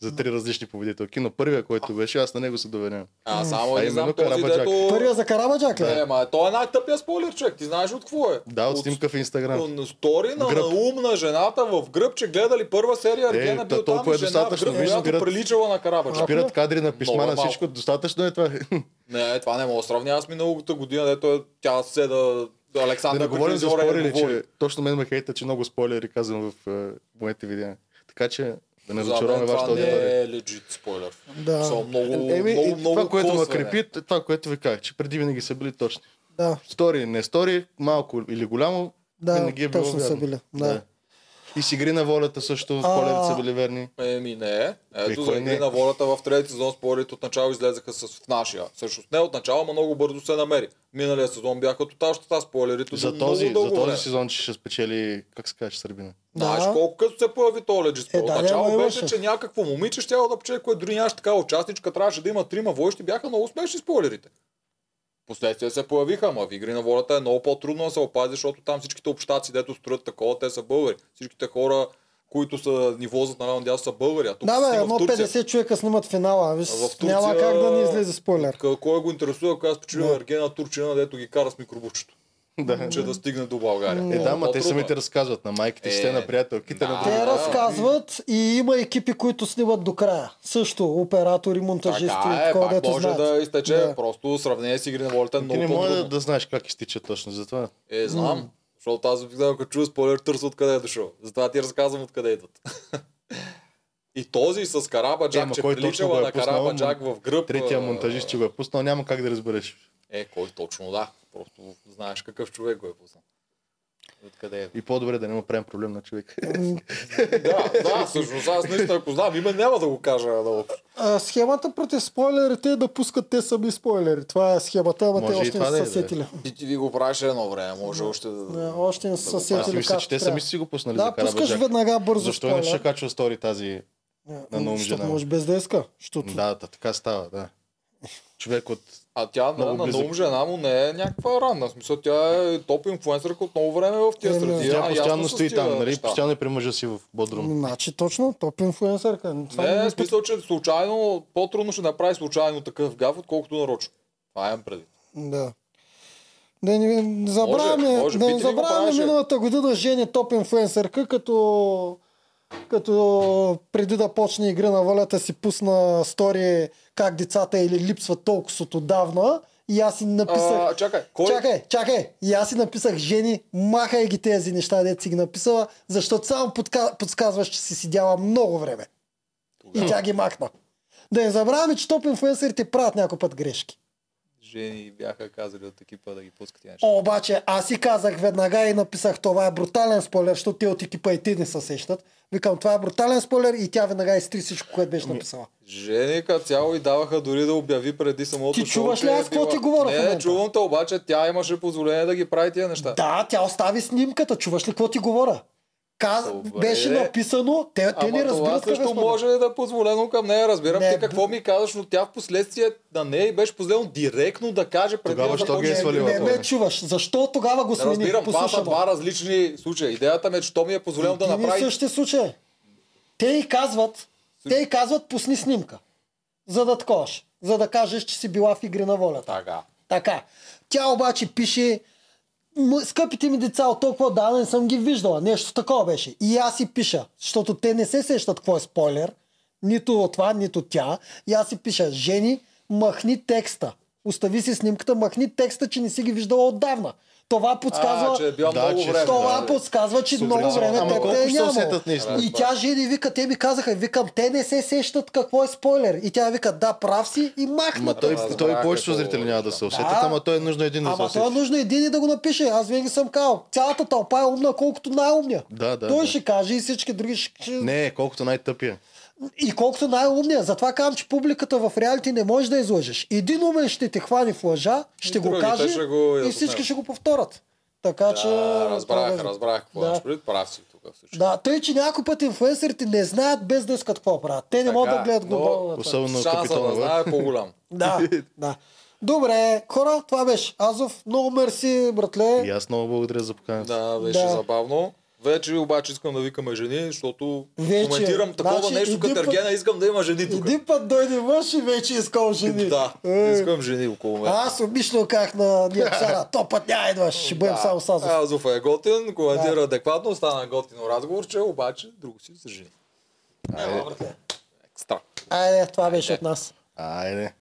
Speaker 3: за три различни победителки, но първия, който беше, аз на него се доверявам.
Speaker 1: А,
Speaker 3: А
Speaker 1: само не знам
Speaker 3: именно
Speaker 1: този,
Speaker 3: Карабаджак.
Speaker 1: дето...
Speaker 2: Първия за Карабаджак ли?
Speaker 1: Не, ма, той е най-тъпия спойлер, човек. Ти знаеш от какво е.
Speaker 3: Да, от
Speaker 1: от
Speaker 3: снимка в
Speaker 1: Но
Speaker 3: Инстаграм.
Speaker 1: на стори на,
Speaker 3: Гръб.
Speaker 1: на умна жената в гръб, че гледали първа серия Аргена,
Speaker 3: та
Speaker 1: бил там
Speaker 3: толкова
Speaker 1: и
Speaker 3: е
Speaker 1: жена в
Speaker 3: достатъчно,
Speaker 1: гръб,
Speaker 3: виж,
Speaker 1: която
Speaker 3: спират-
Speaker 1: приличала на Карабаджак.
Speaker 3: Спират кадри на писма
Speaker 1: Много
Speaker 3: на
Speaker 1: е малко.
Speaker 3: всичко. Достатъчно е това.
Speaker 1: Не, това не мога да сравня. Аз миналата година, дето е, тя седа
Speaker 3: Да
Speaker 1: Александър
Speaker 3: не говорим за
Speaker 1: Куклин, Зорен
Speaker 3: спойлери,
Speaker 1: говори.
Speaker 3: че точно мен ме хейта, че много спойлери казвам в е, моите видеа. Така че да не
Speaker 1: За мен
Speaker 3: разочароваме вашата
Speaker 1: това не
Speaker 3: аудитория.
Speaker 1: е legit спойлер.
Speaker 2: Да.
Speaker 1: Са много,
Speaker 3: Еми, и
Speaker 1: много,
Speaker 3: това,
Speaker 1: много
Speaker 3: което ме
Speaker 1: косвене.
Speaker 3: крепи, е това, което ви казах, че преди винаги са били точни.
Speaker 2: Да,
Speaker 3: Стори, не стори, малко или голямо,
Speaker 2: да,
Speaker 3: винаги е било
Speaker 2: точно
Speaker 3: вярно.
Speaker 2: са били. Да.
Speaker 3: И с игри на волята също,
Speaker 2: А.
Speaker 3: спойлери са били верни.
Speaker 1: Еми не. Ето
Speaker 3: Ми,
Speaker 1: за
Speaker 3: кой не? е.
Speaker 1: игри на волята в третия сезон спорите от начало излезаха с в нашия. Всъщност не от начало, но много бързо се намери. Миналия сезон бяха тотал щета спойлерите.
Speaker 3: За
Speaker 1: до
Speaker 3: този,
Speaker 1: много е.
Speaker 3: за
Speaker 1: дълго
Speaker 3: този
Speaker 1: време.
Speaker 3: сезон, че ще спечели, как се каже, Сърбина.
Speaker 1: Знаеш
Speaker 2: Да.
Speaker 1: колко късно се появи то Legit
Speaker 2: Е,
Speaker 1: Pro. Е,
Speaker 2: да,
Speaker 1: да, Начало
Speaker 2: няма
Speaker 1: беше,
Speaker 2: имаше.
Speaker 1: че някакво момиче ще да пече, което дори нямаше така участничка, трябваше да има трима войщи, бяха много успешни спойлерите. Последствия се появиха, ама в игри на волята е много по-трудно да се опази, защото там всичките общаци, дето строят такова, те са българи. Всичките хора, които са ниво за наравно дясно са българи. А тук
Speaker 2: Да,
Speaker 1: се
Speaker 2: бе,
Speaker 1: снима
Speaker 2: едно
Speaker 1: в Турция.
Speaker 2: 50 човека снимат финала. Виж,
Speaker 1: А в Турция-
Speaker 2: няма как да не излезе спойлер.
Speaker 1: Къ- Кой го интересува, коя спечели
Speaker 2: Да.
Speaker 1: Ергена Турчина, дето ги кара с микробучето,
Speaker 3: Да.
Speaker 1: че да стигне до България.
Speaker 3: Е, да, ма те
Speaker 1: По-трудно е.
Speaker 3: самите разказват на майките си,
Speaker 1: Е,
Speaker 3: те на приятелките,
Speaker 1: да.
Speaker 3: на
Speaker 2: Те
Speaker 1: А,
Speaker 2: разказват и има екипи, които снимат до края. Също оператори, монтажисти,
Speaker 1: Така е,
Speaker 2: такова,
Speaker 1: пак
Speaker 2: дето
Speaker 1: може
Speaker 2: знаят.
Speaker 1: да изтече.
Speaker 2: Да.
Speaker 1: Просто сравнение с игри на волята е
Speaker 3: Ти
Speaker 1: много
Speaker 3: не може да,
Speaker 1: по-трудно.
Speaker 3: да знаеш как изтича точно, затова.
Speaker 1: Е, знам. Защото аз обикновено като чуя спойлер, търся откъде е дошъл. Затова ти разказвам откъде идват. И този с
Speaker 3: Е,
Speaker 1: Карабаджак,
Speaker 3: ма
Speaker 1: че
Speaker 3: кой точно
Speaker 1: приличала
Speaker 3: го е
Speaker 1: на
Speaker 3: пуснал,
Speaker 1: Карабаджак в гръб.
Speaker 3: Третия
Speaker 1: а,
Speaker 3: монтажист, че го е пуснал, няма как да разбереш.
Speaker 1: Е, кой точно, да. Просто знаеш какъв човек го е пуснал. Откъде е.
Speaker 3: И по-добре да не му правим проблем на човек.
Speaker 2: Е,
Speaker 1: Да, да, всъщност аз наистина, ако знам име, няма да го кажа на
Speaker 2: А, схемата против спойлерите е да пускат те сами спойлери. Това е схемата, ама те
Speaker 3: Може и
Speaker 2: още не
Speaker 3: това да
Speaker 2: са
Speaker 3: е, да.
Speaker 2: сетили.
Speaker 1: Ти, ти ви го правиш едно време, може още да...
Speaker 2: Да, още не са
Speaker 1: го
Speaker 2: сетили.
Speaker 3: Аз мисля,
Speaker 2: как
Speaker 3: че те
Speaker 2: трябва.
Speaker 3: сами си го
Speaker 1: Нали,
Speaker 3: пуснали
Speaker 2: Да,
Speaker 3: за
Speaker 2: пускаш
Speaker 3: Карабаджак.
Speaker 2: веднага бързо
Speaker 3: Защо
Speaker 2: спойлер.
Speaker 3: не ще качва стори тази?
Speaker 2: на
Speaker 3: на наум
Speaker 2: Защото
Speaker 3: жена?
Speaker 2: може без да иска. Защото...
Speaker 3: Да, та- така става, да. Човек от
Speaker 1: А тя на,
Speaker 3: Много
Speaker 1: на
Speaker 3: близък.
Speaker 1: Наум жена му не е някаква ранна. В смисъл, тя е топ инфлуенсърка от много време в тия
Speaker 2: Е, не.
Speaker 1: среди.
Speaker 2: Тя
Speaker 1: а
Speaker 3: Тя
Speaker 1: ясно
Speaker 3: постоянно
Speaker 1: с
Speaker 3: стои
Speaker 1: тия
Speaker 3: там, нали?
Speaker 1: неща.
Speaker 3: Постоянно е при мъжа си в Бодрум.
Speaker 2: Значи точно, топ инфлуенсърка. Това
Speaker 1: Не,
Speaker 2: не,
Speaker 1: не,
Speaker 2: ми
Speaker 1: в смисъл, че случайно, по-трудно ще направи случайно такъв гаф, отколкото нарочно. Това имам предвид.
Speaker 2: Да. Да не, не забравяме,
Speaker 1: Може, може.
Speaker 2: да
Speaker 1: Би ти
Speaker 2: не
Speaker 1: ли го
Speaker 2: забравяме
Speaker 1: правеше?
Speaker 2: миналата година Жени топ инфлуенсърка, като, като преди да почне игра на волята си пусна стори как децата или липсват толкова от отдавна. И аз си написах...
Speaker 1: А, чакай, кой?
Speaker 2: Чакай, чакай. И аз си написах, Жени, махай ги тези неща, дето си ги написала, защото само подка... подсказваш, че си седяла много време. И тя ги махна. Да не забравяме, че топ инфуенсерите правят някой път грешки.
Speaker 1: Жени бяха казали от екипа да ги пускат тия неща.
Speaker 2: Обаче аз си казах веднага и написах, това е брутален спойлер, защото те от екипа и ти не се сещат. Викам, това е брутален спойлер и тя веднага изтри всичко, което беше
Speaker 1: Ами,
Speaker 2: написала.
Speaker 1: Жени като цяло и даваха дори да обяви преди самото
Speaker 2: Ти
Speaker 1: шоу,
Speaker 2: чуваш
Speaker 1: че
Speaker 2: ли
Speaker 1: е
Speaker 2: аз какво
Speaker 1: била-
Speaker 2: ти говоря в
Speaker 1: Не,
Speaker 2: момента?
Speaker 1: чувам те, обаче тя имаше позволение да ги прави тия неща.
Speaker 2: Да, тя остави снимката, чуваш ли какво ти говоря? Каз...
Speaker 1: Добре.
Speaker 2: Беше написано, те, те
Speaker 1: Ама
Speaker 2: не
Speaker 1: това
Speaker 2: разбират какво е
Speaker 1: също
Speaker 2: спойлер.
Speaker 1: може ли да е позволено към нея. Разбирам
Speaker 2: Не,
Speaker 1: ти какво ми казваш, но тя в последствие на нея и беше позволено директно да каже преди
Speaker 3: Тогава
Speaker 1: да
Speaker 3: що ги е
Speaker 1: почне.
Speaker 3: свалила?
Speaker 2: не, не ме
Speaker 3: това.
Speaker 2: чуваш. Защо тогава го
Speaker 1: Да,
Speaker 2: смени?
Speaker 1: Разбирам, това са
Speaker 2: Послушай ме.
Speaker 1: два различни случая. Идеята ми е, че то ми е позволено да
Speaker 2: Един и
Speaker 1: направи...
Speaker 2: същи случай. Те и казват, те и казват, пусни снимка. За да ткош. За да кажеш, че си била в игри на волята.
Speaker 1: Така.
Speaker 2: Така. Тя обаче пише, «М, скъпите ми деца, от толкова давна не съм ги виждала. Нещо такова беше. И аз си пиша, защото те не се сещат какво е спойлер. Нито от това, нито тя. И аз си пиша, Жени, махни текста. Остави си снимката, махни текста, че не си ги виждала отдавна. Това подсказва...
Speaker 1: А, че е била нали?
Speaker 3: Да,
Speaker 1: много
Speaker 3: че-
Speaker 1: време.
Speaker 2: Това
Speaker 1: да.
Speaker 2: подсказва, че
Speaker 3: Супер.
Speaker 2: много време
Speaker 3: Ама
Speaker 2: те
Speaker 3: колко
Speaker 2: те е
Speaker 3: ще
Speaker 2: нямало.
Speaker 3: усетят наистина?
Speaker 2: И тя жени вика, те ми казаха, викам, те не се сещат какво е спойлер. И тя вика, да, прав си и махна.
Speaker 3: Ма той,
Speaker 1: разбрах
Speaker 3: той
Speaker 1: какво
Speaker 3: повечето зрители няма да
Speaker 1: говориш,
Speaker 3: се
Speaker 1: да.
Speaker 3: усетят,
Speaker 2: Да.
Speaker 3: ама той е нужно един да се
Speaker 2: Ама той е
Speaker 3: усети.
Speaker 2: нужно един и да го напише. Аз винаги съм казал, цялата тълпа е умна, колкото най-умния.
Speaker 3: Да, да,
Speaker 2: той
Speaker 3: да.
Speaker 2: ще каже и всички други ще...
Speaker 3: Не, колкото най-тъпия.
Speaker 2: И колкото най-умния. Затова казвам, че публиката в реалити не може да излъжеш. Един умен ще те хване в лъжа, ще го
Speaker 1: другите
Speaker 2: каже
Speaker 1: ще го
Speaker 2: и
Speaker 1: ядат
Speaker 2: всички
Speaker 1: него.
Speaker 2: ще го повторят. Така че...
Speaker 1: Да,
Speaker 2: това е-
Speaker 1: разбрах, разбрах какво
Speaker 2: Да.
Speaker 1: имаш предвид. Прав си тук в случая.
Speaker 2: Да, тъй, че някой път инфлуенсърите не знаят без да искат какво правят. Те не
Speaker 1: Така,
Speaker 2: могат да гледат
Speaker 1: но
Speaker 2: глобално. на това.
Speaker 3: Особено
Speaker 1: Шанса да знае
Speaker 3: капитана.
Speaker 1: е по-голям.
Speaker 2: Да, да. Добре, хора, това беше. Азов, много мерси, братле.
Speaker 3: И аз много благодаря за поканата.
Speaker 1: Да, беше
Speaker 2: Да.
Speaker 1: забавно. Вече обаче искам да викаме жени, защото
Speaker 2: Вече.
Speaker 1: коментирам такова
Speaker 2: Значи,
Speaker 1: нещо
Speaker 2: иди
Speaker 1: като
Speaker 2: пък-
Speaker 1: Ергена, искам да има жени тук.
Speaker 2: Един път дойде мъж и вече искал жени.
Speaker 1: Да,
Speaker 2: Е.
Speaker 1: искам жени около мен.
Speaker 2: А, аз обично как на ние псара, то път няма идваш, ще бъдем
Speaker 1: Да.
Speaker 2: само с Азов.
Speaker 1: Азов е готин, коментира адекватно, стана готино разговорче, обаче друго си е. за жени. Ела, брате. Екстра.
Speaker 2: Айде, това беше от нас.
Speaker 3: Айде.